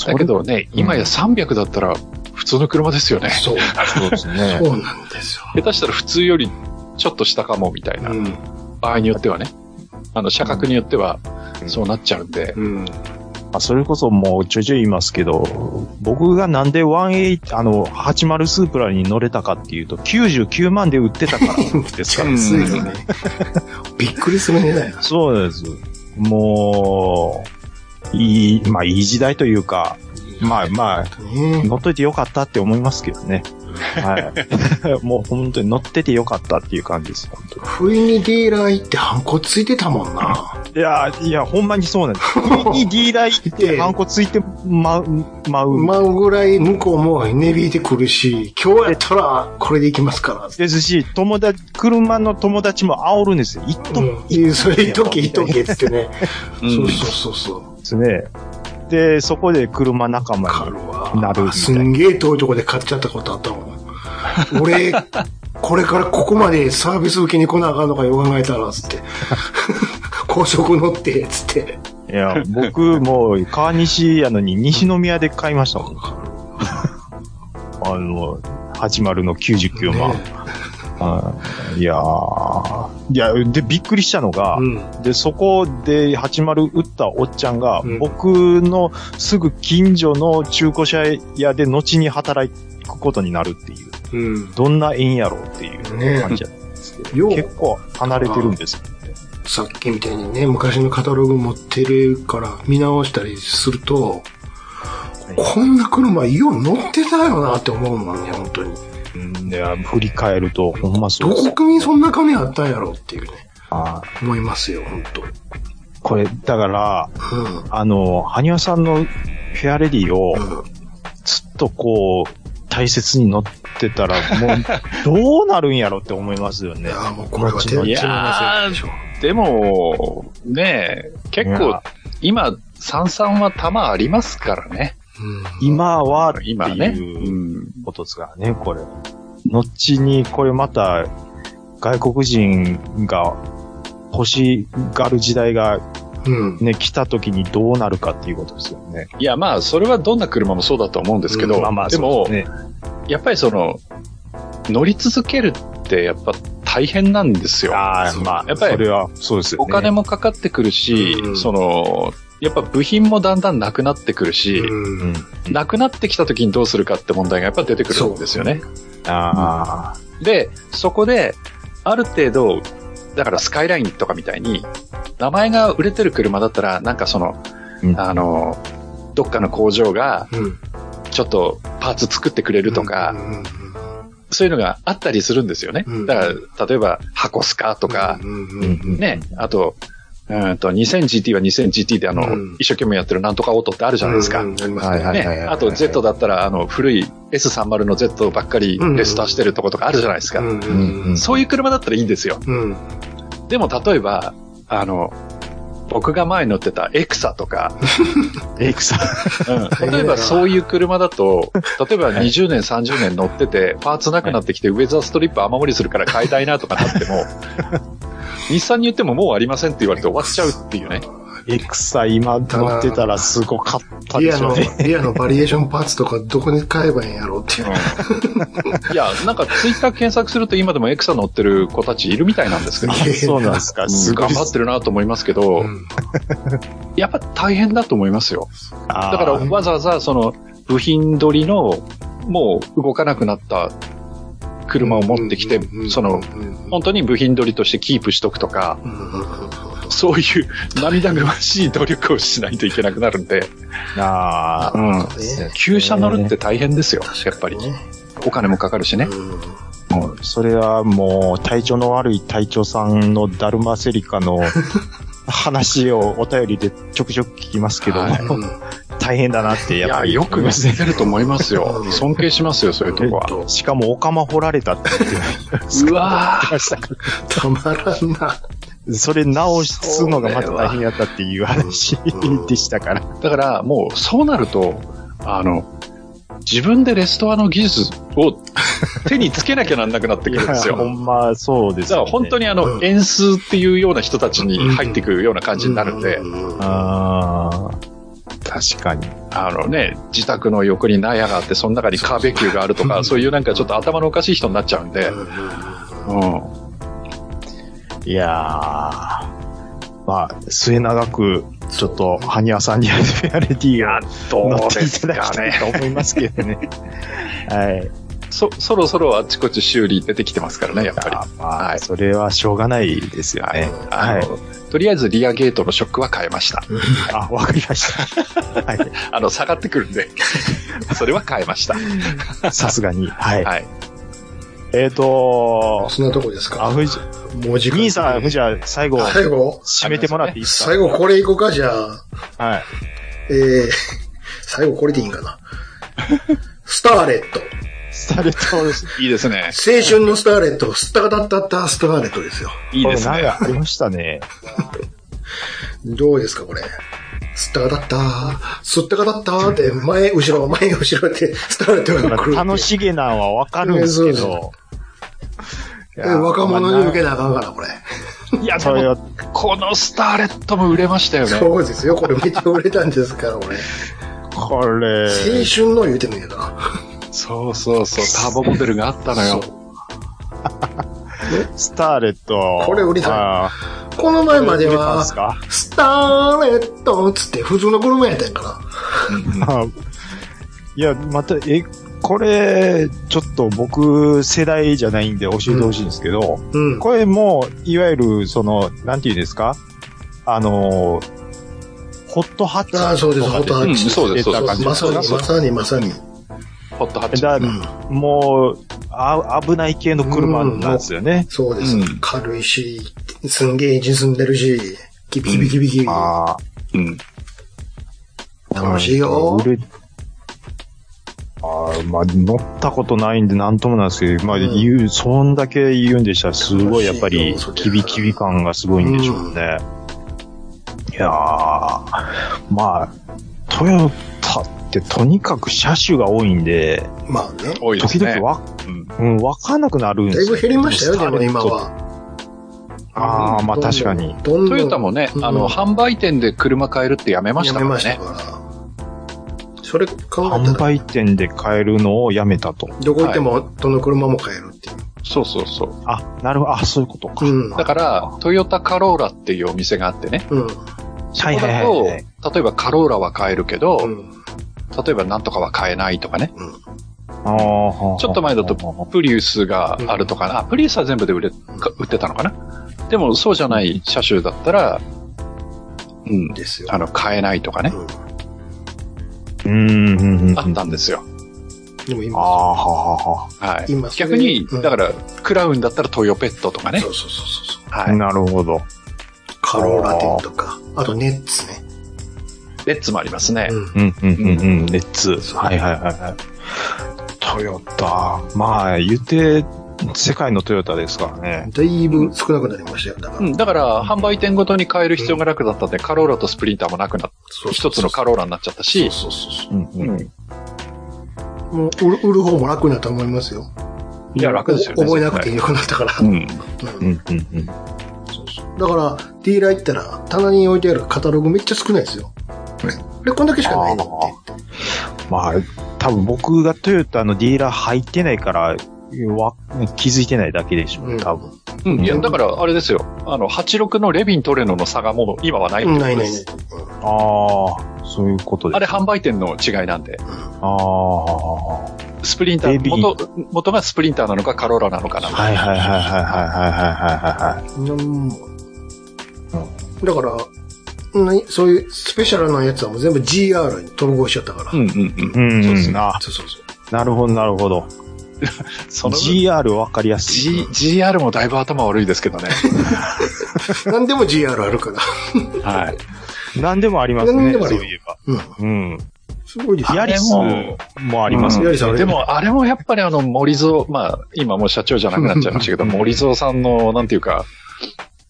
だけどね、今や300だったら普通の車ですよね。
そう。
そうですね。
そうなんですよ。
下手したら普通よりちょっと下かもみたいな、
うん
場合によってはね。あの、車格によっては
うん
そうなっちゃうんで。
うん。
まあ、それこそもうちょいちょい言いますけど、僕がなんで18、あの、80スープラに乗れたかっていうと、99万で売ってたからです から。
安いよね。 びっくりするねだよ。
そうです。もう、いい、まあいい時代というか、まあまあ、
ね
乗っといてよかったって思いますけどね。はい。 もう本当に乗っててよかったっていう感じです、本当
不意にディーラー行ってハンコついてたもんな。
に。いや、いや、ほんまにそうなんです。急にディーラー行って、ハンコついてま、まう。
まうぐらい向こうも値引いてくるし、今日やったらこれで行きますから。
ですし、友達、車の友達も煽るんですよ。行っと、
うんいやそれいっとけいっとけっつって ね。そうそうそうそう。
ですね。で、そこで車仲間
わか
に
る
なるみたい
わ。
な
すんげえ遠いとこで買っちゃったことあったもん。俺、これからここまでサービス受けに来なあかんのかよ考えたら、つ って。高速乗って、つって。
いや、僕もう川西やのに西宮で買いまし たもん。あの、80の99万。
ね
うんいやーいや、で、びっくりしたのが、
うん。
で、そこで80打ったおっちゃんが、
うん
僕のすぐ近所の中古車屋で後に働くことになるっていう、
うん。
どんな縁やろうっていう
ね
感じだったんですけ
よ
ど、
う
結構離れてるんですよね。
さっきみたいにね、昔のカタログ持ってるから見直したりすると、こんな車よう乗ってたよなって思うもんね、本当に。
うんいや、振り返ると、ほんまそ
ど
うです
こ。国にそんな金あったんやろっていうね。
あ
思いますよ、本当
これ、だから、
うん。
あの、羽生さんのフェアレディを、ずっとこう、大切に乗ってたら、もう、どうなるんやろって思いますよ
い
ね。
や、もうこれは手の
い
血
や
の
ー
せいでしょ。
でも、ねえ、結
い
構
や、
今、三三は弾ありますからね。
うん。
今は、
今ね。
っていう
うん。
ことですからね、これ。後に、これまた、外国人が欲しがる時代が
うん。
ね、来た時にどうなるかっていうことですよね。
いや、まあ、それはどんな車もそうだと思うんですけど、
うん
まあまあ、
でも
そうですね、
やっぱりその、乗り続けるって、やっぱ大変なんですよ。
ああ、まあ、
やっぱり
それは、そうですよね。
お金もかかってくるし、
うん
その、やっぱ部品もだんだんなくなってくるし、
う
うんん。
なくなってきた時にどうするかって問題がやっぱ出てくるんですよね。
ああ、
で、そこで、ある程度、だからスカイラインとかみたいに、名前が売れてる車だったら、なんかその、
うん
あの、どっかの工場が、
うん。
ちょっとパーツ作ってくれるとか、
うん、
そういうのがあったりするんですよね。
うん
だから、例えば、箱スカ
と
とか、
うんうん
うんうん
ね、あと、うーんと、2000GT は 2000GT であの、
うん
一生懸命やってるなんとかオートってあるじゃないですか。
うんうんありますね
はいはい
ね、
はいはい。
あと Z だったら、あの、古い S30 の Z ばっかりレストアしてるとことかあるじゃないですか。
うんうん
そういう車だったらいいんですよ。
うん。
でも例えば、あの、僕が前に乗ってたエクサとか、
エクサ。
うん例えばそういう車だと、例えば20年、30年乗ってて、パーツなくなってきて、ウェザーストリップ雨漏りするから買いたいなとかなっても、日産に言ってももうありませんって言われて終わっちゃうっていうね。
エクサ今乗ってたらすごかった
リ
で
ア
しょ
の
うね。、
リアのバリエーションパーツとかどこに買えばいいんやろうっていう。
いや、なんかツイッター検索すると今でもエクサ乗ってる子たちいるみたいなんですけど、
の
そうなんですか。すごい
頑張ってるなと思いますけど、
うん
やっぱ大変だと思いますよ。
あー
だからわざわざその部品取りのもう動かなくなった車を持ってきて
うんうんう、ん
その、本当に部品取りとしてキープしとくとか、
うんうんうん
そういう 涙ぐましい努力をしないといけなくなるんで、
あー
うん
ね
旧車乗るって大変ですよ、やっぱり。
ね
お金もかかるしね。
うん
それはもう体調の悪い隊長さんのダルマセリカ の話をお便りでちょくちょく聞きますけど、
はい
うん
大変だなって
い
やっ
や、
ぱり
よく見せてると思いますよ
う。ん
尊敬しますよ、そういうとこは。
しかも、お釜掘られたって言って
うわ
ましたか
たまらんな。
らそれ直すのがまた大変やったっていう話でしたから。
ーだから、もう、そうなると、あの、自分でレストアの技術を手につけなきゃなんなくなってくるんです
ほ
よ。
んま、そうです
だ
よ
か
ね、
ら本当にあ
う
の、
ん
円数っていうような人たちに入ってくるような感じになるんで
う、ん
あー確かに。
あのね、自宅の横に納屋があって、その中にカーベキューがあるとか、そういうなんかちょっと頭のおかしい人になっちゃうんで、うん。
いやー。まあ、末永く、ちょっと、ハニワさんにはフェアレディが乗っていただきたいと思いますけどね。はい。
そ、そろそろあっちこっち修理出てきてますからね、やっぱり。
あまあ、
はい
それはしょうがないですよね。
あの、とりあえずリアゲートのショックは変えました。
あ、わかりました。はい。
あの、下がってくるんで、 それは変えました。
さすがに。はい。
はい。
えっ、ー、と
そんなとこです
あ、
か
ふじ、
もう時間。
兄さん、ふじゃ、最後、
最後
締めてもらっていいですか
最後これいこうか、じゃあ。
はい。
えー、最後これでいいんかな。スターレット。
スタレットです。
いいですね。
青春のスターレット。スターだったったスターレットですよ。
いいです
これ
ね
なん。かありまし たね。
どうですか、これ。スターだったー、スッタカだったーって、前、後ろ、前、後ろって、スターレットが来るって。
楽しげなんはわかるんですけど。い
え
や
若者に受け
ま
なあかんから、これ。
いや、
あ
で
それ
も、
は、
このスターレットも売れましたよね。
そうですよ、これめっちゃ売れたんですから、これ。
これ、
青春の言うてんねんけどな。
そうそうそう、ターボモデルがあったのよ。
スターレット。
これ売りたい
あ
この前
ー
まで
売れたん
は
す、か
スターレットっつって普通の車やったんやから。
あいや、また、え、これ、ちょっと僕、世代じゃないんで教えてほしいんですけど、
うん。
これも、いわゆる、その、なんていうんですかあの、ホットハッチとか
ああ、そうです、ホタ
う
ッ
ん、
チ。
そうです、そうで
感
す。
じ
まさに、ま
そう
さに、まさに。
ホットハッチ。
だ
うん。
もうあ、危ない系の車なんですよね。
そうです
うん。
軽いし、すんげえ地に住んでるし、キビキビキビキビ。
ああ。
うん。
楽しいよ
売。れあーまあ、乗ったことないんで、なんともなんですけど、まあ、
うん
言う、そんだけ言うんでしたら、すごいやっぱり
楽しいよそり、ゃ
キビキビ感がすごいんでしょうね。いやー、まあ、トヨタってとにかく車種が多いんで、
まあね。
多いです
時
ね。
々わ、うん、わかんなくなるんで
だい
す
ぶ減りましたよ、
スタ
で
ーレ
も今
ット
は。
ああ、まあ確かに。。
どんどん。
トヨタもね、
うん
あの、販売店で車買えるってやめまし
や
た
め
か
ま
ら
した
ね。
から。それ考え
販
たら、
売店で買えるのをやめたと。
どこ行っても、どの車も買えるっていう。
そうそうそう。
あ、なるほど。あ、そういうことか。
うん
だから、トヨタカローラっていうお店があってね。
うん。
はいはいはい
そこ
はい。
だと、例えばカローラは買えるけ
う
ど、
ん。
例えばなんとかは買えないとかね。
あー
ちょっと前だとプリウスがあるとかな。あプリウスは全部で売れ、か売ってたのかな。でも、そうじゃない車種だったら、うん、
ですよ。
あの、買えないとかね。
うん
うん、うんうん、うん。
あったんですよ。
でも今、
ああ、ははは。
はい。
今それ
逆に、
うん
だから、クラウンだったらトヨペットとかね
そ。うそうそうそう。
はい。
なるほど。
カローラ店とか、あとネッツね。
レッツもありますね。
うん。
うんうんうんうん。レッツ。
そう
はいはいはいはい。トヨタ。まあ、言って、世界のトヨタですからね。
だいぶ少なくなりましたよ、だから。
うん、だから、販売店ごとに変える必要がなくなったんで、カローラとスプリンターもなくなっ
そうそうそう
一つのカローラになっちゃったし、
そうそうそう
うん
う
うんん。
そう。もう売る売る方も楽になったと思いますよ。
いや、楽ですよね。
覚えなくてよくなったから。
うん。
う
うんんうんうん。
だから、ディーラー行ったら、棚に置いてあるカタログめっちゃ少ないですよ。で、こんだけしかないのって言って。
まあ、多分僕がトヨタのディーラー入ってないから、わ気づいてないだけでしょ
う
う、
ん
多分。
うん。いや、だから、あれですよ。あの、86のレビントレノの差がもう今はない
うんん、
で
ない
す
ないない。
ああ、そういうこと
あ
で
れ
す。
販売店の違いなんで、
ああ。
スプリンタ
レ
ー、
ビン
元、元がスプリンターなのかカローラなのかな。
はいはいはいはいはいはいはいはい。
うんだから、何そういうスペシャルなやつはもう全部 GR に統合しちゃったから。
うんうんうん。
うん、
そう
う
です
ん。あ、
そうそうそう。
なるほどなるほど。
その分
GR わかりやすい。
G、GR もだいぶ頭悪いですけどね。
何でも GR あるから。
はい。
何でもありますね。
何でもあるよ
そういえば。
うん。
うん。
すごいですよ
ヤリスもあります
う
ね
ん
ヤリさんあれ
でも、あれもやっぱりあの、森蔵、まあ、今もう社長じゃなくなっちゃいましたけど、
うん
森蔵さんの、なんていうか、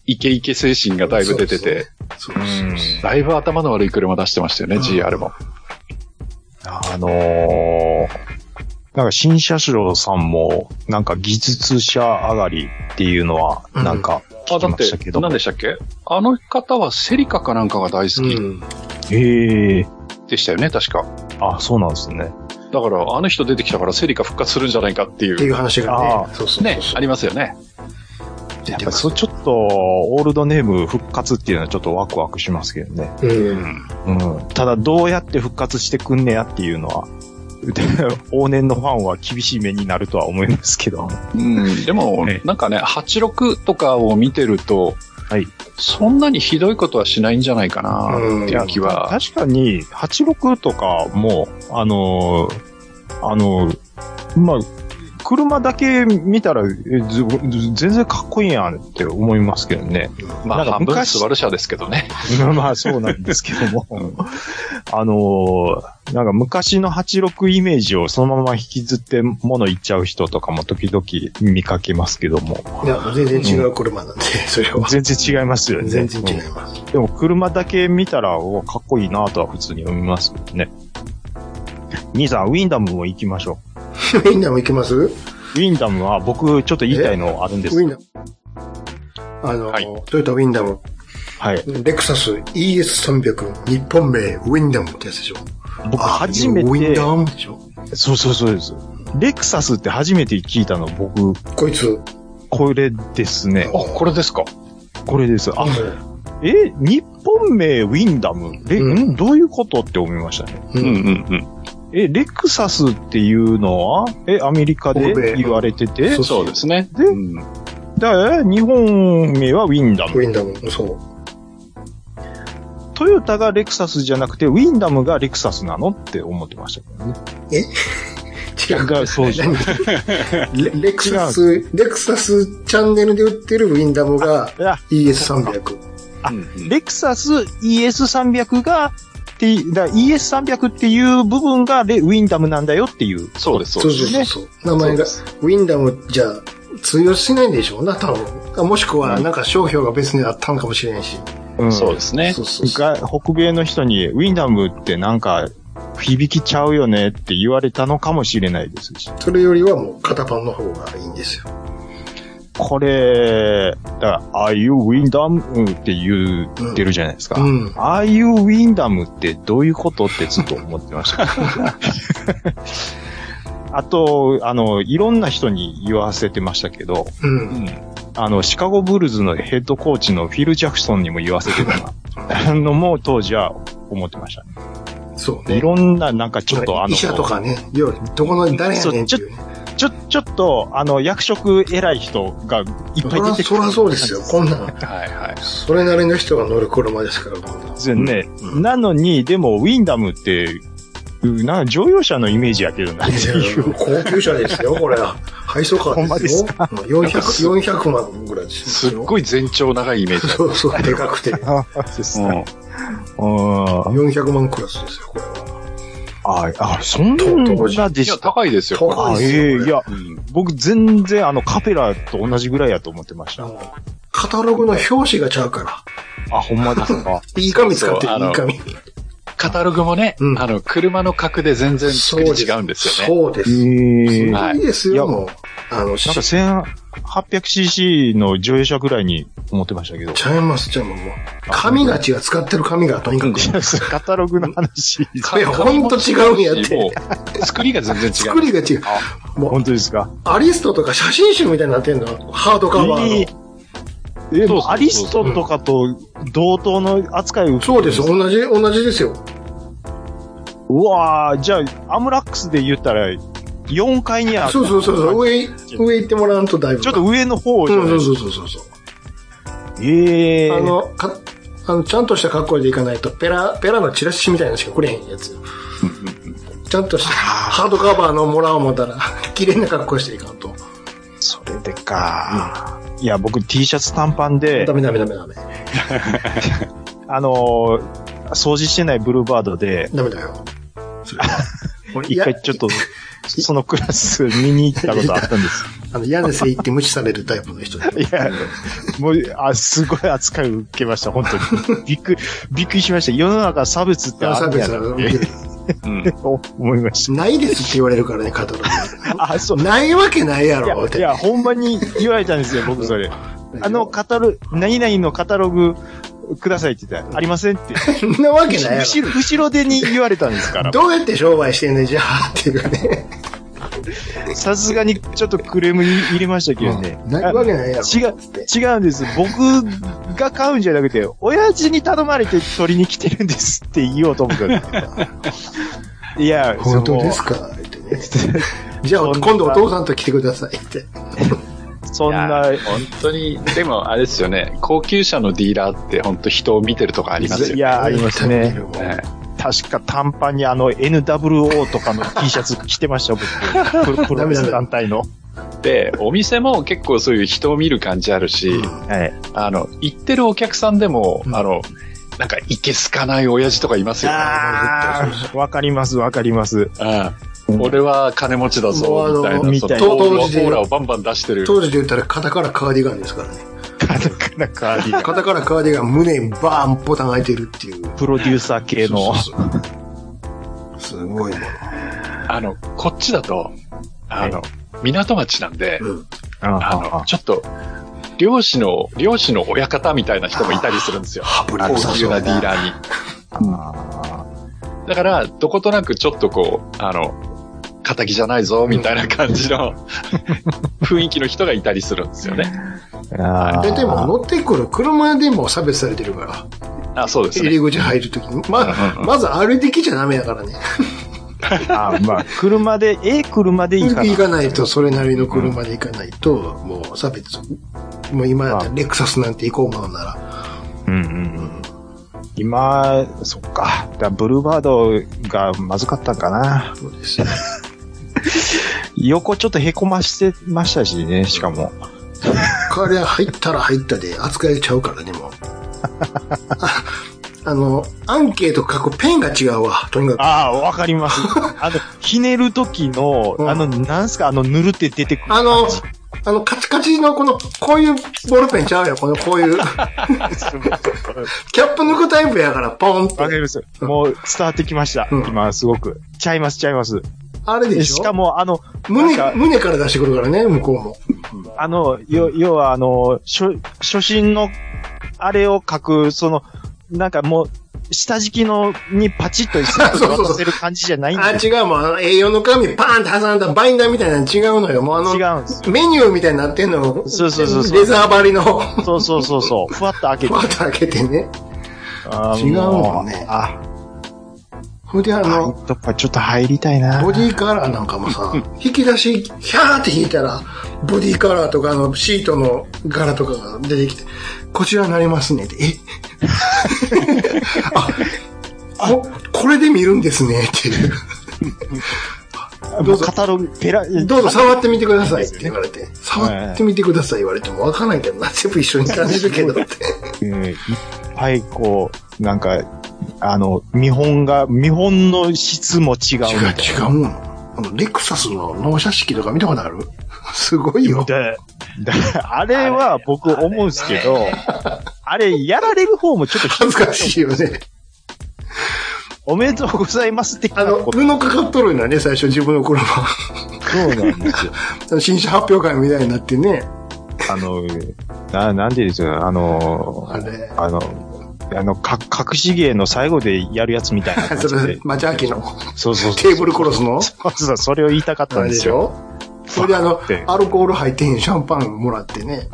イケイケ精神がだいぶ出てて、
そう
う
そうん
だいぶ頭の悪い車出してましたよね、
うん
GR も。
あのー、なんか新車種さんも、なんか技術者上がりっていうのは、
うん
なんか
あ、
聞き
だ
ま
っ
したけ
て、
ど。
何でしたっけあの方はセリカかなんかが大
そう。う
好
ん。
へえ、
きでしたよね、確か。
あ、そうなんですね。
だから、あの人出てきたからセリカ復活するんじゃないかってい、
っていうう話が
あ
ね。そうそうそう。
ね、ありますよね。
やっぱりそうちょっと、オールドネーム復活っていうのはちょっとワクワクしますけどね。
うん。
うん。ただ、どうやって復活してくんねやっていうのは、 で往年のファンは厳しい目になるとは思いますけど。
うん、でも
ええ、
なんかね、86とかを見てると、
はい
そんなにひどいことはしないんじゃないかな、っていう気は。
確かに、86とかも、あのーあのーまあ、車だけ見たら、えずず全然かっこいいやんって思いますけど ね。
ま
な
あ、
んか
半分
昔
スバル車ですけどね。
まあ、そうなんですけども。あのーなんか昔の86イメージをそのまま引きずって物言っちゃう人とかも時々見かけますけども。
いや、全然違う車なんで、それは。
全然違いますよね。
全然違
う
います。
んでも車だけ見たら、おかっこいいなとは普通に思いますけどね。兄さん、ウィンダムも行きましょう。
ウィンナーも行きますウ
ウィンダムは僕ちょっと言いたいのあるんです
ィン
よ。
ナー。あの、
はい
トヨタウィンダム、
はい。
レクサス ES300、日本名ウィンダムってやつでしょ。
僕初め
ウィン
て、
ダムでしょ。
そうそうそうです。レクサスって初めて聞いたの僕、
こいつ、
これですね
あ、。これですか。
これです。あ
う、
え、日本名ウィンダムレ、
うん
んどういうことって思いましたね。
んうん。
んうん。
え、レクサスっていうのは、え、アメリカ
北米
で言われてて
そ、う
そうですね。
で
うん
だ日本名はウィンダ
ウ
ム。
ィンダム、そう。
トヨタがレクサスじゃなくて、ウィンダムがレクサスなのって思ってましたけどね。がそうじゃん。い
レレクサス、レクサスチャンネルで売ってるウィンダムが
や、
ES300。
あ
うんうん
レクサス ES300 が、っていだ ES300 っていう部分がレウィンダムなんだよっていう。
そうです、そう
そうそ
で
う
す。
そうそう。名前が、
そ
ウィンダムじゃ通用しないんでしょうな、多分。もしくは、なんか商標が別にあったのかもしれんし。
うん
そうですね。
そうそうそう。
が北米の人に、ウィンダムってなんか、響きちゃうよねって言われたのかもしれないですし。
それよりはもう型番の方がいいんですよ。
これ、だから、ああいうウィンダムって言ってるじゃないですか。
うん。
ああいうウィンダムってどういうことってずっと思ってました。 あと、あの、いろんな人に言わせてましたけど、
うん。
あの、シカゴブルズのヘッドコーチのフィル・ジャクソンにも言わせてたな。あの、もう当時は思ってました、ね。
そう
い
ね。
ろんな、なんかちょっとあの、
医者とかね、料理、どこの誰やねんっていうね。
ちょ、ちょっと、あの、役職偉い人がいっ
そ
ぱい
ら
出て
そらそうですよ。こんなん、
はいはい。
それなりの人が乗る車ですから、こん なん
ですよね。
うん
なのに、でも、ウィンダムって、うなんか乗用車のイメージや けどなっていう。
高級車ですよ、これは。配送カ
ほんま
ー
で
ですよ。
す
400、400万ぐらいです
すっ
よ。
ごい全長長いイメージ
そうそう、でかくて。
あです
ある。うん
あ
400万クラスですよ、これは。
あ、あ、そん
当時
なで
いや、
した。
高いですよ、
高
こ
あ
いです
え
よ
え
これ
いや、
れ。うん
僕全然あのカペラと同じぐらいやと思ってまし
あ
た。
のカタログの表紙がちゃうか
あ、ほんまですか。
ら。いい紙使ってる、
そうそうあ
い
の
い紙。
カタログもね
う、ん
あの、車の格で全然作り違うんですよね。
そうで
え
す。す
なんか
ごいです
いや
よ、もう。あの、し
1800cc の乗用車ぐらいに思ってましたけど。
ちゃいます、ちゃいます。もう紙が違う、使ってる紙が、とにかく。
カタログの話。
いや、ほんと違うんやって。
もう、作りが全然違う。
作りが違う。もう
本、当ですか
アリストとか写真集みたいになってんのハードカバーの。
ええ
そうそうそう
アリストとかと同等の扱いを受けて
そうです。
る
同じ、同じですよ。
うわぁ、じゃあ、アムラックスで言ったら、4階にある。
そうそうそうそう。上、上行ってもらわんとだいぶ。
ちょっと上の方じゃない
うん、そうそうそうそうそう。
ええ
あの、か、あの、ちゃんとした格好で行かないと、ペラ、ペラのチラシみたいなのしかくれへんやつよ。ちゃんとした、ハードカバーのもらおう思ったら、綺麗な 格好していかんと。
それでか、いや、僕 T シャツ短パンで
ダ、メダメダメダメ。
あのー掃除してないブルーバードで、
ダメだよ。それ
一
俺
回ちょっと、そ のクラス見に行ったことあったんです。
あの、嫌です行って無視されるタイプの人で。
いや、もう、あ、すごい扱い受けました、本当 に。びっくり、びっくりしました。世の中差別ってあ
差
るんや
別
な
は
って
うん
思いまし
ないですって言われるからね、カタロ
た。あ、そう
グ。。ないわけないや
い
ろ、っ
や、 い
て。
やほんまに言われたんですよ、僕そ れ。あの、カタログ、何々のカタログくださいって言ったら、ありませんって。
そんなわけないや
後ろ、後ろ手に言われたんですから
ろ。。どうやって商売してんねんじゃあ、っていうね。
さすがにちょっとクレーム入れましたけどね。
ないわけないやろ。
違う
って。
違うんです。僕が買うんじゃなくて、親父に頼まれて取りに来てるんですって言おうと思ったんですいや、
本当ですすかってね。じゃあ、今度お父さんと来てくださいって。
そん
い
な
や、本当に、でもあれですよね、高級車のディーラーって本当人を見てるとかありますよ
い
ね。
や、ありますね。
ね
確か短パンにあの NWO とかの T シャツ着てました、僕。プロプロレス団体の。
で、お店も結構そういう人を見る感じあるし、
はい。
あの、行ってるお客さんでも、
うん
あの、なんか、いけすかない親父とかいますよね。
あーわかります、わかります。
う
うん
ん俺は金持ちだ
もうあ
ぞ、
の
みた
みた
いな。そ
い
の
な
オー
当
ラオ
時で
ーラをバンバン出してる。
当時で言ったら、肩からカーディガンですからね。
カタカナカーディガン
肩からカーディガン、胸にバーンボタン開いてるっていう。
プロデューサー系
そう
の。
そうそうすごいも
あの、こっちだと、あの、港町なんで、
の。うん。
あの、ちょっと、漁師の、漁師の親方みたいな人もいたりするんですよ。
ハプリ
高
なさ
級
そう
な
や
ディ
な。
ーラーに。だから、どことなくちょっとこう、あの、仇じゃないぞ、みたいな感じの雰囲気の人がいたりするんですよね。
あ
え、でも乗ってくる車でも差別されてるから。
あ、そうです
入
ね。
り口入るときに。ま
うんう、ん
まず歩いてきちゃダメやからね。
あーまあ、車で、ええ車でいいか
行
な。
かないと、それなりの車で行かないと、もう差別。もう今やったらレクサスなんて行こうものなら。
うんうんうん今、そっか。だブルーバードがまずかったんかな。
そうですよ。
横ちょっと凹ましてましたしね、しかも。
これ入ったら入ったで扱えちゃうからね、もう。 ああの、アンケート書くペンが違うわ、とにか
ああ、わかります。 あの、ひねる時の、
うん
あの、なんすか、あの、ぬるって出てく
く。
る。
あの、あの、カチカチのこの、こういうボールペンちゃうよ、この、こう いう。キャップ抜くタイプやから、ポンっ
わか
て。
ります。もう、伝わってきました。
うん
今、すごく。ちゃいます、ちゃいます。
あれで
で
しょ
しかも、あの、
胸
なん、か
胸から出してくるからね、向こうも。
あの、よ、要は、あの、初、初心の、あれを書く、その、なんかもう、下敷きの、にパチッと一
そうそうそう
渡せる感じじゃないん
あ、
です
違うもん。あの A4 の紙パーンって挟んだバインダーみたいなの違うのよ。もうあの、
違うんです
メニューみたいになってんのよ
そうそうそうそう
レザー張りの、ふ
そうそうそ うそう。ふわっと開けて。
わっと開けてね。
あー
違うもんね
もうあ、
ほいであ
あ
の、
どっかちょっと入りたいな。
ボディーカラーなんかもさ、引き出し、ヒャーって引いたら、ボディーカラーとかあのシートの柄とかが出てきて、こちらになりますねって、え あ、こ、これで見るんですねっていう。ど
も
う
う
ぞ
カタログ、ペラ、
どうぞ触ってみてくださいって言われて、触ってみてください言われてもわかんないけどな、全部一緒に感じるけどって。
うんいっぱいこう、なんか、あの、見本が、見本の質も違うみた
違
いうな。
違うもん。あの、レクサスの納車式とか見たことある すごいよ。
で、であれは僕思うんですけど、あれやられる方もちょっと
恥ずかしいよね。
おめでとうございます的
あ
な
の、
こと。
布かかっとるんだね、最初自分の車。
そうなんですよ。
あの新車発表会みたいになってね。
あの、な、なんでですよ、あの、
あれ。
あの、あの、か、隠し芸の最後でやるやつみたいな感
そ
じ
れ
で、。
マチャーキの
そうそうそう。
テーブルクロスの
そうそう、それを言いたかった
あ
ん
れ
で
ですし
よ。
ょそれであの
って、
アルコール入ってへんシャンパンもらって ね。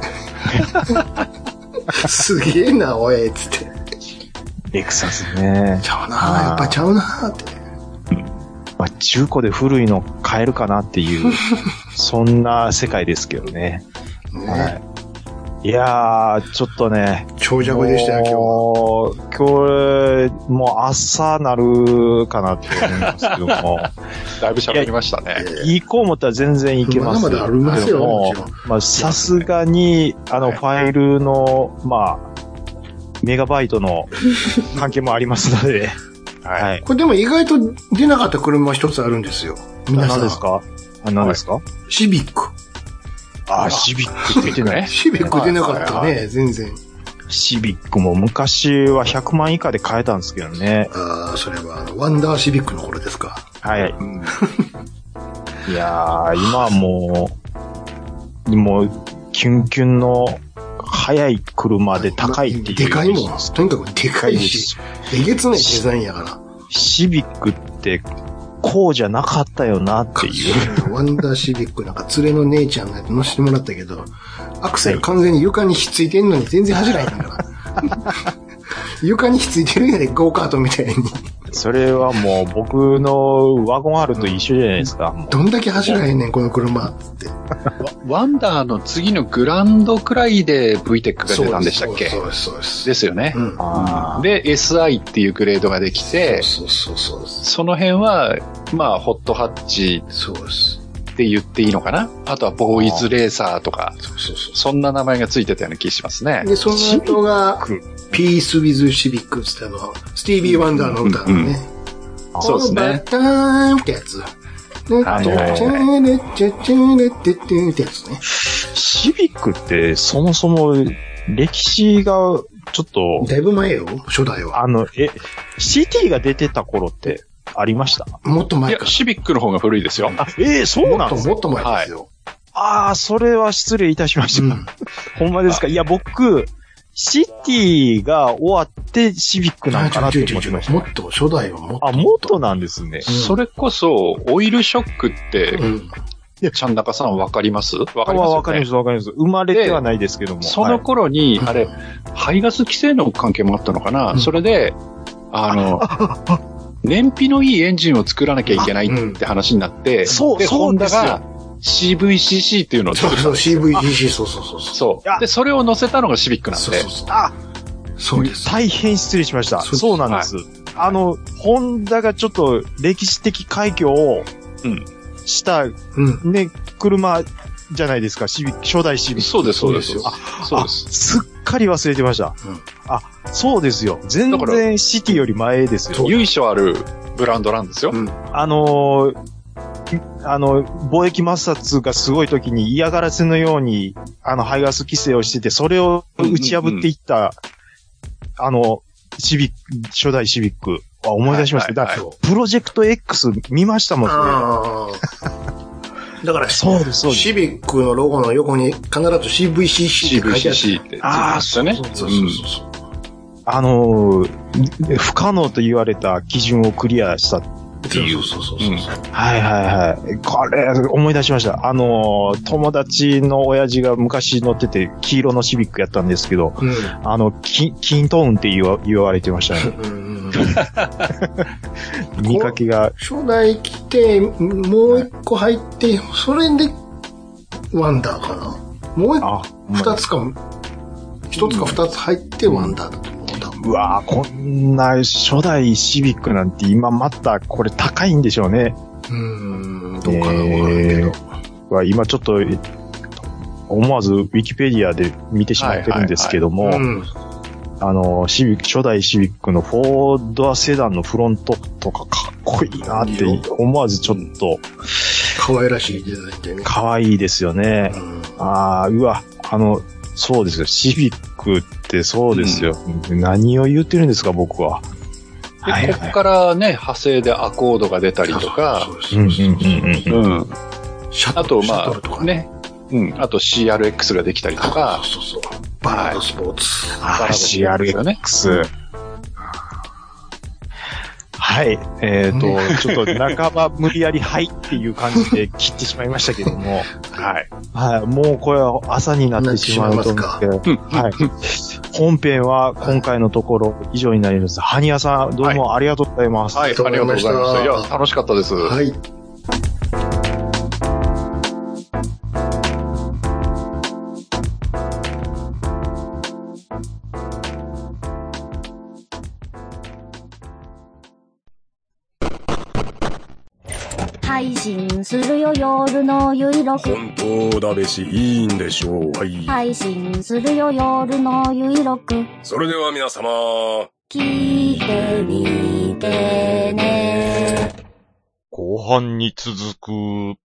すげえな、おい、つって。
レクサスね。
ちゃうな、やっぱちゃうなって。
まあ、中古で古いの買えるかなっ ていう、そんな世界ですけどね。
ね、
はい。いやー、ちょっとね。
長尺でしたよ、今
もう今日、もう朝なるかなって思いますけど も。
だいぶ喋りましたね。
行こう思ったら全然行けます。
まだまだありますよ
けども
もちろん
まあ、さすがに、あの、
はい
ファイルの、まあ、メガバイトの関係もありますので。
は い。
はい。
日。これでも意外と出なかった車一つあるんですよ。皆さ
何
ん。
ですかあ何ですか、
シビック。
あ、シビック出てない。
シビック出なかった
はい
ね、全然。
シビックも昔は100万以下で買えたんですけどね。
ああ、それは、あのワンダーシビックの頃ですか。
はい。いやー、今はもう、もう、キュンキュンの速い車で高いっていう。
でかいもん。とにかくでかいし、えげつないデザインやから。
シビックって、こうじゃなかったよなっていう。
ワンダーシビックなんか連れの姉ちゃんのやつ乗せてもらったけど、アクセル完全に床にひっついてんのに全然走らへん から。床にひっついてるんやで、ゴーカートみたいに。
それはもう僕のワゴンあると一緒じゃないですか。もう
どんだけ走らへんねん、この車って。
ワンダーの次のグランドくらいで VTEC が出たんでしたっけ
そうです、そうです。
ですよね
う。ん。
あー
で、SI っていうグレードができて、
そうそうそうです。
その辺は、まあ、ホットハッチ
そうです。
って言っていいのかなあとはボーイズレーサーとか、
そうそうそ
そんな名前がついてたような気しますね
う。。で、その後が
シビ、
ピース・ウィズ・シビックっつってあの、スティービー・ワンダーの歌のね。
そうです
バ
ね
ッ。ターンってやつ。
あ
チ
の
ャ
ー
チャレチャチャレテテンってやつね。
シビックってそもそも歴史がちょっと、
だいぶ前よ、初代は。
あの、え、CT が出てた頃ってありました
もっと
い
前
や、
か。
シビックの方が古いですよ。
あ、えー、そう
も
な
っ
んで
と
すか
もっと前ですよ。
ああ、それは失礼いたしました。
うん
ほんまですかいや、僕、シティが終わってシビックなんかなって思ってまし
も
た。
っと、初代はもっと。
あ、もっとなんですね。
それこそ、オイルショックって
う、ん。
ちゃん中さんわかりますわかり
あ
ますよ、ね、
わかります、わかります。生まれてはないですけども。
そ
は
の
い
頃に、
はい
あれ、排ガス規制の関係もあったのかな、
うん
それで、あの、燃費のいいエンジンを作らなきゃいけないって話になって、
そう
で、
そ
ホ
う
ン
で
ダ
すよ
が CVCC っていうのを
そ
作
う
った
そう、CVDC、そうそうそう。そう
そ
いや
う。で、それを乗せたのがシビックなんで。
そうそう。
あ、
そうです。
大変失礼しました。
そうです
そうなんです。あの、ホンダがちょっと歴史的快挙を、
うん
した、
うん。
ね、車じゃないですか、シビック、初代シビック。
そうです、そうで
そ
す。
うですよ
そうです。
すっかり忘れてました。
うん
あ、そうですよ。全
だか
然シティより前ですよ。
由緒あるブランドなんですよ。
うん
あのーあの、貿易摩擦がすごい時に嫌がらせのように、あの、排ガス規制をしてて、それを打ち破っていった、あの、シビック、初代シビックは思い出しました。
はいはいはい
だからプロジェクト X 見ましたもん、それ
ああ。だから、
そうです、そうです。
シビックのロゴの横に必ず CVCC って書いてある。
CVCC って。
あー
そうですよね。
そうそうそうそう。
あのー不可能と言われた基準をクリアした。は
そうそうそうそう。
いはいはい。これ、思い出しました。あのー友達の親父が昔乗ってて、黄色のシビックやったんですけど、
うん
あの、キキントーンって言わ言われてました ね。
うんうん
見かけが、
初代来て、もう一個入って、それで、ワンダーかな。もう一
あ、
二つかも、一つか二つ入ってワンダーだと思う。多分
うわぁ、こんな初代シビックなんて今またこれ高いんでしょうね。
うーん、どうかな、わ
えー
からんけど。
うわ今ちょっと、思わずウィキペディアで見てしまってるんですけども、
うん。
あの、シビック、初代シビックのフォードアセダンのフロントとかかっこいいなって思わずちょっと
可愛らしいデザインでね。
可愛いですよね。
うん
ああ、うわ、あの、そうですよ。シビックってそうですよ。何を言ってるんですか、僕は。
でここからね、派生でアコードが出たりとか、
そう
う
そ
んう
うんそう
うんうん。
うん。
シャト
あ
ル
と、
シャ
ま
トルとか
あ、ね。うん。あと CRX ができたりとか、
そうそうそう。バラードスポーツ。
あー
バラバラですよね
CRX。はい。えっ、と、ちょっと半ば無理やり、はいっていう感じで切ってしまいましたけども。
はい。
はい。もうこれは朝になってしまうと思って。はい。本編は今回のところ以上になります。ハニヤさん、どうもありがとうございます。
はい、ありがとうございました。いや、楽しかったです。
はい。
配信するよ夜のゆいろく
本当だべし、いいんでしょう。はい。
配信するよ夜のゆいろく
それでは皆様、
聞いてみてね
後半に続く。